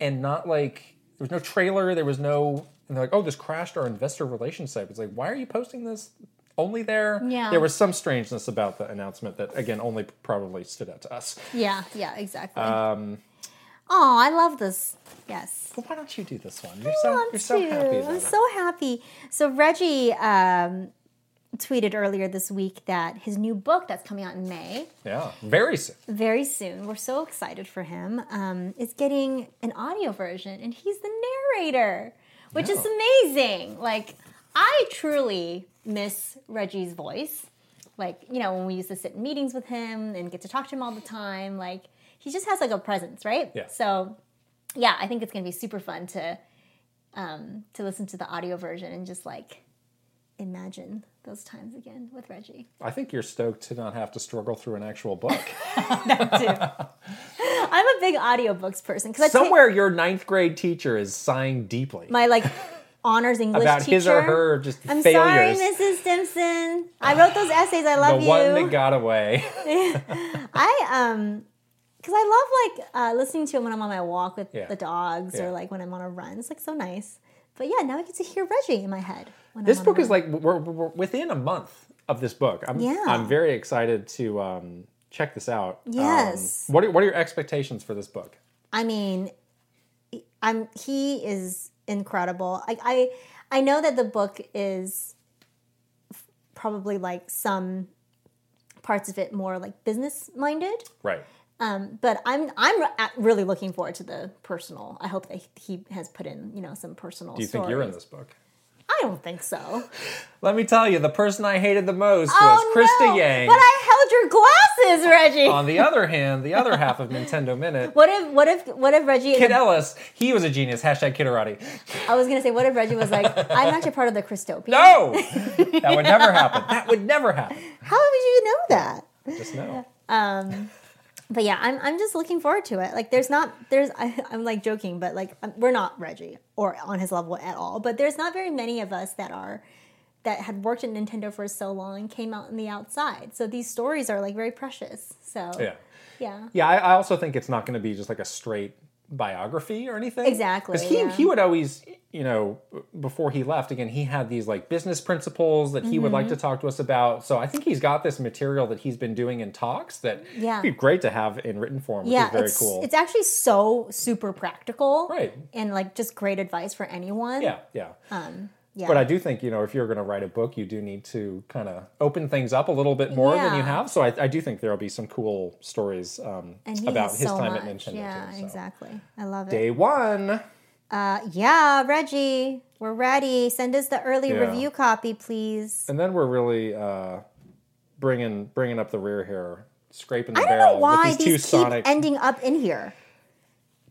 Speaker 2: and not like there was no trailer. There was no. And they're like, oh, this crashed our investor relations site. It's like, why are you posting this? Only there.
Speaker 1: Yeah.
Speaker 2: There was some strangeness about the announcement that, again, only probably stood out to us.
Speaker 1: Yeah, yeah, exactly. Um, oh, I love this. Yes.
Speaker 2: But why don't you do this one? You're so you're so
Speaker 1: to.
Speaker 2: happy. About
Speaker 1: I'm
Speaker 2: it.
Speaker 1: so happy. So Reggie um, tweeted earlier this week that his new book that's coming out in May,
Speaker 2: Yeah, very soon.
Speaker 1: very soon, we're so excited for him, um, is getting an audio version and he's the narrator, which is amazing. Like, I truly miss Reggie's voice. Like, you know, when we used to sit in meetings with him and get to talk to him all the time, like, he just has like a presence, right?
Speaker 2: Yeah.
Speaker 1: So, yeah, I think it's going to be super fun to um, to listen to the audio version and just like imagine those times again with Reggie.
Speaker 2: I think you're stoked to not have to struggle through an actual book.
Speaker 1: too. I'm a big audiobooks person because
Speaker 2: Somewhere your ninth grade teacher is sighing deeply
Speaker 1: my like honors English
Speaker 2: about
Speaker 1: teacher.
Speaker 2: his or her just
Speaker 1: I'm
Speaker 2: failures.
Speaker 1: sorry, Mrs. Stimson. I wrote those essays. I
Speaker 2: the
Speaker 1: love
Speaker 2: one
Speaker 1: you.
Speaker 2: that got away.
Speaker 1: I um, because I love like uh, listening to it when I'm on my walk with
Speaker 2: Yeah.
Speaker 1: the dogs
Speaker 2: Yeah.
Speaker 1: or like when I'm on a run. It's like so nice. But yeah, now I get to hear Reggie in my head. When
Speaker 2: this
Speaker 1: I'm on
Speaker 2: book is like we're, we're within a month of this book. I'm
Speaker 1: Yeah.
Speaker 2: I'm very excited to um, check this out. Um,
Speaker 1: Yes.
Speaker 2: what are, what are your expectations for this book?
Speaker 1: I mean, I'm he is incredible. I I, I know that the book is f- probably like some parts of it more like business minded,
Speaker 2: Right.
Speaker 1: um, but I'm I'm re- at- really looking forward to the personal. I hope that he has put in you know some personal.
Speaker 2: Do you think you're in this book?
Speaker 1: I don't think so.
Speaker 2: Let me tell you, the person I hated the most was
Speaker 1: oh
Speaker 2: Krista
Speaker 1: no!
Speaker 2: Yang.
Speaker 1: But I held your glasses, Reggie.
Speaker 2: On the other hand, the other half of Nintendo Minute
Speaker 1: what if what if what if Reggie?
Speaker 2: Kid Ellis, he was a genius. Hashtag Kidarati.
Speaker 1: I was gonna say what if Reggie was like I'm actually part of the Christopia.
Speaker 2: No, that would never happen. That would never happen.
Speaker 1: How would you know that?
Speaker 2: Just no.
Speaker 1: But yeah, I'm, I'm just looking forward to it. Like, there's not, there's, I, I'm like joking, but like, um, we're not Reggie or on his level at all. But there's not very many of us that are, that had worked at Nintendo for so long and came out on the outside. So these stories are like very precious. So,
Speaker 2: Yeah,
Speaker 1: yeah.
Speaker 2: yeah. I, I also think it's not going to be just like a straight biography or anything.
Speaker 1: Exactly,
Speaker 2: Because he
Speaker 1: yeah.
Speaker 2: he would always, you know, before he left, again, he had these like business principles that he would
Speaker 1: Mm-hmm.
Speaker 2: like to talk to us about. So I think he's got this material that he's been doing in talks that
Speaker 1: Yeah.
Speaker 2: would be great to have in written form. Which
Speaker 1: Yeah,
Speaker 2: is very
Speaker 1: it's,
Speaker 2: cool.
Speaker 1: it's actually so super practical.
Speaker 2: Right.
Speaker 1: And like just great advice for anyone.
Speaker 2: yeah, yeah.
Speaker 1: Um, Yeah.
Speaker 2: But I do think, you know, if you're going to write a book, you do need to kind of open things up a little bit more than you
Speaker 1: Yeah.
Speaker 2: have. So I, I do think there will be some cool stories um,
Speaker 1: And he
Speaker 2: about
Speaker 1: has
Speaker 2: his
Speaker 1: so
Speaker 2: time at
Speaker 1: much.
Speaker 2: Nintendo.
Speaker 1: Yeah,
Speaker 2: too, so.
Speaker 1: exactly. I love it.
Speaker 2: Day one.
Speaker 1: Uh, yeah, Reggie, we're ready. Send us the early
Speaker 2: Yeah.
Speaker 1: review copy, please.
Speaker 2: And then we're really uh, bringing bringing up the rear here, scraping the
Speaker 1: I don't
Speaker 2: barrel
Speaker 1: know why
Speaker 2: with these, two
Speaker 1: these keep
Speaker 2: Sonic.
Speaker 1: ending up in here.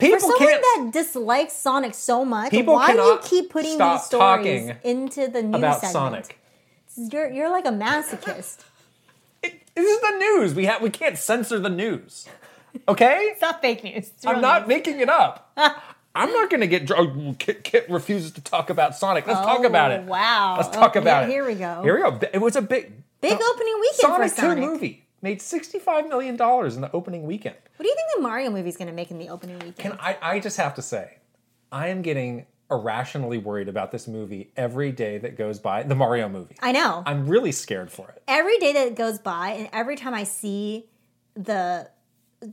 Speaker 2: people
Speaker 1: For someone
Speaker 2: can't
Speaker 1: that dislikes Sonic so much,
Speaker 2: People
Speaker 1: why do you
Speaker 2: cannot
Speaker 1: keep putting
Speaker 2: stop
Speaker 1: these stories
Speaker 2: talking
Speaker 1: into the news
Speaker 2: about
Speaker 1: segment?
Speaker 2: Sonic.
Speaker 1: You're you're like a masochist.
Speaker 2: It, this is the news. We have we can't censor the news. Okay,
Speaker 1: it's not fake news. It's
Speaker 2: I'm
Speaker 1: real
Speaker 2: not
Speaker 1: news.
Speaker 2: making it up. I'm not gonna get dr- oh, Kit, Kit refuses to talk about Sonic. Let's talk
Speaker 1: Oh,
Speaker 2: about it.
Speaker 1: Wow.
Speaker 2: Let's talk
Speaker 1: Okay,
Speaker 2: about it.
Speaker 1: Here we go.
Speaker 2: Here we go. It was a big
Speaker 1: Big opening weekend
Speaker 2: Sonic
Speaker 1: for
Speaker 2: Two
Speaker 1: Sonic.
Speaker 2: movie made 65 million dollars in the opening weekend.
Speaker 1: What do you think the Mario movie's going to make in the opening weekend?
Speaker 2: Can I, I just have to say, I am getting irrationally worried about this movie every day that goes by. The Mario movie.
Speaker 1: I know.
Speaker 2: I'm really scared for it.
Speaker 1: every day that goes by and every time i see the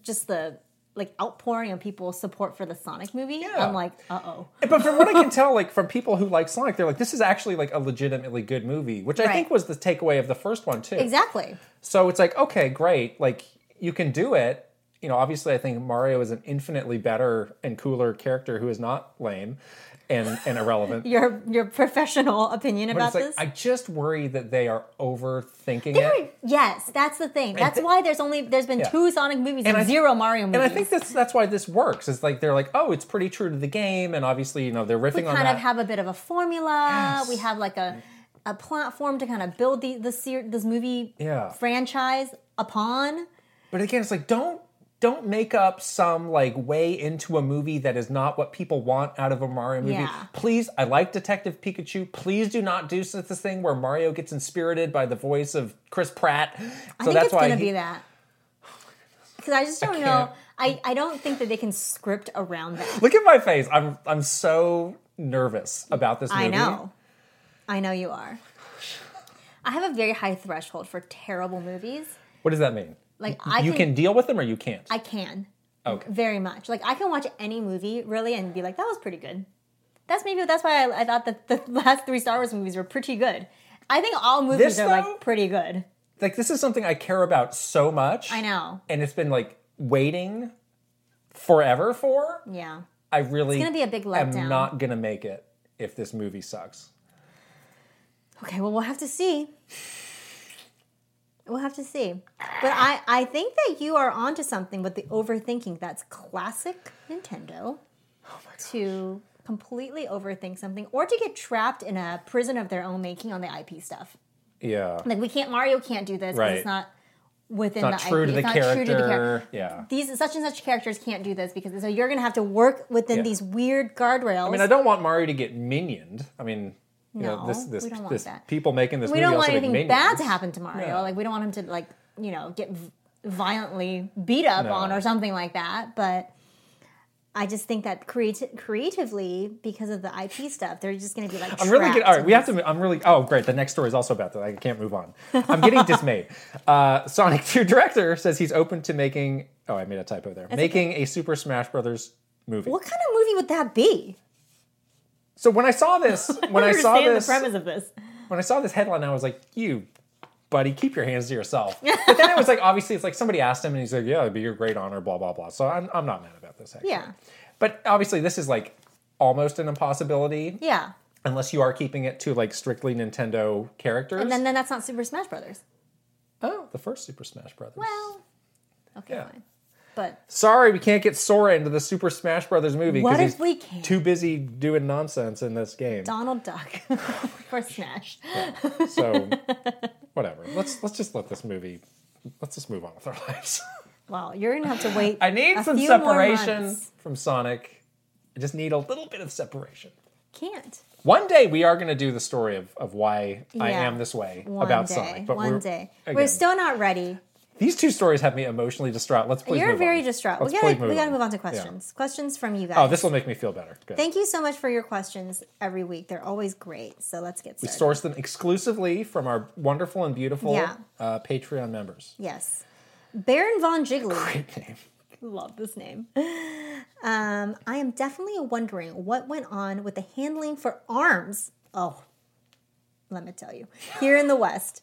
Speaker 1: just the like outpouring of people's support for the sonic movie i'm like uh-oh
Speaker 2: But from what I can tell, like from people who like Sonic, they're like, this is actually like a legitimately good movie, which I
Speaker 1: Right.
Speaker 2: think was the takeaway of the first one too.
Speaker 1: exactly
Speaker 2: So it's like, okay, great. Like you can do it. You know, obviously I think Mario is an infinitely better and cooler character who is not lame and, and irrelevant.
Speaker 1: your your professional opinion
Speaker 2: But
Speaker 1: about
Speaker 2: it's like
Speaker 1: this
Speaker 2: I just worry that they are overthinking it.
Speaker 1: yes that's the thing that's
Speaker 2: thi-
Speaker 1: why there's only there's been
Speaker 2: Yeah.
Speaker 1: two sonic movies and,
Speaker 2: I thi-
Speaker 1: zero mario movies
Speaker 2: And I think that's that's why this works. It's like they're like, oh, it's pretty true to the game, and obviously, you know, they're riffing
Speaker 1: we
Speaker 2: on
Speaker 1: kind
Speaker 2: that.
Speaker 1: of have a bit of a formula
Speaker 2: Yes. Mm.
Speaker 1: we have like a a platform to kind of build the, the ser- this movie
Speaker 2: Yeah.
Speaker 1: franchise upon
Speaker 2: but again, it's like don't don't make up some like way into a movie that is not what people want out of a Mario movie.
Speaker 1: Yeah.
Speaker 2: Please, I like Detective Pikachu. Please do not do such this thing where Mario gets inspirited by the voice of Chris Pratt. So
Speaker 1: I think
Speaker 2: that's
Speaker 1: it's
Speaker 2: why
Speaker 1: gonna
Speaker 2: he-
Speaker 1: be that. Because I just don't
Speaker 2: can't.
Speaker 1: know. I, I don't think that they can script around that.
Speaker 2: Look at my face. I'm I'm so nervous about this movie.
Speaker 1: I know. I know you are. I have a very high threshold for terrible movies.
Speaker 2: What does that mean?
Speaker 1: Like I
Speaker 2: you
Speaker 1: can,
Speaker 2: can deal with them or you can't.
Speaker 1: I can
Speaker 2: okay.
Speaker 1: very much. Like I can watch any movie really and be like, that was pretty good. That's maybe that's why I, I thought that the last three Star Wars movies were pretty good. I think all movies
Speaker 2: This,
Speaker 1: are
Speaker 2: though-
Speaker 1: like pretty good.
Speaker 2: Like this is something I care about so much.
Speaker 1: I know.
Speaker 2: and it's been like waiting forever for.
Speaker 1: Yeah.
Speaker 2: I really
Speaker 1: It's gonna be a big letdown.
Speaker 2: am not gonna make it if this movie sucks.
Speaker 1: Okay, well, we'll have to see. We'll have to see. But I, I think that you are onto something with the overthinking. That's classic Nintendo
Speaker 2: Oh
Speaker 1: to completely overthink something or to get trapped in a prison of their own making on the IP stuff.
Speaker 2: Yeah,
Speaker 1: Like, we can't, Mario can't do this 'cause
Speaker 2: Right.
Speaker 1: it's not within
Speaker 2: not
Speaker 1: the
Speaker 2: true
Speaker 1: IP.
Speaker 2: to the
Speaker 1: it's not
Speaker 2: character.
Speaker 1: true to the character.
Speaker 2: Yeah,
Speaker 1: These such and such characters can't do this because so you're gonna have to work within
Speaker 2: Yeah.
Speaker 1: these weird guardrails.
Speaker 2: I mean, I don't want Mario to get minioned. I mean, you know,
Speaker 1: No,
Speaker 2: this this
Speaker 1: we don't want
Speaker 2: this
Speaker 1: that.
Speaker 2: people making this
Speaker 1: we
Speaker 2: movie
Speaker 1: don't
Speaker 2: also
Speaker 1: want
Speaker 2: make
Speaker 1: anything
Speaker 2: minions.
Speaker 1: bad to happen to Mario.
Speaker 2: Yeah.
Speaker 1: Like we don't want him to like you know get v- violently beat up
Speaker 2: No.
Speaker 1: on or something like that. But I just think that creati- creatively, because of the IP stuff, they're just going to be like.
Speaker 2: I'm really
Speaker 1: trapped
Speaker 2: getting. All right,
Speaker 1: in
Speaker 2: we have
Speaker 1: this-
Speaker 2: to. I'm really. Oh, great. The next story is also about that. I can't move on. I'm getting dismayed. Uh, Sonic 2 director says he's open to making. Oh, I made a typo there. making a Super Smash Brothers movie.
Speaker 1: What kind of movie would that be?
Speaker 2: So when I saw this, when I saw
Speaker 1: understand
Speaker 2: this,
Speaker 1: the premise of this.
Speaker 2: when I saw this headline, I was like, "You, buddy, keep your hands to yourself." But then it was like, obviously, it's like somebody asked him, and he's like, "Yeah, it'd be your great honor." Blah blah blah. So I'm, I'm not mad about this. Actually.
Speaker 1: Yeah,
Speaker 2: But obviously, this is like almost an impossibility
Speaker 1: yeah.
Speaker 2: unless you are keeping it to like strictly Nintendo characters.
Speaker 1: And then, then that's not Super Smash Brothers.
Speaker 2: oh, the first Super Smash Brothers.
Speaker 1: Well, okay,
Speaker 2: Yeah.
Speaker 1: fine. But
Speaker 2: Sorry, we can't get Sora into the Super Smash Brothers movie
Speaker 1: What
Speaker 2: because
Speaker 1: if we
Speaker 2: he's
Speaker 1: can?
Speaker 2: too busy doing nonsense in this game.
Speaker 1: Donald Duck for Smash.
Speaker 2: So whatever. Let's let's just let this movie. Let's just move on with our lives.
Speaker 1: Wow, you're gonna have to wait.
Speaker 2: I need
Speaker 1: a
Speaker 2: some
Speaker 1: few more
Speaker 2: separation
Speaker 1: months.
Speaker 2: from Sonic. I just need a little bit of separation.
Speaker 1: Can't.
Speaker 2: One day we are going to do the story of, of why I
Speaker 1: Yeah.
Speaker 2: am this way
Speaker 1: one
Speaker 2: about
Speaker 1: day,
Speaker 2: Sonic. But
Speaker 1: one
Speaker 2: we're,
Speaker 1: day.
Speaker 2: again,
Speaker 1: We're still not ready.
Speaker 2: these two stories have me emotionally distraught. Let's please
Speaker 1: You're
Speaker 2: move
Speaker 1: very
Speaker 2: on.
Speaker 1: distraught.
Speaker 2: Let's
Speaker 1: we
Speaker 2: please
Speaker 1: gotta we gotta
Speaker 2: on.
Speaker 1: move on to
Speaker 2: Yeah.
Speaker 1: questions. Questions from you guys.
Speaker 2: Oh, this will make me feel better. Good.
Speaker 1: Thank you so much for your questions every week. They're always great. So let's get
Speaker 2: we
Speaker 1: started.
Speaker 2: source them exclusively from our wonderful and beautiful
Speaker 1: Yeah.
Speaker 2: uh, Patreon members.
Speaker 1: yes. Baron von Jiggly.
Speaker 2: Great name.
Speaker 1: Love this name. Um, I am definitely wondering what went on with the handling for arms. Oh, let me tell you, here in the West.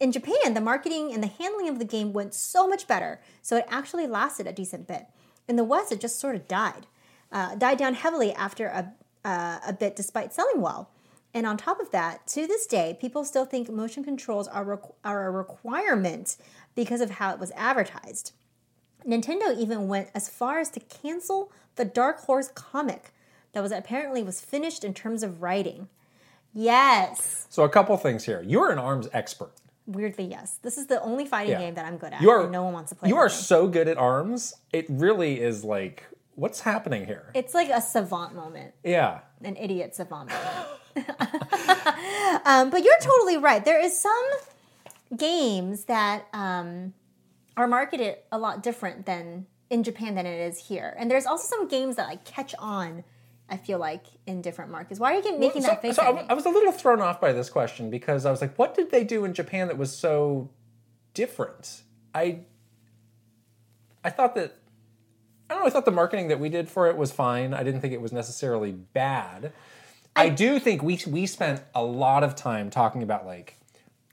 Speaker 1: In Japan, the marketing and the handling of the game went so much better, so it actually lasted a decent bit. In the West, it just sort of died, uh, died down heavily after a, uh, a bit, despite selling well. And on top of that, to this day, people still think motion controls are, requ- are a requirement because of how it was advertised. Nintendo even went as far as to cancel the Dark Horse comic that was apparently was finished in terms of writing. Yes.
Speaker 2: So a couple things here. You're an arms expert.
Speaker 1: Weirdly, yes. This is the only fighting
Speaker 2: Yeah.
Speaker 1: game that I'm good at.
Speaker 2: You are
Speaker 1: and no one wants to play.
Speaker 2: You
Speaker 1: with
Speaker 2: are
Speaker 1: me.
Speaker 2: so good at arms. It really is like what's happening here?
Speaker 1: It's like a savant moment,
Speaker 2: yeah.
Speaker 1: an idiot savant moment. um, but you're totally right. There is some games that um, are marketed a lot different than in Japan than it is here, and there's also some games that like catch on. I feel like in different markets. Why are you get- making
Speaker 2: So,
Speaker 1: that face?
Speaker 2: so
Speaker 1: at me?
Speaker 2: I, I was a little thrown off by this question because I was like, what did they do in Japan that was so different? I I thought that I don't know, I thought the marketing that we did for it was fine. I didn't think it was necessarily bad. I, do think we we spent a lot of time talking about like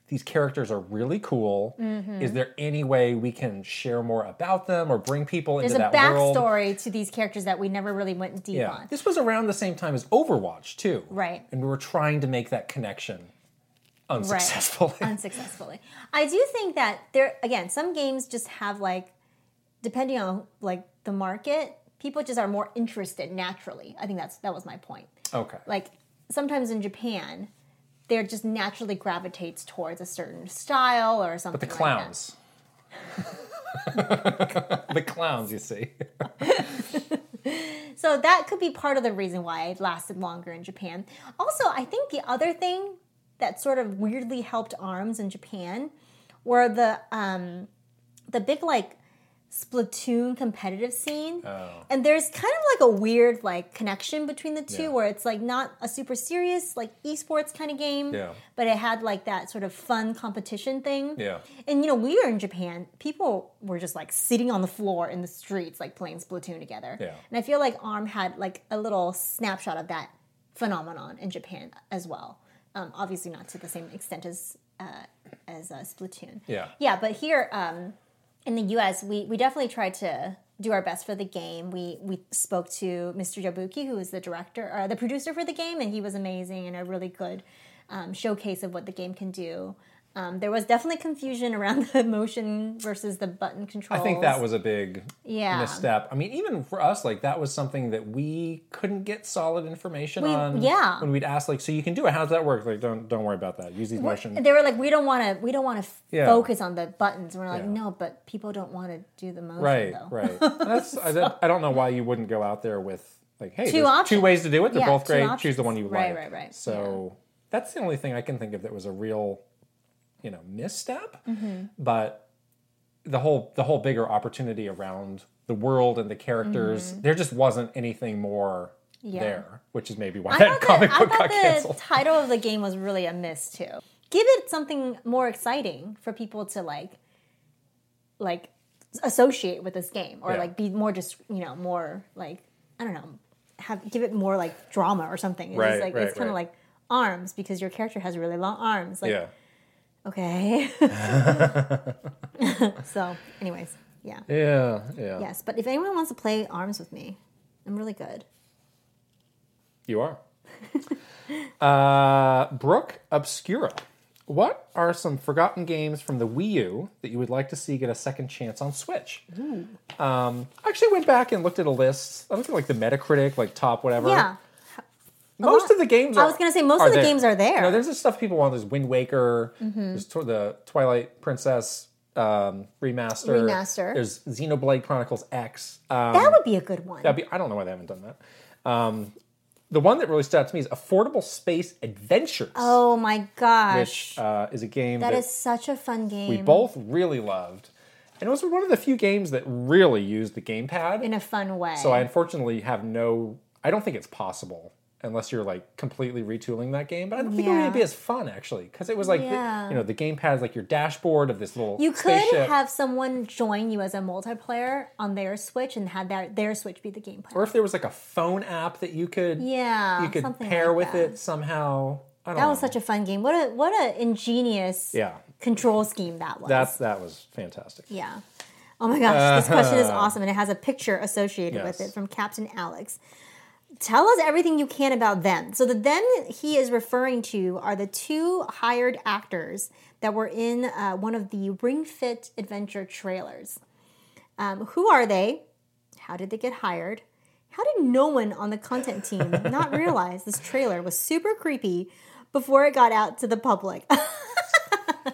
Speaker 2: these characters are really cool.
Speaker 1: Mm-hmm.
Speaker 2: Is there any way we can share more about them or bring people
Speaker 1: There's
Speaker 2: into
Speaker 1: a
Speaker 2: that world?
Speaker 1: backstory to these characters that we never really went deep
Speaker 2: Yeah.
Speaker 1: on.
Speaker 2: This was around the same time as Overwatch, too.
Speaker 1: Right.
Speaker 2: And we were trying to make that connection unsuccessfully.
Speaker 1: unsuccessfully. I do think that there again, some games just have like depending on like the market, people just are more interested naturally. I think that's that was my point.
Speaker 2: okay.
Speaker 1: Like sometimes in Japan, they're just naturally gravitates towards a certain style or something.
Speaker 2: the
Speaker 1: like that.
Speaker 2: clowns. the clowns, you see.
Speaker 1: So that could be part of the reason why it lasted longer in Japan. Also, I think the other thing that sort of weirdly helped arms in Japan were the um, the big like Splatoon competitive scene.
Speaker 2: Oh.
Speaker 1: And there's kind of like a weird like connection between the two
Speaker 2: Yeah.
Speaker 1: where it's like not a super serious like esports kind of game,
Speaker 2: Yeah.
Speaker 1: but it had like that sort of fun competition thing.
Speaker 2: Yeah.
Speaker 1: And you know, we were in Japan, people were just like sitting on the floor in the streets, like playing Splatoon together.
Speaker 2: Yeah.
Speaker 1: And I feel like ARM had like a little snapshot of that phenomenon in Japan as well. Um, obviously, not to the same extent as uh, as uh, Splatoon.
Speaker 2: Yeah.
Speaker 1: Yeah, but here um, in the U.S., we we definitely tried to do our best for the game. We we spoke to Mr. Yabuki, who is the director or the producer for the game, and he was amazing and a really good um, showcase of what the game can do. Um, there was definitely confusion around the motion versus the button
Speaker 2: I
Speaker 1: controls.
Speaker 2: think that was a big
Speaker 1: Yeah.
Speaker 2: misstep. I mean, even for us, like that was something that we couldn't get solid information on.
Speaker 1: yeah.
Speaker 2: When we'd ask, like, so you can do it, how does that work? Like, don't don't worry about that. Use these motion.
Speaker 1: They were like, we don't want to, we don't want to
Speaker 2: Yeah.
Speaker 1: focus on the buttons. We're like,
Speaker 2: Yeah.
Speaker 1: no, but people don't want to do the motion
Speaker 2: Right,
Speaker 1: though.
Speaker 2: right. That's I, don't- I don't know why you wouldn't go out there with like, hey, two,
Speaker 1: options.
Speaker 2: two ways to do it. They're
Speaker 1: Yeah,
Speaker 2: both
Speaker 1: two
Speaker 2: great. Choose
Speaker 1: options.
Speaker 2: the one you
Speaker 1: Right,
Speaker 2: like.
Speaker 1: right, right.
Speaker 2: So that's the only thing I can think of that was a real, you know, misstep.
Speaker 1: Mm-hmm.
Speaker 2: But the whole the whole bigger opportunity around the world and the characters,
Speaker 1: Mm-hmm.
Speaker 2: there just wasn't anything more there, which is maybe why
Speaker 1: I
Speaker 2: that
Speaker 1: thought,
Speaker 2: comic
Speaker 1: the, I
Speaker 2: book
Speaker 1: thought
Speaker 2: got
Speaker 1: the
Speaker 2: canceled.
Speaker 1: title of the game was really a miss too. Give it something more exciting for people to like, like associate with this game, or
Speaker 2: Yeah.
Speaker 1: like be more just you know more like I don't know, have give it more like drama or something. It's
Speaker 2: Right,
Speaker 1: like
Speaker 2: right,
Speaker 1: it's kind of
Speaker 2: right.
Speaker 1: like arms because your character has really long arms. Like
Speaker 2: yeah.
Speaker 1: okay, so anyways, yeah,
Speaker 2: yeah, yeah,
Speaker 1: yes. But if anyone wants to play arms with me, I'm really good.
Speaker 2: You are. uh, Brooke Obscura. What are some forgotten games from the Wii U that you would like to see get a second chance on Switch? Um, I actually went back and looked at a list. I looked at like the Metacritic, like top whatever.
Speaker 1: Yeah,
Speaker 2: most
Speaker 1: lot-
Speaker 2: of the games. Are,
Speaker 1: I was gonna say most of the games are there. Mm-hmm.
Speaker 2: You know, there's the stuff people want. There's Wind Waker. There's tw- the Twilight Princess um, remaster.
Speaker 1: Remaster.
Speaker 2: There's Xenoblade Chronicles X. Um,
Speaker 1: that would be a good one.
Speaker 2: That'd be, I don't know why they haven't done that. Um, the one that really stood out to me is Affordable Space Adventures,
Speaker 1: Oh my gosh.
Speaker 2: which uh, is a game that,
Speaker 1: That is such a fun game.
Speaker 2: we both really loved. And it was one of the few games that really used the gamepad.
Speaker 1: in a fun way.
Speaker 2: so I unfortunately have no, I don't think it's possible unless you're like completely retooling that game. But I don't think it
Speaker 1: Yeah.
Speaker 2: would be as fun actually because it was like, the-
Speaker 1: Yeah.
Speaker 2: you know, the gamepad is like your dashboard of this little
Speaker 1: you could
Speaker 2: spaceship.
Speaker 1: have someone join you as a multiplayer on their Switch and had their their Switch be the game
Speaker 2: or
Speaker 1: player.
Speaker 2: if there was like a phone app that you could
Speaker 1: Yeah,
Speaker 2: you could
Speaker 1: something
Speaker 2: pair
Speaker 1: like
Speaker 2: with
Speaker 1: that.
Speaker 2: it somehow. I don't
Speaker 1: That was
Speaker 2: know.
Speaker 1: such a fun game. What a what a ingenious
Speaker 2: yeah.
Speaker 1: control scheme that was.
Speaker 2: That that was fantastic.
Speaker 1: yeah. Oh my gosh, this question is awesome, and it has a picture associated with
Speaker 2: Yes.
Speaker 1: it from Captain Alex. Tell us everything you can about them. So the them he is referring to are the two hired actors that were in uh, one of the Ring Fit Adventure trailers. Um, who are they? How did they get hired? How did no one on the content team not realize this trailer was super creepy before it got out to the public? I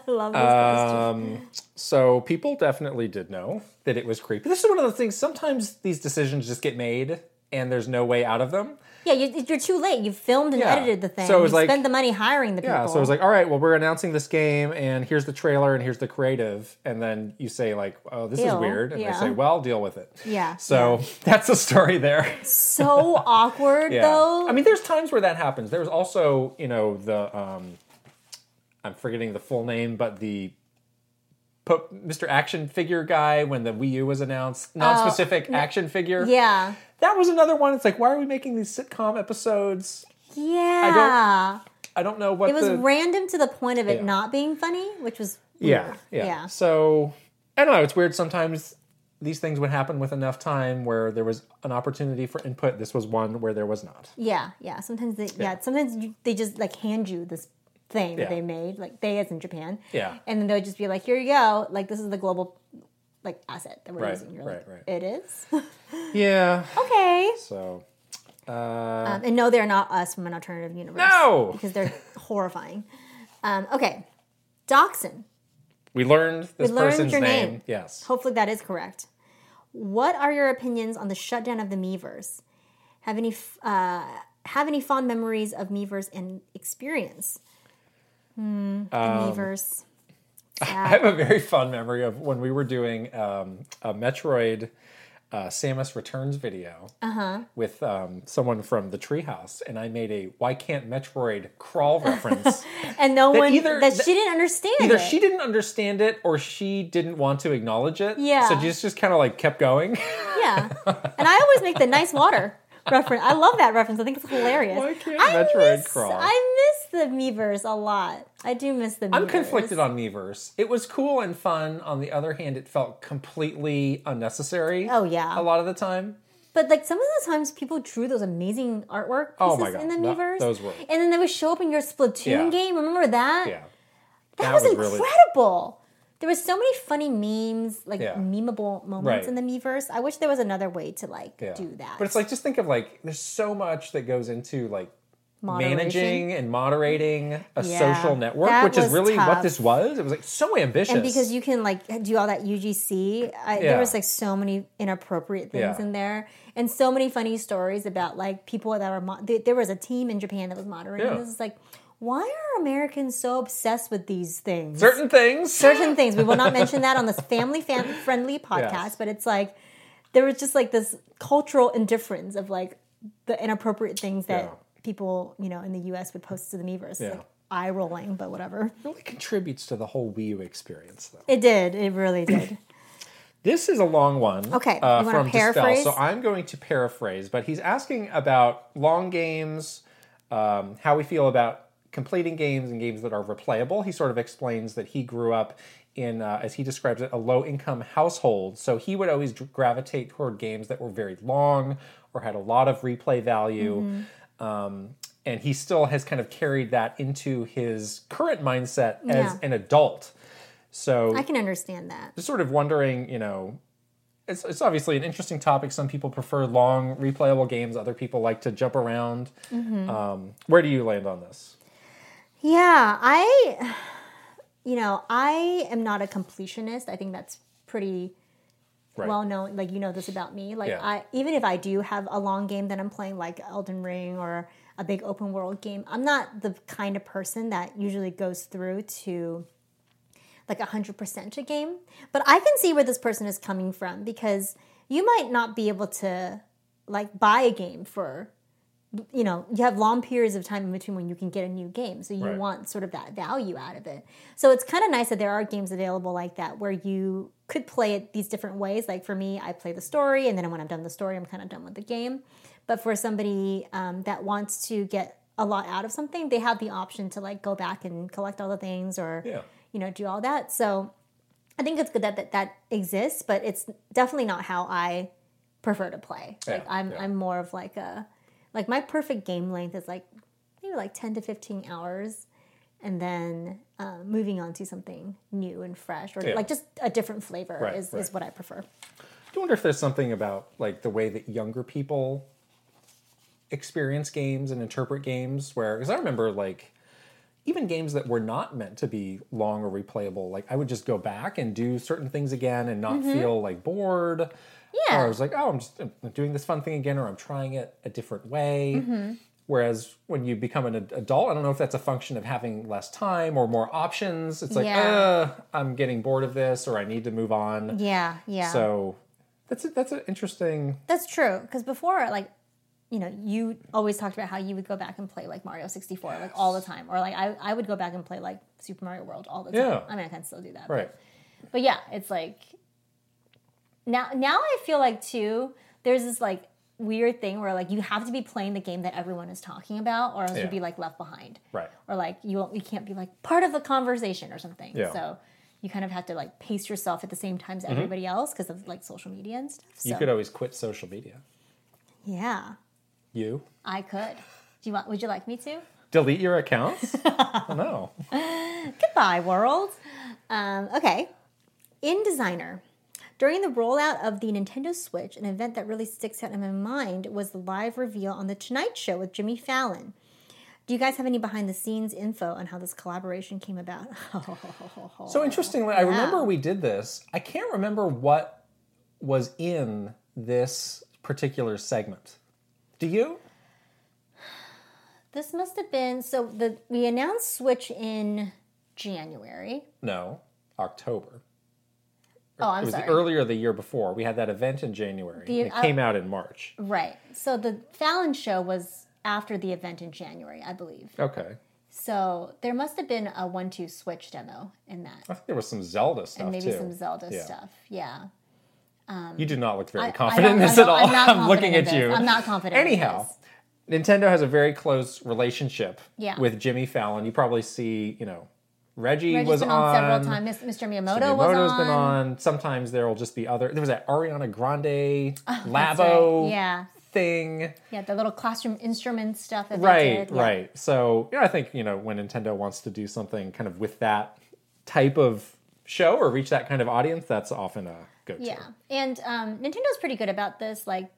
Speaker 1: love this question.
Speaker 2: So people definitely did know that it was creepy. This is one of the things. Sometimes these decisions just get made, and there's no way out of them.
Speaker 1: Yeah, you, you're too late. You filmed and
Speaker 2: Yeah.
Speaker 1: edited the thing.
Speaker 2: So it was
Speaker 1: you
Speaker 2: like-
Speaker 1: spent the money hiring the people.
Speaker 2: Yeah. So I was like, all right, well, we're announcing this game, and here's the trailer, and here's the creative, and then you say like, oh, this is
Speaker 1: Ew,
Speaker 2: weird, and
Speaker 1: yeah.
Speaker 2: I say, well, deal with it.
Speaker 1: Yeah,
Speaker 2: So that's the story there.
Speaker 1: so awkward
Speaker 2: Yeah.
Speaker 1: though.
Speaker 2: I mean, there's times where that happens. There was also, you know, the um, I'm forgetting the full name, but the po- Mr. Action Figure guy when the Wii U was announced, non-specific action figure.
Speaker 1: Oh, yeah,
Speaker 2: that was another one. It's like, why are we making these sitcom episodes?
Speaker 1: yeah.
Speaker 2: I don't know what
Speaker 1: It was
Speaker 2: the
Speaker 1: random to the point of it
Speaker 2: Yeah.
Speaker 1: not being funny, which was
Speaker 2: yeah,
Speaker 1: weird.
Speaker 2: yeah
Speaker 1: yeah.
Speaker 2: So I don't know. It's weird. Sometimes these things would happen with enough time where there was an opportunity for input. This was one where there was not.
Speaker 1: Yeah, yeah. Sometimes they, yeah. Sometimes you, they just like hand you this thing that
Speaker 2: Yeah.
Speaker 1: they made, like they as in Japan.
Speaker 2: Yeah.
Speaker 1: And then they'll just be like, "Here you go. Like this is the global, like asset that we're
Speaker 2: Right,
Speaker 1: using." You're like,
Speaker 2: right, right.
Speaker 1: "It is
Speaker 2: Yeah.
Speaker 1: Oh. okay."
Speaker 2: So
Speaker 1: Um, and no, they're not us from an alternative universe.
Speaker 2: Uh, No!
Speaker 1: because they're horrifying. Um, okay, Dachshund.
Speaker 2: we learned this
Speaker 1: learned
Speaker 2: person's
Speaker 1: your
Speaker 2: name.
Speaker 1: name.
Speaker 2: Yes.
Speaker 1: Hopefully that is correct. What are your opinions on the shutdown of the Meverse? Have any f- uh, have any fond memories of Meverse and experience? Hmm, the Miiverse.
Speaker 2: Um, I have a very fun memory of when we were doing um, a Metroid uh, Samus Returns video
Speaker 1: Uh-huh.
Speaker 2: with um, someone from the Treehouse, and I made a "Why can't Metroid crawl?" reference.
Speaker 1: And no one
Speaker 2: either-
Speaker 1: that
Speaker 2: that-
Speaker 1: she didn't understand.
Speaker 2: Either
Speaker 1: it.
Speaker 2: she didn't understand it, or she didn't want to acknowledge it.
Speaker 1: Yeah.
Speaker 2: So she just, just kind of like kept going.
Speaker 1: yeah. And I always make the nice water reference. I love that reference. I think it's hilarious.
Speaker 2: Why can't
Speaker 1: I
Speaker 2: Metroid
Speaker 1: miss,
Speaker 2: crawl?
Speaker 1: I miss the Meverse a lot. I do miss the.
Speaker 2: I'm conflicted on Miiverse. It was cool and fun. On the other hand, it felt completely unnecessary.
Speaker 1: Oh, yeah.
Speaker 2: A lot of the time.
Speaker 1: But like some of the times people drew those amazing artwork pieces
Speaker 2: Oh my God,
Speaker 1: in the
Speaker 2: that-
Speaker 1: Miiverse.
Speaker 2: those were-
Speaker 1: And then they would show up in your Splatoon
Speaker 2: Yeah.
Speaker 1: game. Remember that?
Speaker 2: Yeah.
Speaker 1: That,
Speaker 2: That
Speaker 1: was,
Speaker 2: was really-
Speaker 1: incredible. There was so many funny memes, like
Speaker 2: Yeah.
Speaker 1: memeable moments
Speaker 2: Right.
Speaker 1: in the Miiverse. I wish there was another way to like
Speaker 2: Yeah.
Speaker 1: do that.
Speaker 2: But it's like just think of like there's so much that goes into like
Speaker 1: Moderation.
Speaker 2: managing and moderating a
Speaker 1: Yeah.
Speaker 2: social network,
Speaker 1: That
Speaker 2: which is
Speaker 1: was
Speaker 2: really
Speaker 1: tough.
Speaker 2: what this was. It was like so ambitious.
Speaker 1: and because you can like do all that UGC, I, there
Speaker 2: Yeah.
Speaker 1: was like so many inappropriate things
Speaker 2: Yeah.
Speaker 1: in there, and so many funny stories about like people that were. Mo- there, there was a team in Japan that was moderating.
Speaker 2: Yeah.
Speaker 1: This is like, why are Americans so obsessed with these things?
Speaker 2: certain things,
Speaker 1: certain things. We will not mention that on this family fam- friendly podcast,
Speaker 2: Yes.
Speaker 1: but it's like there was just like this cultural indifference of like the inappropriate things that
Speaker 2: Yeah.
Speaker 1: people, you know, in the US would post to the Meverse.
Speaker 2: Yeah.
Speaker 1: Like eye rolling, but whatever.
Speaker 2: really contributes to the whole Wii U experience, though.
Speaker 1: It did. It really did.
Speaker 2: This is a long one.
Speaker 1: Okay,
Speaker 2: uh,
Speaker 1: you wanna
Speaker 2: from Distel,
Speaker 1: paraphrase?
Speaker 2: so I'm going to paraphrase, but he's asking about long games, um, how we feel about completing games and games that are replayable. He sort of explains that he grew up in, uh, as he describes it, a low income household, so he would always gravitate toward games that were very long or had a lot of replay value.
Speaker 1: Mm-hmm.
Speaker 2: Um, and he still has kind of carried that into his current mindset as
Speaker 1: Yeah.
Speaker 2: an adult. So
Speaker 1: I can understand that.
Speaker 2: just sort of wondering, you know, it's, it's obviously an interesting topic. Some people prefer long, replayable games. Other people like to jump around. Um, where do you land on this?
Speaker 1: Yeah, I, you know, I am not a completionist. I think that's pretty
Speaker 2: Right.
Speaker 1: well known. Like you know this about me. Like
Speaker 2: Yeah.
Speaker 1: I, even if I do have a long game that I'm playing, like Elden Ring or a big open world game, I'm not the kind of person that usually goes through to like 100% a game. But I can see where this person is coming from because you might not be able to like buy a game for you know, you have long periods of time in between when you can get a new game. So you
Speaker 2: Right.
Speaker 1: want sort of that value out of it. So it's kind of nice that there are games available like that where you could play it these different ways. Like for me, I play the story, and then when I'm done with the story, I'm kind of done with the game. But for somebody um, that wants to get a lot out of something, they have the option to like go back and collect all the things or
Speaker 2: Yeah.
Speaker 1: you know do all that. So I think it's good that that, that exists, but it's definitely not how I prefer to play. Like
Speaker 2: Yeah,
Speaker 1: I'm
Speaker 2: yeah.
Speaker 1: I'm more of like a like my perfect game length is like maybe like ten to fifteen hours. And then uh, moving on to something new and fresh, or
Speaker 2: Yeah.
Speaker 1: like just a different flavor,
Speaker 2: Right,
Speaker 1: is, is
Speaker 2: right.
Speaker 1: what I prefer.
Speaker 2: I wonder if there's something about like the way that younger people experience games and interpret games where because I remember like even games that were not meant to be long or replayable, like I would just go back and do certain things again and not feel like bored.
Speaker 1: Yeah.
Speaker 2: Or I was like, oh, I'm just I'm doing this fun thing again, or I'm trying it a different way.
Speaker 1: Mm-hmm.
Speaker 2: Whereas when you become an ad- adult, I don't know if that's a function of having less time or more options. It's like,
Speaker 1: Yeah.
Speaker 2: uh, I'm getting bored of this, or I need to move on.
Speaker 1: Yeah, yeah.
Speaker 2: So that's a, that's an interesting.
Speaker 1: That's true. Because before, like, you know, you always talked about how you would go back and play like Mario 64 like all the time. Or like I, I would go back and play like Super Mario World all the time.
Speaker 2: Yeah.
Speaker 1: I mean, I can still do that.
Speaker 2: Right.
Speaker 1: But, but yeah, it's like now, now I feel like too, there's this like weird thing where like you have to be playing the game that everyone is talking about or else
Speaker 2: Yeah.
Speaker 1: you'll be like left behind.
Speaker 2: Right.
Speaker 1: Or like you, won't, you can't be like part of the conversation or something.
Speaker 2: Yeah. Mm-hmm.
Speaker 1: So you kind of have to like pace yourself at the same time as everybody else because of like social media and stuff. So,
Speaker 2: You could always quit social media.
Speaker 1: yeah.
Speaker 2: You
Speaker 1: I could. Do you want? Would you like me to?
Speaker 2: delete your accounts? I don't know.
Speaker 1: Goodbye, world. Um, okay. In Designer, during the rollout of the Nintendo Switch, an event that really sticks out in my mind was the live reveal on the Tonight Show with Jimmy Fallon. Do you guys have any behind the scenes info on how this collaboration came about?
Speaker 2: So interestingly, I remember we did this. I can't remember what was in this particular segment. Do you?
Speaker 1: this must have been so the we announced Switch in January.
Speaker 2: No. October.
Speaker 1: Oh,
Speaker 2: It
Speaker 1: I'm
Speaker 2: was the
Speaker 1: sorry.
Speaker 2: earlier the year before. We had that event in January.
Speaker 1: The- uh,
Speaker 2: and it came out in March.
Speaker 1: right. So the Fallon show was after the event in January, I believe.
Speaker 2: Okay.
Speaker 1: So there must have been a one-two switch demo in that,
Speaker 2: I think there was some Zelda stuff
Speaker 1: and maybe
Speaker 2: too.
Speaker 1: some Zelda
Speaker 2: Yeah.
Speaker 1: stuff. Yeah,
Speaker 2: You do not look very
Speaker 1: I
Speaker 2: confident in
Speaker 1: don't- I
Speaker 2: this at
Speaker 1: don't-
Speaker 2: all.
Speaker 1: I'm not confident
Speaker 2: looking
Speaker 1: in
Speaker 2: at
Speaker 1: this.
Speaker 2: you.
Speaker 1: I'm not confident in
Speaker 2: Anyhow,
Speaker 1: this.
Speaker 2: Nintendo has a very close relationship
Speaker 1: Yeah.
Speaker 2: with Jimmy Fallon. You probably see, you know, Reggie
Speaker 1: Reggie's
Speaker 2: was
Speaker 1: been on, several times. Mis- Mr. Miyamoto was
Speaker 2: Miyamoto's
Speaker 1: on.
Speaker 2: been on. Sometimes there will just be other. There was that Ariana Grande
Speaker 1: That's
Speaker 2: Labo
Speaker 1: right. Yeah,
Speaker 2: thing.
Speaker 1: yeah, the little classroom instrument stuff. That they
Speaker 2: Right,
Speaker 1: did. Yeah.
Speaker 2: right. So yeah, I think you know when Nintendo wants to do something kind of with that type of show or reach that kind of audience, that's often a go-to.
Speaker 1: Yeah, and um, Nintendo's pretty good about this. Like,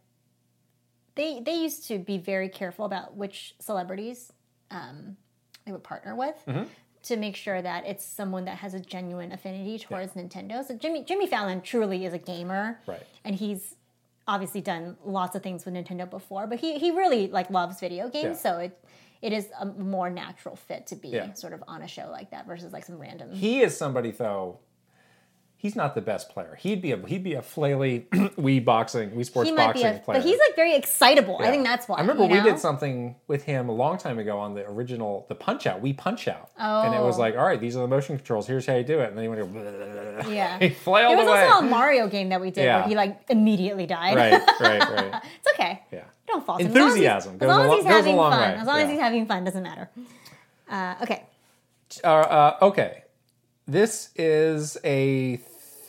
Speaker 1: they they used to be very careful about which celebrities um, they would partner with
Speaker 2: Mm-hmm.
Speaker 1: to make sure that it's someone that has a genuine affinity towards Nintendo. So Jimmy Jimmy Fallon truly is a gamer,
Speaker 2: Right.
Speaker 1: And he's obviously done lots of things with Nintendo before, but he he really like loves video games,
Speaker 2: Yeah.
Speaker 1: so it. It is a more natural fit to be
Speaker 2: Yeah.
Speaker 1: sort of on a show like that versus like some random.
Speaker 2: he is somebody though. He's not the best player. He'd be a he'd be a flaily Wii boxing, Wii sports
Speaker 1: he might be,
Speaker 2: boxing
Speaker 1: a,
Speaker 2: player.
Speaker 1: but he's like very excitable. I
Speaker 2: Yeah.
Speaker 1: think that's why.
Speaker 2: I remember
Speaker 1: you
Speaker 2: we
Speaker 1: know?
Speaker 2: did something with him a long time ago on the original the Punch Out, Wii Punch Out, and it was
Speaker 1: Oh.
Speaker 2: like, all right, these are the motion controls. Here's how you do it, and then he went, blah, blah, blah, blah.
Speaker 1: Yeah.
Speaker 2: he flailed
Speaker 1: There was
Speaker 2: away.
Speaker 1: also a Mario game that we did
Speaker 2: Yeah.
Speaker 1: where he like immediately died.
Speaker 2: right, right, right.
Speaker 1: it's okay.
Speaker 2: Yeah.
Speaker 1: Don't fault him. As long as he's-
Speaker 2: Enthusiasm
Speaker 1: As
Speaker 2: goes
Speaker 1: long
Speaker 2: a
Speaker 1: as
Speaker 2: lo-
Speaker 1: he's
Speaker 2: goes a
Speaker 1: having
Speaker 2: long
Speaker 1: fun.
Speaker 2: way.
Speaker 1: As long as
Speaker 2: Yeah.
Speaker 1: he's having fun, doesn't matter. Uh, okay.
Speaker 2: Uh, uh, okay, this is a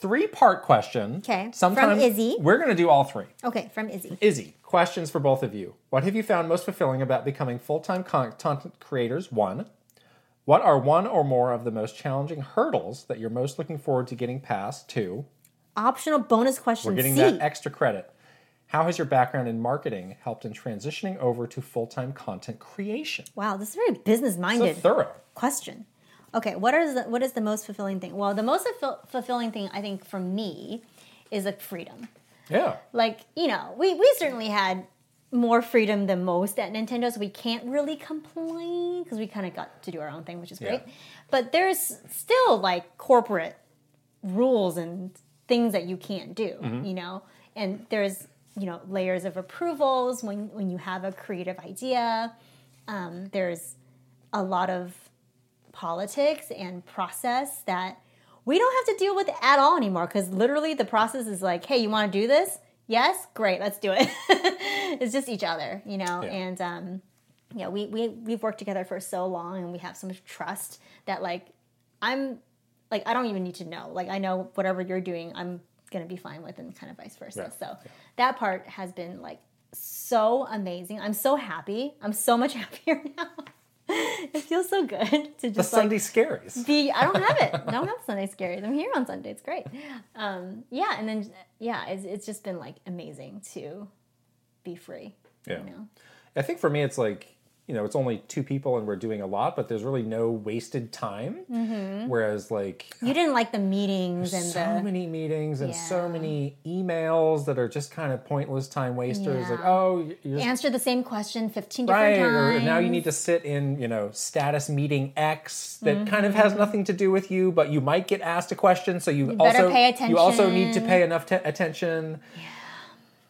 Speaker 2: three part question.
Speaker 1: 'Kay. From
Speaker 2: Sometime-
Speaker 1: Izzy.
Speaker 2: We're gonna do all three.
Speaker 1: Okay, from Izzy.
Speaker 2: Izzy, questions for both of you. What have you found most fulfilling about becoming full time content creators? One, what are one or more of the most challenging hurdles that you're most looking forward to getting past? Two,
Speaker 1: Optional bonus question
Speaker 2: we're getting
Speaker 1: C.
Speaker 2: that extra credit. How has your background in marketing helped in transitioning over to full time content creation?
Speaker 1: wow, this is very business
Speaker 2: So
Speaker 1: minded
Speaker 2: thorough.
Speaker 1: question. Okay, what are the, what is the most fulfilling thing? Well, the most fulfill- fulfilling thing I think for me is like freedom.
Speaker 2: Yeah.
Speaker 1: like you know we, we certainly had more freedom than most at nintendo so we can't really complain because we kind of got to do our own thing which is great
Speaker 2: Yeah.
Speaker 1: but there's still like corporate rules and things that you can't do you know and there's you know layers of approvals when when you have a creative idea um, there's a lot of politics and process that we don't have to deal with at all anymore because literally the process is like, hey, you want to do this? Yes, great, let's do it. it's just each other, you know,
Speaker 2: Yeah.
Speaker 1: and um, yeah, we, we we've worked together for so long and we have so much trust that like I'm like I don't even need to know. Like I know whatever you're doing, I'm gonna be fine with and kind of vice versa.
Speaker 2: Yeah,
Speaker 1: So that part has been like so amazing. I'm so happy. I'm so much happier now. it feels so good to
Speaker 2: The
Speaker 1: just like
Speaker 2: Sunday scaries.
Speaker 1: the I don't have it. I don't have Sunday scaries. I'm here on Sunday. It's great. Um, yeah, and then yeah, it's, it's just been like amazing to be free. You
Speaker 2: Yeah.
Speaker 1: know?
Speaker 2: I think for me, it's like, you know, it's only two people and we're doing a lot, but there's really no wasted time. Whereas, like,
Speaker 1: You didn't like the meetings and
Speaker 2: so
Speaker 1: Mm-hmm. the
Speaker 2: many meetings and so
Speaker 1: Yeah.
Speaker 2: many emails that are just kind of pointless time wasters. Like,
Speaker 1: Yeah.
Speaker 2: oh, you're
Speaker 1: answer the same question 15 different
Speaker 2: right, or
Speaker 1: times.
Speaker 2: now you need to sit in, you know, status meeting X that
Speaker 1: Mm-hmm.
Speaker 2: kind of has nothing to do with you, but you might get asked a question, so you,
Speaker 1: better
Speaker 2: also
Speaker 1: pay
Speaker 2: you also need to
Speaker 1: attention.
Speaker 2: pay enough t- attention. Yeah.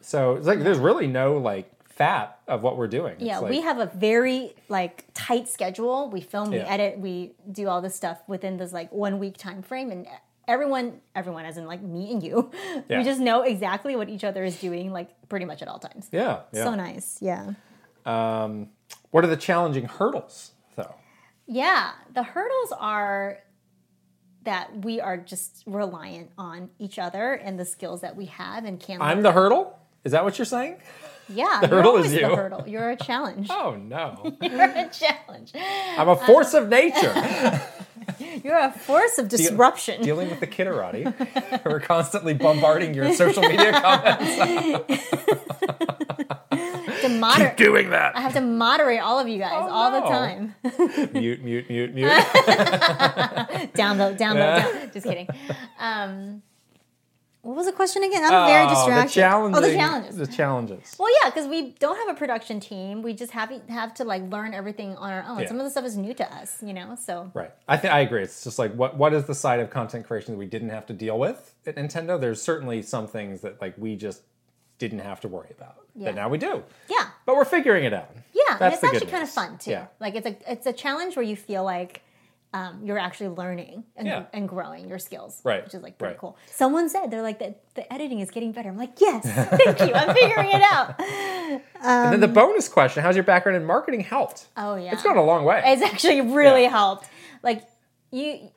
Speaker 2: So it's like there's really no like fat of what we're doing. It's
Speaker 1: yeah,
Speaker 2: like,
Speaker 1: we have a very like tight schedule. We film, we
Speaker 2: Yeah.
Speaker 1: edit, we do all this stuff within this like one week time frame and everyone everyone as in like me and you.
Speaker 2: Yeah.
Speaker 1: We just know exactly what each other is doing like pretty much at all times.
Speaker 2: yeah, yeah.
Speaker 1: So nice. Yeah.
Speaker 2: What are the challenging hurdles though?
Speaker 1: Yeah, the hurdles are that we are just reliant on each other and the skills that we have and can.
Speaker 2: I'm the hurdle. Is that what you're saying?
Speaker 1: yeah, the
Speaker 2: hurdle is you.
Speaker 1: The hurdle. You're a challenge.
Speaker 2: Oh no,
Speaker 1: You're a challenge.
Speaker 2: I'm a force of nature.
Speaker 1: You're a force of disruption.
Speaker 2: Dealing with the Kitterati, we're constantly bombarding your social media comments.
Speaker 1: to moder-
Speaker 2: Doing
Speaker 1: I
Speaker 2: that.
Speaker 1: have to moderate all of you guys
Speaker 2: Oh,
Speaker 1: all
Speaker 2: no.
Speaker 1: the time.
Speaker 2: Mute, mute, mute, mute.
Speaker 1: download, download,
Speaker 2: Yeah.
Speaker 1: down. Just kidding. Um, what was the question again? I'm very distracted.
Speaker 2: Oh, The challenging,
Speaker 1: oh, the challenges.
Speaker 2: The challenges.
Speaker 1: Well, yeah, because we don't have a production team. We just have have to like learn everything on our own.
Speaker 2: Yeah.
Speaker 1: Some of the stuff is new to us, you know. So
Speaker 2: Right. I think I agree. It's just like what what is the side of content creation that we didn't have to deal with at Nintendo? There's certainly some things that like we just didn't have to worry about.
Speaker 1: Yeah.
Speaker 2: But now we do.
Speaker 1: yeah,
Speaker 2: But we're figuring it out.
Speaker 1: yeah, and
Speaker 2: That's
Speaker 1: it's
Speaker 2: the good
Speaker 1: actually kind of
Speaker 2: news.
Speaker 1: fun too.
Speaker 2: Yeah.
Speaker 1: Like it's a it's a challenge where you feel like um, you're actually learning and,
Speaker 2: Yeah.
Speaker 1: and growing your skills,
Speaker 2: Right,
Speaker 1: Which is like pretty
Speaker 2: right.
Speaker 1: cool. Someone said they're like the, the editing is getting better. I'm like, yes, thank you. I'm figuring it out.
Speaker 2: and then
Speaker 1: Um,
Speaker 2: the bonus question, how's your background in marketing helped?
Speaker 1: Oh yeah,
Speaker 2: It's gone a long way.
Speaker 1: It's actually really
Speaker 2: Yeah.
Speaker 1: helped. Like you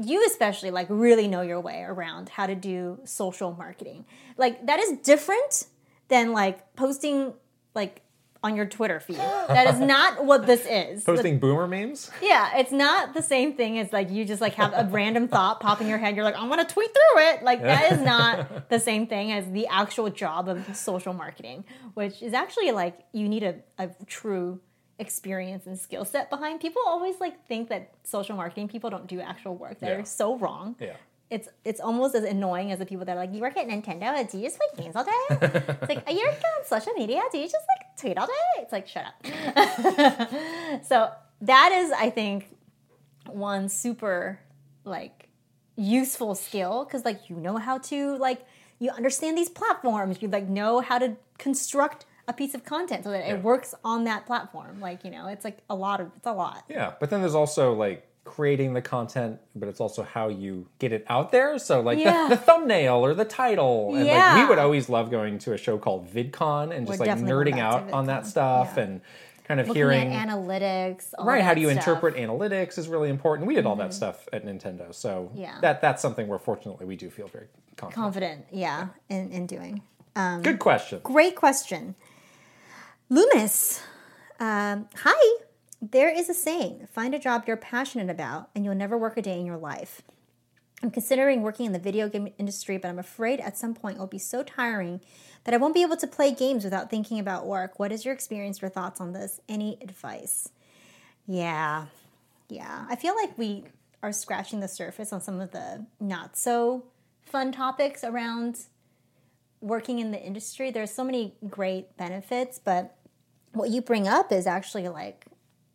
Speaker 1: you especially like really know your way around how to do social marketing. Like that is different than like posting like on your Twitter feed. That is not what this is.
Speaker 2: Posting boomer memes?
Speaker 1: Yeah, it's not the same thing as like you just like have a random thought pop in your head. You're like, I'm gonna tweet through it. Like that is not the same thing as the actual job of social marketing, which is actually like you need a, a true experience and skill set behind. People always like think that social marketing people don't do actual work. They're
Speaker 2: Yeah.
Speaker 1: so wrong.
Speaker 2: Yeah.
Speaker 1: It's it's almost as annoying as the people that are like, you work at Nintendo, do you just play games all day? it's like, you work on social media, do you just like tweet all day? It's like, shut up. So that is, I think, one super like useful skill because like you know how to like you understand these platforms. You like know how to construct a piece of content so that
Speaker 2: Yeah.
Speaker 1: it works on that platform. Like you know, it's like a lot of it's a lot.
Speaker 2: Yeah, but then there's also like creating the content, but it's also how you get it out there. So like
Speaker 1: Yeah.
Speaker 2: the, the thumbnail or the title, and like we
Speaker 1: Yeah.
Speaker 2: would always love going to a show called VidCon and just
Speaker 1: We're
Speaker 2: like
Speaker 1: definitely going
Speaker 2: nerding
Speaker 1: back to
Speaker 2: out on that
Speaker 1: VidCon.
Speaker 2: stuff
Speaker 1: Yeah.
Speaker 2: and kind of
Speaker 1: Looking
Speaker 2: hearing
Speaker 1: at analytics, all
Speaker 2: right how
Speaker 1: that
Speaker 2: do you
Speaker 1: stuff. Mm-hmm.
Speaker 2: interpret analytics is really important. We did all that stuff at Nintendo, so
Speaker 1: Yeah.
Speaker 2: that that's something where fortunately we do feel very confident.
Speaker 1: Confident, yeah, in in doing. Um,
Speaker 2: Good question.
Speaker 1: Great question. Loomis. Um, hi. There is a saying find a job you're passionate about, and you'll never work a day in your life. I'm considering working in the video game industry, but I'm afraid at some point it'll be so tiring that I won't be able to play games without thinking about work. What is your experience or thoughts on this? Any advice? Yeah. Yeah. I feel like we are scratching the surface on some of the not so fun topics around working in the industry, there's so many great benefits, but what you bring up is actually like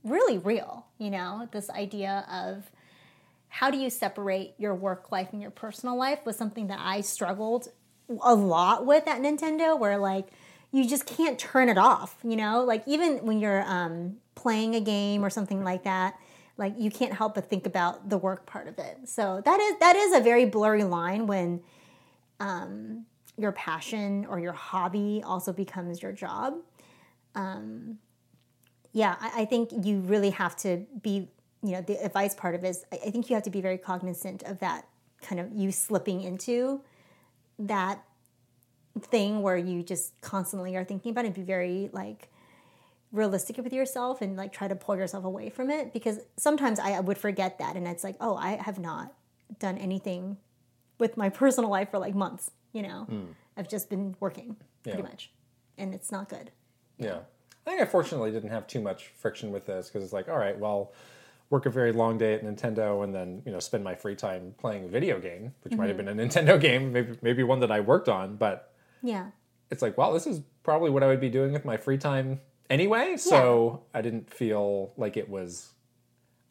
Speaker 1: really real, you know, this idea of how do you separate your work life and your personal life was something that I struggled a lot with at Nintendo where like you just can't turn it off, you know? Like even when you're um, playing a game or something like that, like you can't help but think about the work part of it. So that is that is a very blurry line when your passion or your hobby also becomes your job. Um, yeah, I, I think you really have to be, you know, the advice part of it is I, I think you have to be very cognizant of that kind of you slipping into that thing where you just constantly are thinking about it. Be very like realistic with yourself and like try to pull yourself away from it because sometimes I would forget that and it's like, oh, I have not done anything with my personal life for like months, you know. I've just been working pretty
Speaker 2: Hmm. Yeah.
Speaker 1: much and it's not good.
Speaker 2: Yeah. I think I fortunately didn't have too much friction with this because it's like, all right, well, work a very long day at Nintendo and then, you know, spend my free time playing a video game, which might have been a Nintendo game, maybe maybe one that I worked on, but
Speaker 1: Yeah.
Speaker 2: it's like, well, this is probably what I would be doing with my free time anyway, so I didn't feel like it was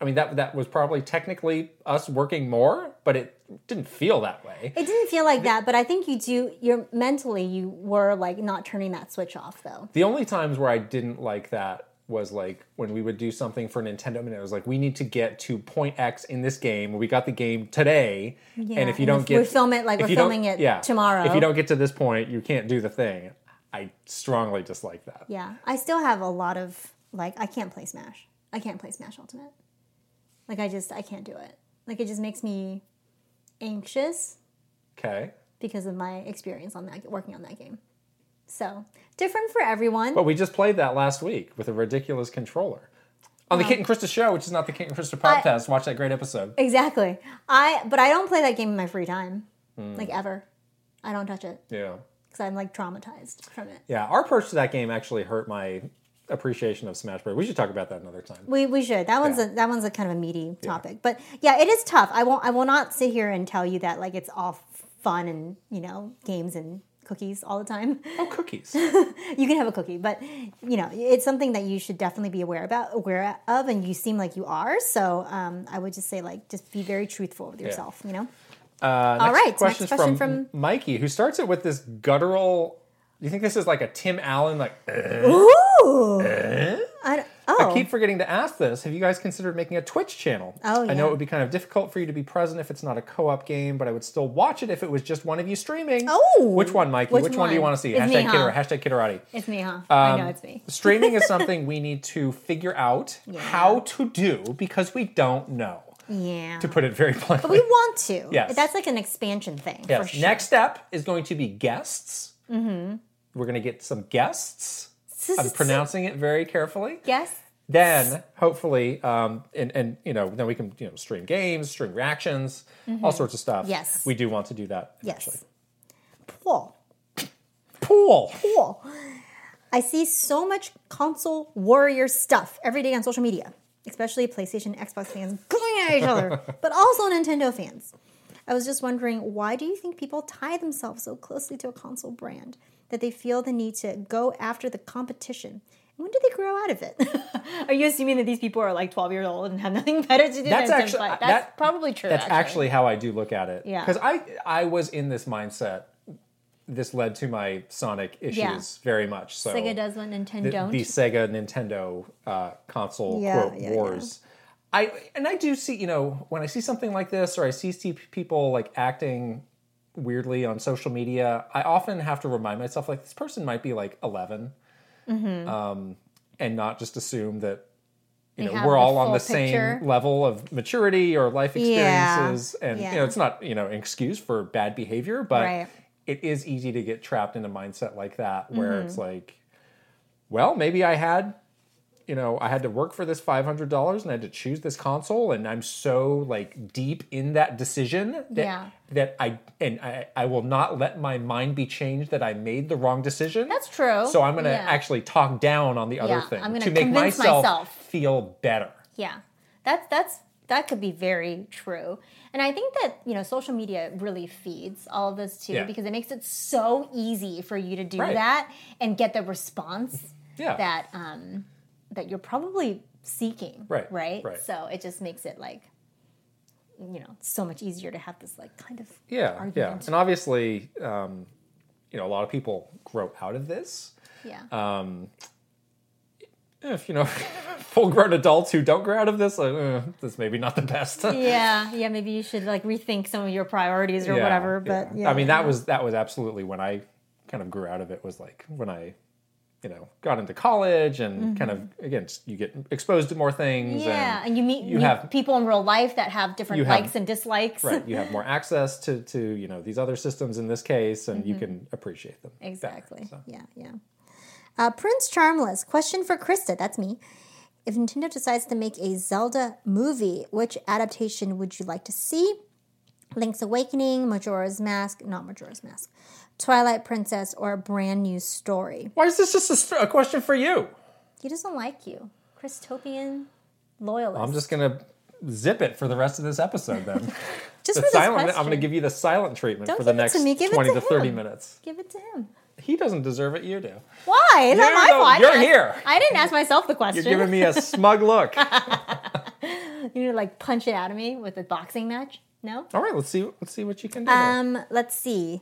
Speaker 2: I mean, that that was probably technically us working more, but it didn't feel that way.
Speaker 1: It didn't feel like that, but I think you do. You're mentally, you were like not turning that switch off, though.
Speaker 2: The only times where I didn't like that was like when we would do something for Nintendo, and it was like, we need to get to point X in this game. We got the game today, and if you don't get,
Speaker 1: we film it like
Speaker 2: if
Speaker 1: we're
Speaker 2: you don't-
Speaker 1: filming it
Speaker 2: yeah,
Speaker 1: tomorrow.
Speaker 2: If you don't get to this point, you can't do the thing. I strongly dislike that.
Speaker 1: yeah, I still have a lot of like I can't play Smash. I can't play Smash Ultimate. Like I just I can't do it. Like it just makes me anxious
Speaker 2: Okay,
Speaker 1: because of my experience on that working on that game. So different for everyone.
Speaker 2: but we just played that last week with a ridiculous controller on the Kit and Krista show, which is not the Kit and Krista podcast. Watch that great episode.
Speaker 1: exactly. I but I don't play that game in my free time,
Speaker 2: Hmm.
Speaker 1: like ever. I don't touch it
Speaker 2: Yeah.
Speaker 1: because I'm like traumatized from it.
Speaker 2: Yeah, our approach to that game actually hurt my appreciation of Smash Bros. We should talk about that another time.
Speaker 1: We, we should. That one's
Speaker 2: Yeah.
Speaker 1: a that one's a kind of a meaty topic. But yeah, it is tough. I won't I will not sit here and tell you that like it's all fun and, you know, games and cookies all the time.
Speaker 2: Oh, cookies.
Speaker 1: you can have a cookie, but you know, it's something that you should definitely be aware about aware of and you seem like you are. So um, I would just say like just be very truthful with yourself, you know?
Speaker 2: Uh,
Speaker 1: All
Speaker 2: next
Speaker 1: right, next
Speaker 2: question's
Speaker 1: question
Speaker 2: from, Mikey, who starts it with this guttural. Do you think this is like a Tim Allen? Like, "Eh."
Speaker 1: Ooh. I don't- oh.
Speaker 2: I keep forgetting to ask this. Have you guys considered making a Twitch channel?
Speaker 1: Oh,
Speaker 2: I
Speaker 1: yeah.
Speaker 2: know it would be kind of difficult for you to be present if it's not a co-op game, but I would still watch it if it was just one of you streaming.
Speaker 1: Oh.
Speaker 2: which one, Mikey?
Speaker 1: Which
Speaker 2: Which, one? do you
Speaker 1: one?
Speaker 2: want to see?
Speaker 1: It's
Speaker 2: hashtag
Speaker 1: me,
Speaker 2: kid
Speaker 1: huh?
Speaker 2: or hashtag Kidorati.
Speaker 1: it's me, huh?
Speaker 2: Um,
Speaker 1: I know it's me.
Speaker 2: Streaming is something we need to figure out how to do because we don't know.
Speaker 1: Yeah.
Speaker 2: To put it very plainly.
Speaker 1: we want to.
Speaker 2: Yes.
Speaker 1: That's like an expansion thing.
Speaker 2: Yes.
Speaker 1: For sure.
Speaker 2: Next step is going to be guests. Mm-hmm. We're going to get some guests. I'm pronouncing it very carefully.
Speaker 1: Yes.
Speaker 2: Then, hopefully, um, and and you know, then we can you know stream games, stream reactions, all sorts of stuff.
Speaker 1: Mm-hmm. Yes.
Speaker 2: we do want to do that. eventually.
Speaker 1: Yes. Paul.
Speaker 2: Pool.
Speaker 1: cool. I see so much console warrior stuff every day on social media, especially PlayStation Xbox fans going at each other, but also Nintendo fans. I was just wondering why do you think people tie themselves so closely to a console brand that they feel the need to go after the competition? And When do they grow out of it? are you assuming that these people are like 12 years old and have nothing better to do
Speaker 2: That's
Speaker 1: than
Speaker 2: actually-
Speaker 1: to fight?
Speaker 2: that-
Speaker 1: That's probably true.
Speaker 2: That's actually how I do look at it.
Speaker 1: Yeah.
Speaker 2: Because I I was in this mindset. This led to my Sonic issues very much. So
Speaker 1: Sega does what Nintendo
Speaker 2: the,
Speaker 1: don't.
Speaker 2: the Sega Nintendo uh, console
Speaker 1: Yeah,
Speaker 2: quote
Speaker 1: yeah,
Speaker 2: wars. I and I do see you know when I see something like this or I see see people like acting weirdly on social media, I often have to remind myself like this person might be like 11 um,
Speaker 1: Mm-hmm.
Speaker 2: and not just assume that
Speaker 1: They
Speaker 2: you know
Speaker 1: have
Speaker 2: we're
Speaker 1: the
Speaker 2: all on
Speaker 1: full
Speaker 2: the
Speaker 1: picture.
Speaker 2: same level of maturity or life
Speaker 1: Yeah,
Speaker 2: experiences, and you
Speaker 1: yeah.
Speaker 2: know it's not you know an excuse for bad behavior, but
Speaker 1: Right.
Speaker 2: it is easy to get trapped in a mindset like that where it's
Speaker 1: Mm-hmm.
Speaker 2: like well, maybe I had, you know, I had to work for this five hundred dollars, and I had to choose this console, and I'm so like deep in that decision that
Speaker 1: Yeah.
Speaker 2: that I and I, I will not let my mind be changed that I made the wrong decision.
Speaker 1: That's true.
Speaker 2: So I'm gonna
Speaker 1: Oh, Yeah.
Speaker 2: actually talk down on the other
Speaker 1: Yeah,
Speaker 2: thing
Speaker 1: I'm gonna
Speaker 2: to make
Speaker 1: convince
Speaker 2: myself,
Speaker 1: myself.
Speaker 2: feel better.
Speaker 1: Yeah, that's that's that could be very true, and I think that you know social media really feeds all of this too
Speaker 2: Yeah.
Speaker 1: because it makes it so easy for you to do
Speaker 2: Right.
Speaker 1: that and get the response
Speaker 2: Yeah.
Speaker 1: that um, that you're probably seeking.
Speaker 2: Right,
Speaker 1: Right.
Speaker 2: right.
Speaker 1: So it just makes it like you know so much easier to have this like kind of
Speaker 2: yeah, yeah,
Speaker 1: argument.
Speaker 2: and obviously, um, you know, a lot of people grow out of this.
Speaker 1: yeah
Speaker 2: Um, If you know, full-grown adults who don't grow out of this, like, uh, this maybe not the best.
Speaker 1: yeah yeah maybe you should like rethink some of your priorities or
Speaker 2: Yeah,
Speaker 1: whatever
Speaker 2: yeah.
Speaker 1: but yeah
Speaker 2: I mean that was that was absolutely when I kind of grew out of it was like when I you know got into college and kind of again s- you get exposed to more things.
Speaker 1: Mm-hmm. Yeah,
Speaker 2: and,
Speaker 1: and you meet,
Speaker 2: you
Speaker 1: meet
Speaker 2: have-
Speaker 1: people in real life that have different
Speaker 2: You have-
Speaker 1: likes and dislikes.
Speaker 2: right you have more access to to you know these other systems in this case, and you can appreciate them better,
Speaker 1: Mm-hmm. Exactly.
Speaker 2: so.
Speaker 1: Yeah, yeah. Uh, Prince Charmless, question for Krista. That's me. If Nintendo decides to make a Zelda movie, which adaptation would you like to see? Link's Awakening, Majora's Mask, not Majora's Mask, Twilight Princess, or a brand new story?
Speaker 2: Why is this just a, st- a question for you?
Speaker 1: He doesn't like you. Christopian loyalist.
Speaker 2: I'm just gonna zip it for the rest of this episode then.
Speaker 1: Just
Speaker 2: the
Speaker 1: for this
Speaker 2: silent. I'm
Speaker 1: question.
Speaker 2: gonna give you the silent treatment
Speaker 1: Don't
Speaker 2: for the
Speaker 1: give it
Speaker 2: next
Speaker 1: to me, give it
Speaker 2: 20
Speaker 1: to
Speaker 2: to 30
Speaker 1: him.
Speaker 2: minutes.
Speaker 1: Give it to him.
Speaker 2: He doesn't deserve it. You do.
Speaker 1: Why? It's not
Speaker 2: You're
Speaker 1: my
Speaker 2: the-
Speaker 1: fault. I
Speaker 2: you're
Speaker 1: didn't ask-
Speaker 2: here.
Speaker 1: I didn't ask myself the question.
Speaker 2: You're giving me a smug look.
Speaker 1: You need to like punch it out of me with a boxing match? No?
Speaker 2: All right, let's see. Let's see what you can do. there.
Speaker 1: Um, let's see.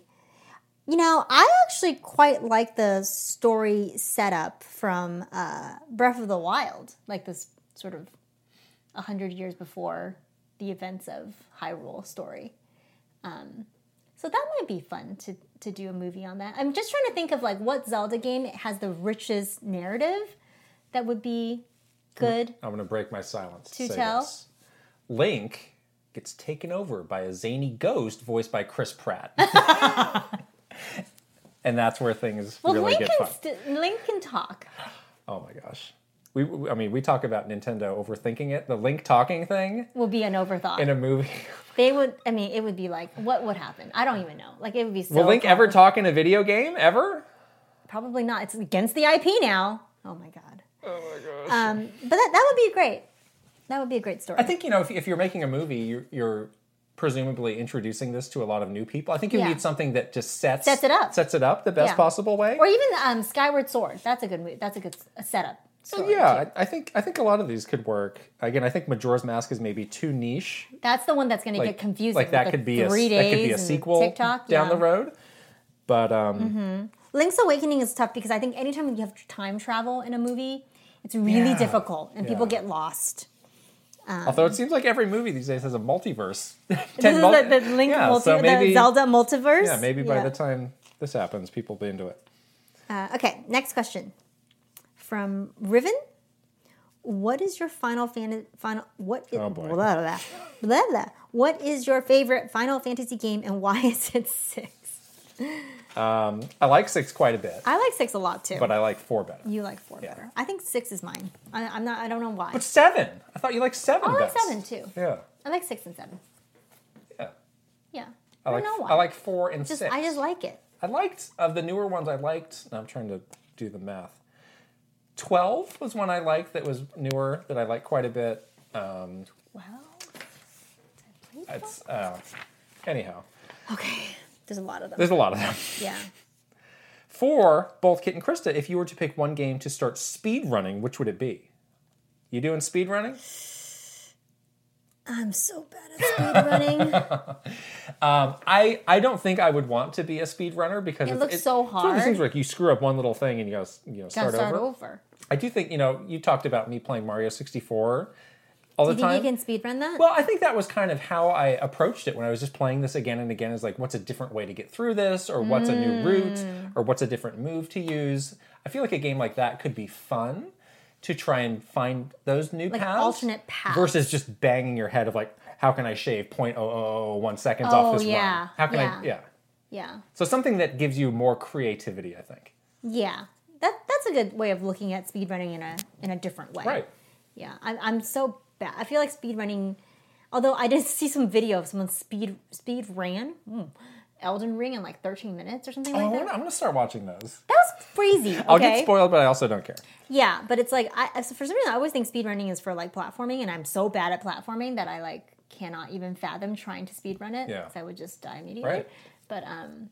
Speaker 1: You know, I actually quite like the story setup from uh, Breath of the Wild, like this sort of a hundred years before the events of Hyrule story. Um, so that might be fun to to do a movie on that. I'm just trying to think of like what Zelda game has the richest narrative that would be good.
Speaker 2: I'm gonna break my silence.
Speaker 1: To
Speaker 2: say
Speaker 1: tell?
Speaker 2: this. Link gets taken over by a zany ghost voiced by Chris Pratt. And that's where things
Speaker 1: Well,
Speaker 2: really
Speaker 1: Link
Speaker 2: get fun.
Speaker 1: can st- Link can talk.
Speaker 2: oh my gosh. We, we- I mean, we talk about Nintendo overthinking it. The Link talking thing
Speaker 1: Will be an overthought.
Speaker 2: in a movie.
Speaker 1: They would. I mean, it would be like, what would happen? I don't even know. Like, it would be so.
Speaker 2: Will Link ever talk in a video game? Ever?
Speaker 1: Probably not. It's against the IP now. Oh my god. Oh my gosh. Um, but that that would be great. That would be a great story.
Speaker 2: I think you know if, if you're making a movie, you're, you're presumably introducing this to a lot of new people. I think you
Speaker 1: Yeah.
Speaker 2: need something that just sets
Speaker 1: Sets it up.
Speaker 2: sets it up the best
Speaker 1: Yeah.
Speaker 2: possible way.
Speaker 1: or even um, Skyward Sword. That's a good. Movie. That's a good s- a setup. Story
Speaker 2: Oh, yeah,
Speaker 1: too.
Speaker 2: I I think I think a lot of these could work. Again, I think Majora's Mask is maybe too niche.
Speaker 1: That's the one that's going to
Speaker 2: Like
Speaker 1: get confusing.
Speaker 2: like that
Speaker 1: with the
Speaker 2: could be a
Speaker 1: three
Speaker 2: that
Speaker 1: days
Speaker 2: could be a
Speaker 1: and
Speaker 2: sequel
Speaker 1: TikTok
Speaker 2: down
Speaker 1: yeah.
Speaker 2: the road. But um,
Speaker 1: Link's Awakening is tough because I think anytime you have time travel in a movie, it's really
Speaker 2: Yeah.
Speaker 1: difficult and people
Speaker 2: Yeah.
Speaker 1: get lost. Mm-hmm.
Speaker 2: although it seems like every movie these days has a multiverse.
Speaker 1: This is
Speaker 2: mul-
Speaker 1: the, the Link
Speaker 2: yeah,
Speaker 1: multi,
Speaker 2: so
Speaker 1: the
Speaker 2: maybe-
Speaker 1: Zelda multiverse.
Speaker 2: Yeah, maybe by
Speaker 1: Yeah.
Speaker 2: the time this happens, people will be into it.
Speaker 1: Uh, okay, next question from Riven. What is your final fan final what i-
Speaker 2: Oh, boy.
Speaker 1: blah, blah, blah, blah. What is your favorite Final Fantasy game and why is it six?
Speaker 2: I like six quite a bit,
Speaker 1: I like six a lot too.
Speaker 2: but I like four better.
Speaker 1: you like four better. I think six is mine. I, I'm not. I don't know why.
Speaker 2: But seven, I thought you liked seven.
Speaker 1: I like
Speaker 2: best.
Speaker 1: seven too.
Speaker 2: Yeah,
Speaker 1: I like six and seven.
Speaker 2: yeah.
Speaker 1: Yeah.
Speaker 2: I
Speaker 1: I,
Speaker 2: like
Speaker 1: don't know why.
Speaker 2: I like four and
Speaker 1: Just
Speaker 2: six.
Speaker 1: I just like it.
Speaker 2: I liked of the newer ones. I liked. I'm trying to do the math. Twelve was one I liked that was newer that I liked quite a bit. Um,
Speaker 1: Wow. Did I play
Speaker 2: it's uh, anyhow.
Speaker 1: that? Okay. There's a lot of them.
Speaker 2: There's a lot of them.
Speaker 1: Yeah.
Speaker 2: For both Kit and Krista, if you were to pick one game to start speed running, which would it be? You doing speed running?
Speaker 1: I'm so bad at speed running.
Speaker 2: I, I don't think I would want to be a speed runner because it
Speaker 1: looks so
Speaker 2: It's one of
Speaker 1: hard.
Speaker 2: those things where like, you screw up one little thing and you gotta you know
Speaker 1: Gotta
Speaker 2: start,
Speaker 1: start
Speaker 2: over.
Speaker 1: over.
Speaker 2: I do think you know you talked about me playing Mario 64 all
Speaker 1: You
Speaker 2: the
Speaker 1: think
Speaker 2: time.
Speaker 1: you can speedrun that?
Speaker 2: Well, I think that was kind of how I approached it when I was just playing this again and again. Is like, what's a different way to get through this, or what's a new route,
Speaker 1: Mm.
Speaker 2: or what's a different move to use. I feel like a game like that could be fun to try and find those new
Speaker 1: Like
Speaker 2: paths,
Speaker 1: alternate paths.
Speaker 2: versus just banging your head of like, how can I shave 0.0001 seconds
Speaker 1: Oh,
Speaker 2: off this
Speaker 1: yeah,
Speaker 2: run? How can
Speaker 1: yeah.
Speaker 2: I? Yeah.
Speaker 1: yeah,
Speaker 2: So something that gives you more creativity, I think.
Speaker 1: yeah. That that's a good way of looking at speedrunning in a in a different way.
Speaker 2: Right.
Speaker 1: Yeah, I'm I'm so bad. I feel like speedrunning. Although I did see some video of someone speed speed ran mm, Elden Ring in like 13 minutes or something
Speaker 2: I
Speaker 1: like
Speaker 2: wanna-
Speaker 1: that.
Speaker 2: I'm gonna start watching those.
Speaker 1: That was crazy. Okay.
Speaker 2: Oh, I'll get spoiled, but I also don't care.
Speaker 1: Yeah, but it's like I, so for some reason I always think speedrunning is for like platforming, and I'm so bad at platforming that I like cannot even fathom trying to speedrun it.
Speaker 2: Yeah.
Speaker 1: 'cause I would just die immediately.
Speaker 2: Right.
Speaker 1: But um,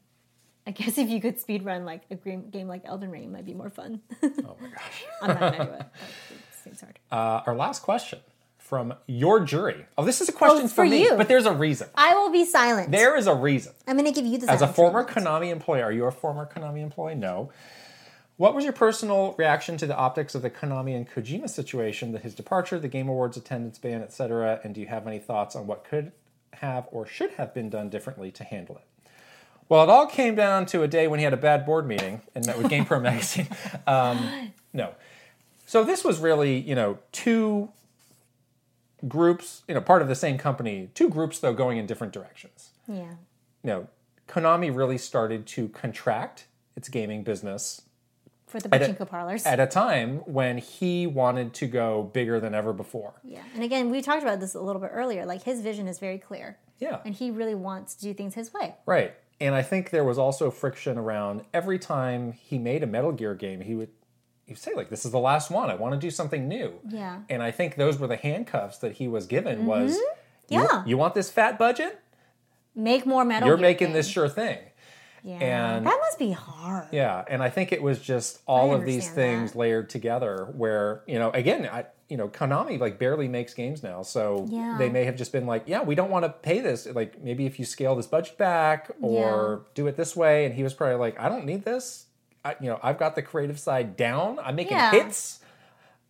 Speaker 1: I guess if you could speedrun like a game, game like Elden Ring, it might be more fun.
Speaker 2: Oh my gosh.
Speaker 1: I'm not gonna do it. That seems hard.
Speaker 2: Uh, our last question from your jury. Oh, this is a question
Speaker 1: it's
Speaker 2: for,
Speaker 1: for
Speaker 2: me,
Speaker 1: you.
Speaker 2: but there's a reason.
Speaker 1: I will be silent.
Speaker 2: There is a reason.
Speaker 1: I'm gonna give you the
Speaker 2: As a
Speaker 1: silent
Speaker 2: former
Speaker 1: treatment.
Speaker 2: Konami employee, are you a former Konami employee? No. What was your personal reaction to the optics of the Konami and Kojima situation, the, his departure, the Game Awards attendance ban, etc., and do you have any thoughts on what could have or should have been done differently to handle it? Well, it all came down to a day when he had a bad board meeting and met with Game Pro Magazine. Um, no. So this was really, you know, two groups, you know, part of the same company, two groups, though, going in different directions.
Speaker 1: Yeah.
Speaker 2: You know, Konami really started to contract its gaming business
Speaker 1: For the
Speaker 2: a-
Speaker 1: pachinko parlors.
Speaker 2: at a time when he wanted to go bigger than ever before.
Speaker 1: yeah. And again, we talked about this a little bit earlier. Like his vision is very clear.
Speaker 2: Yeah.
Speaker 1: And he really wants to do things his way.
Speaker 2: Right. And I think there was also friction around every time he made a Metal Gear game, he would he'd say like this is the last one. I want to do something new.
Speaker 1: Yeah.
Speaker 2: And I think those were the handcuffs that he was given was "You-
Speaker 1: Mm-hmm. Yeah.
Speaker 2: you, want this fat budget?
Speaker 1: Make more metal.
Speaker 2: You're
Speaker 1: Gear
Speaker 2: making
Speaker 1: thing.
Speaker 2: this sure thing.
Speaker 1: Yeah.
Speaker 2: and-
Speaker 1: that must be hard.
Speaker 2: Yeah, and I think it was just all
Speaker 1: I
Speaker 2: of these
Speaker 1: understand
Speaker 2: things layered together where, you know, again, I you know, Konami like barely makes games now. So
Speaker 1: Yeah.
Speaker 2: they may have just been like, yeah, we don't want to pay this. Like maybe if you scale this budget back or do it this way and he was probably like, I don't need this. I, you know, I've got the creative side down. I'm making
Speaker 1: Yeah.
Speaker 2: hits.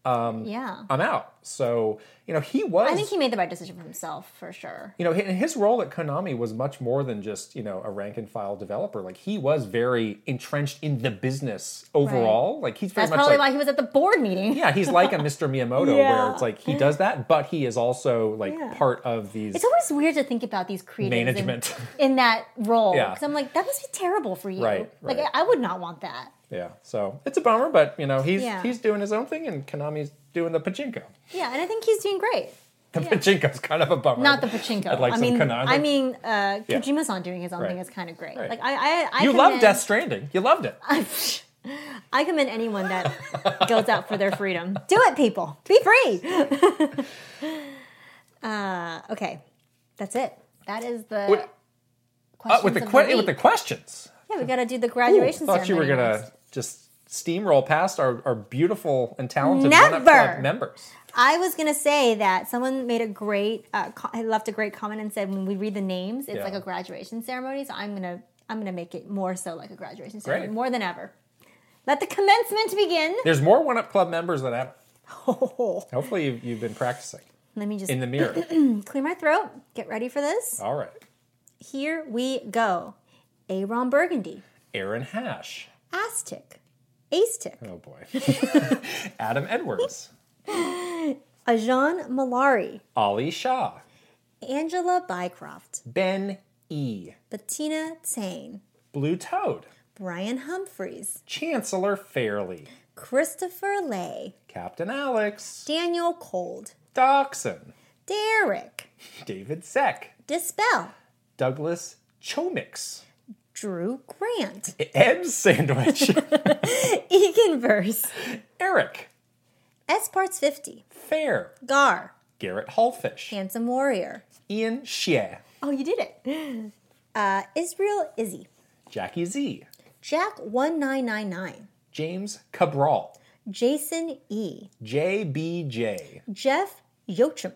Speaker 1: Yeah.
Speaker 2: I'm out. So, you know, he was
Speaker 1: I think he made the right decision for himself for sure.
Speaker 2: you know, hi- his role at Konami was much more than just, you know, a rank and file developer. Like he was very entrenched in the business overall. Like he's very
Speaker 1: That's
Speaker 2: much
Speaker 1: probably
Speaker 2: like,
Speaker 1: why he was at the board meeting.
Speaker 2: yeah, he's like a Mr. Miyamoto where
Speaker 1: Yeah.
Speaker 2: it's like he does that, but he is also like
Speaker 1: Yeah.
Speaker 2: part of these
Speaker 1: It's always weird to think about these creatives in-
Speaker 2: management.
Speaker 1: in, that role.
Speaker 2: Yeah.
Speaker 1: Because I'm like, that must be terrible for you.
Speaker 2: Right,
Speaker 1: Like,
Speaker 2: right.
Speaker 1: I, I would not want that.
Speaker 2: yeah. So it's a bummer, but you know, he's
Speaker 1: Yeah.
Speaker 2: he's doing his own thing and Konami's doing the pachinko.
Speaker 1: Yeah. And I think he's doing great.
Speaker 2: The pachinko's kind of a bummer.
Speaker 1: Not the pachinko.
Speaker 2: I'd like
Speaker 1: I
Speaker 2: some
Speaker 1: mean,
Speaker 2: Konami.
Speaker 1: I mean, uh,
Speaker 2: Yeah.
Speaker 1: Kojima-san doing his own
Speaker 2: Right.
Speaker 1: thing is kind of great.
Speaker 2: Right.
Speaker 1: Like, I, I, Uh, I
Speaker 2: you love
Speaker 1: commend-
Speaker 2: Death Stranding. You loved it.
Speaker 1: I commend anyone that goes out for their freedom. Do it, people. Be free. uh, okay, that's it. That is the
Speaker 2: What- Uh,
Speaker 1: questions
Speaker 2: with the,
Speaker 1: of
Speaker 2: que-
Speaker 1: week.
Speaker 2: with the questions.
Speaker 1: yeah. We got to do the
Speaker 2: Ooh,
Speaker 1: graduation.
Speaker 2: thought you were
Speaker 1: ceremony
Speaker 2: gonna
Speaker 1: next.
Speaker 2: just steamroll past our, our beautiful and talented
Speaker 1: Never.
Speaker 2: Run Up Club members.
Speaker 1: I was gonna say that someone made a great, uh, co- left a great comment and said when we read the names, it's
Speaker 2: Yeah.
Speaker 1: like a graduation ceremony. So I'm gonna, I'm gonna make it more so like a graduation ceremony,
Speaker 2: Great.
Speaker 1: more than ever. Let the commencement begin.
Speaker 2: There's more One Up Club members than ever.
Speaker 1: Let
Speaker 2: Hopefully, you've, you've been practicing
Speaker 1: me just
Speaker 2: in the mirror.
Speaker 1: clear my throat. Get ready for this.
Speaker 2: All right.
Speaker 1: Here we go. Aaron Burgundy,
Speaker 2: Aaron Hash.
Speaker 1: Aztec, Aztec,
Speaker 2: Oh boy. Adam Edwards.
Speaker 1: Ajan Malari,
Speaker 2: Ali Shah.
Speaker 1: Angela Bycroft,
Speaker 2: Ben E.
Speaker 1: Bettina Tain,
Speaker 2: Blue Toad.
Speaker 1: Brian Humphreys,
Speaker 2: Chancellor Fairley.
Speaker 1: Christopher Lay,
Speaker 2: Captain Alex.
Speaker 1: Daniel Cold,
Speaker 2: Doxson.
Speaker 1: Derek,
Speaker 2: David Seck.
Speaker 1: Dispel,
Speaker 2: Douglas Chomix.
Speaker 1: Drew Grant,
Speaker 2: Ed Sandwich.
Speaker 1: Eganverse,
Speaker 2: Eric.
Speaker 1: S Parts 50,
Speaker 2: Fair.
Speaker 1: Gar,
Speaker 2: Garrett Hallfish.
Speaker 1: Handsome Warrior.
Speaker 2: Ian Xie,
Speaker 1: Oh, you did it. Uh, Israel Izzy,
Speaker 2: Jackie Z,
Speaker 1: Jack 1999,
Speaker 2: James Cabral,
Speaker 1: Jason E.
Speaker 2: JBJ,
Speaker 1: Jeff Yochum,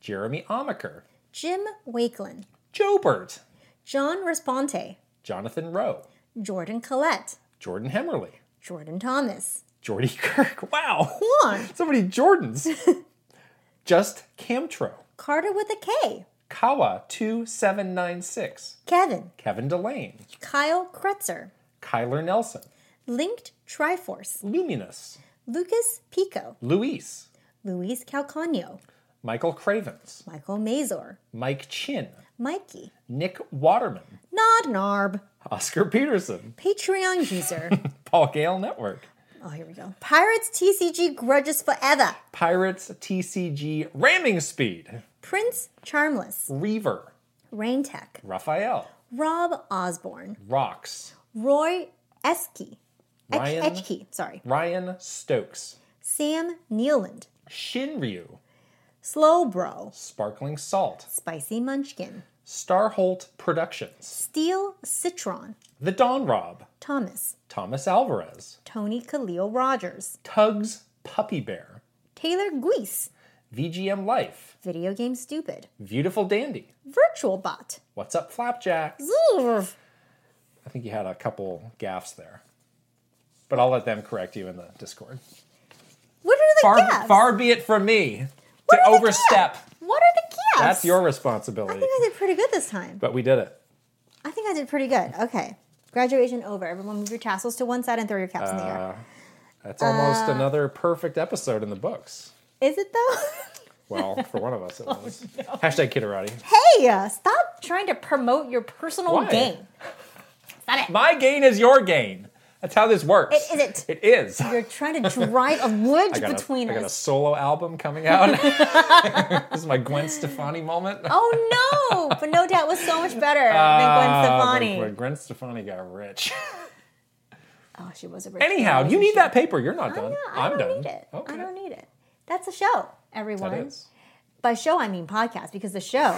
Speaker 2: Jeremy Amaker,
Speaker 1: Jim Wakelin,
Speaker 2: Jobert,
Speaker 1: John Responte,
Speaker 2: Jonathan Rowe,
Speaker 1: Jordan Collette,
Speaker 2: Jordan Hemmerly,
Speaker 1: Jordan Thomas,
Speaker 2: Jordy Kirk. Wow.
Speaker 1: Juan,
Speaker 2: So many Jordans. Just Camtro,
Speaker 1: Carter with a K,
Speaker 2: Kawa2796,
Speaker 1: Kevin,
Speaker 2: Kevin Delane,
Speaker 1: Kyle Kretzer,
Speaker 2: Kyler Nelson,
Speaker 1: Linked Triforce,
Speaker 2: Luminous,
Speaker 1: Lucas Pico,
Speaker 2: Luis,
Speaker 1: Luis Calcano,
Speaker 2: Michael Cravens,
Speaker 1: Michael Mazur,
Speaker 2: Mike Chin,
Speaker 1: Mikey,
Speaker 2: Nick Waterman,
Speaker 1: Nod Narb,
Speaker 2: Oscar Peterson,
Speaker 1: Patreon user.
Speaker 2: Paul Gale Network.
Speaker 1: oh, here we go. Pirates TCG grudges forever.
Speaker 2: Pirates TCG Ramming Speed,
Speaker 1: Prince Charmless,
Speaker 2: Reaver,
Speaker 1: Rain Tech,
Speaker 2: Raphael,
Speaker 1: Rob Osborne,
Speaker 2: Rocks,
Speaker 1: Roy Eske,
Speaker 2: Ryan-
Speaker 1: Etchkey, sorry,
Speaker 2: Ryan Stokes,
Speaker 1: Sam Nealand,
Speaker 2: Shinryu,
Speaker 1: Slow Bro,
Speaker 2: Sparkling Salt,
Speaker 1: Spicy Munchkin,
Speaker 2: Starholt Productions,
Speaker 1: Steel Citron,
Speaker 2: The Don Rob,
Speaker 1: Thomas,
Speaker 2: Thomas Alvarez,
Speaker 1: Tony Khalil Rogers,
Speaker 2: Tugs Puppy Bear,
Speaker 1: Taylor Guise,
Speaker 2: VGM Life,
Speaker 1: Video Game Stupid,
Speaker 2: Beautiful Dandy,
Speaker 1: Virtual Bot,
Speaker 2: What's Up Flapjack.
Speaker 1: Zurf,
Speaker 2: I think you had a couple gaffes there, but I'll let them correct you in the Discord.
Speaker 1: What are the
Speaker 2: Far,
Speaker 1: gaps?
Speaker 2: far be it from me
Speaker 1: What
Speaker 2: to
Speaker 1: are the
Speaker 2: overstep.
Speaker 1: gaps? What are the gaps?
Speaker 2: That's your
Speaker 1: I
Speaker 2: responsibility.
Speaker 1: think I did pretty good this time.
Speaker 2: But we did it.
Speaker 1: I think I did pretty good. Okay. Graduation over. Everyone move your tassels to one side and throw your caps in the air.
Speaker 2: Uh. That's almost
Speaker 1: Uh.
Speaker 2: another perfect episode in the books.
Speaker 1: Is it though?
Speaker 2: Well, for one of us, it
Speaker 1: Oh,
Speaker 2: was. Hashtag Kitterati.
Speaker 1: hey, uh, stop trying to promote your personal
Speaker 2: Why?
Speaker 1: gain. Stop it.
Speaker 2: My gain is your gain. That's how this works.
Speaker 1: It isn't.
Speaker 2: It is.
Speaker 1: You're trying to drive a wedge
Speaker 2: I got,
Speaker 1: between
Speaker 2: a, I got a
Speaker 1: us.
Speaker 2: solo album coming out. this is my Gwen Stefani moment.
Speaker 1: Oh no! But no doubt was so much better than
Speaker 2: Ah,
Speaker 1: Gwen
Speaker 2: When, when
Speaker 1: Stefani.
Speaker 2: Gwen Stefani got rich.
Speaker 1: Oh, she was a rich
Speaker 2: Anyhow, you need that paper. You're not
Speaker 1: I,
Speaker 2: done.
Speaker 1: know, I
Speaker 2: I'm
Speaker 1: don't
Speaker 2: done.
Speaker 1: need it.
Speaker 2: Okay.
Speaker 1: I don't need it. That's a show, everyone.
Speaker 2: That is.
Speaker 1: By show, I mean podcast because the show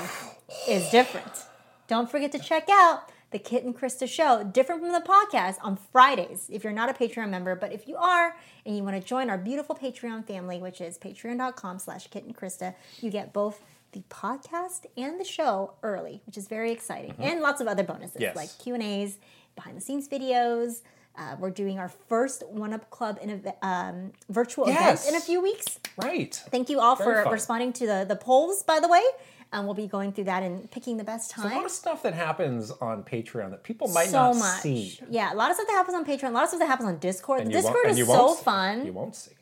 Speaker 1: is different. Don't forget to check out the Kit and Krista show, different from the podcast, on Fridays if you're not a Patreon member. But if you are and you want to join our beautiful Patreon family, which is patreon.com slash Kit and Krista, you get both the podcast and the show early, which is very exciting. And lots of other bonuses
Speaker 2: Mm-hmm. Yes.
Speaker 1: like Q&As, behind the scenes videos. Uh, we're doing our first One Up Club in a, um, virtual
Speaker 2: Yes.
Speaker 1: event in a few weeks.
Speaker 2: Right.
Speaker 1: Thank you all
Speaker 2: Very
Speaker 1: for
Speaker 2: fun.
Speaker 1: responding to the, the polls, by the way. Um, we'll be going through that and picking the best
Speaker 2: A lot
Speaker 1: time.
Speaker 2: of stuff that happens on Patreon that people might
Speaker 1: so
Speaker 2: not
Speaker 1: much.
Speaker 2: see.
Speaker 1: Yeah, a lot of stuff that happens on Patreon, a lot of stuff that happens on Discord.
Speaker 2: And
Speaker 1: The
Speaker 2: you won't-
Speaker 1: Discord
Speaker 2: and
Speaker 1: is
Speaker 2: you
Speaker 1: so
Speaker 2: won't see.
Speaker 1: fun.
Speaker 2: You won't see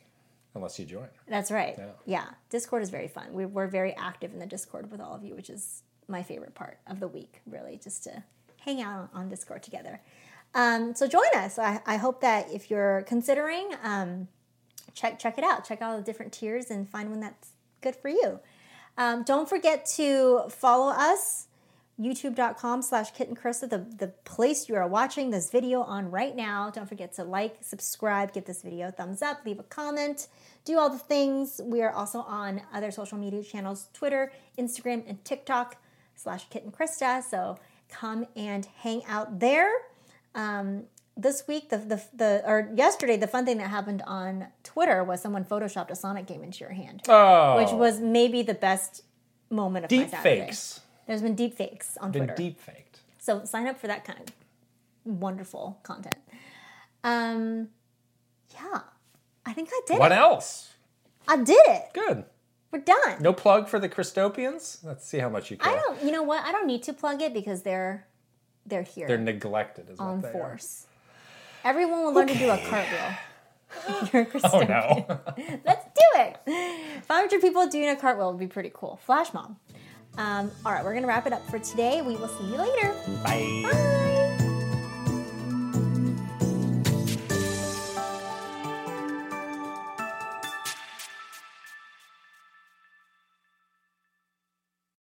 Speaker 2: unless you join.
Speaker 1: That's right. Yeah. Discord is very fun. We, we're very active in the Discord with all of you, which is my favorite part of the week, really, just to hang out on, on Discord together. Um, so join us. I, I hope that if you're considering, um, check check it out. Check out all the different tiers and find one that's good for you. Um, don't forget to follow us youtube.com slash kitten krista the, the place you are watching this video on right now don't forget to like subscribe give this video a thumbs up leave a comment do all the things we are also on other social media channels twitter instagram and tiktok slash kitten krista so come and hang out there um, this week the, the the or yesterday the fun thing that happened on twitter was someone photoshopped a sonic game into your hand
Speaker 2: Oh,
Speaker 1: which was maybe the best moment of
Speaker 2: deep
Speaker 1: my Saturday.
Speaker 2: fakes.
Speaker 1: There's been deep fakes on
Speaker 2: Been
Speaker 1: Twitter.
Speaker 2: deep faked.
Speaker 1: So sign up for that kind of wonderful content. Um, yeah, I think I did
Speaker 2: What
Speaker 1: it.
Speaker 2: else?
Speaker 1: I did it.
Speaker 2: Good.
Speaker 1: We're done.
Speaker 2: No plug for the Christopians? Let's see how much you care.
Speaker 1: I don't. You know what? I don't need to plug it because they're they're here
Speaker 2: They're neglected is
Speaker 1: on
Speaker 2: what they are.
Speaker 1: force. Everyone will learn to do a cartwheel. You're a
Speaker 2: Oh
Speaker 1: Christian.
Speaker 2: no.
Speaker 1: Let's do it. 500 people doing a cartwheel would be pretty cool. Flash mob. Um, all right, we're gonna wrap it up for today. We will see you later.
Speaker 2: Bye.
Speaker 1: Bye.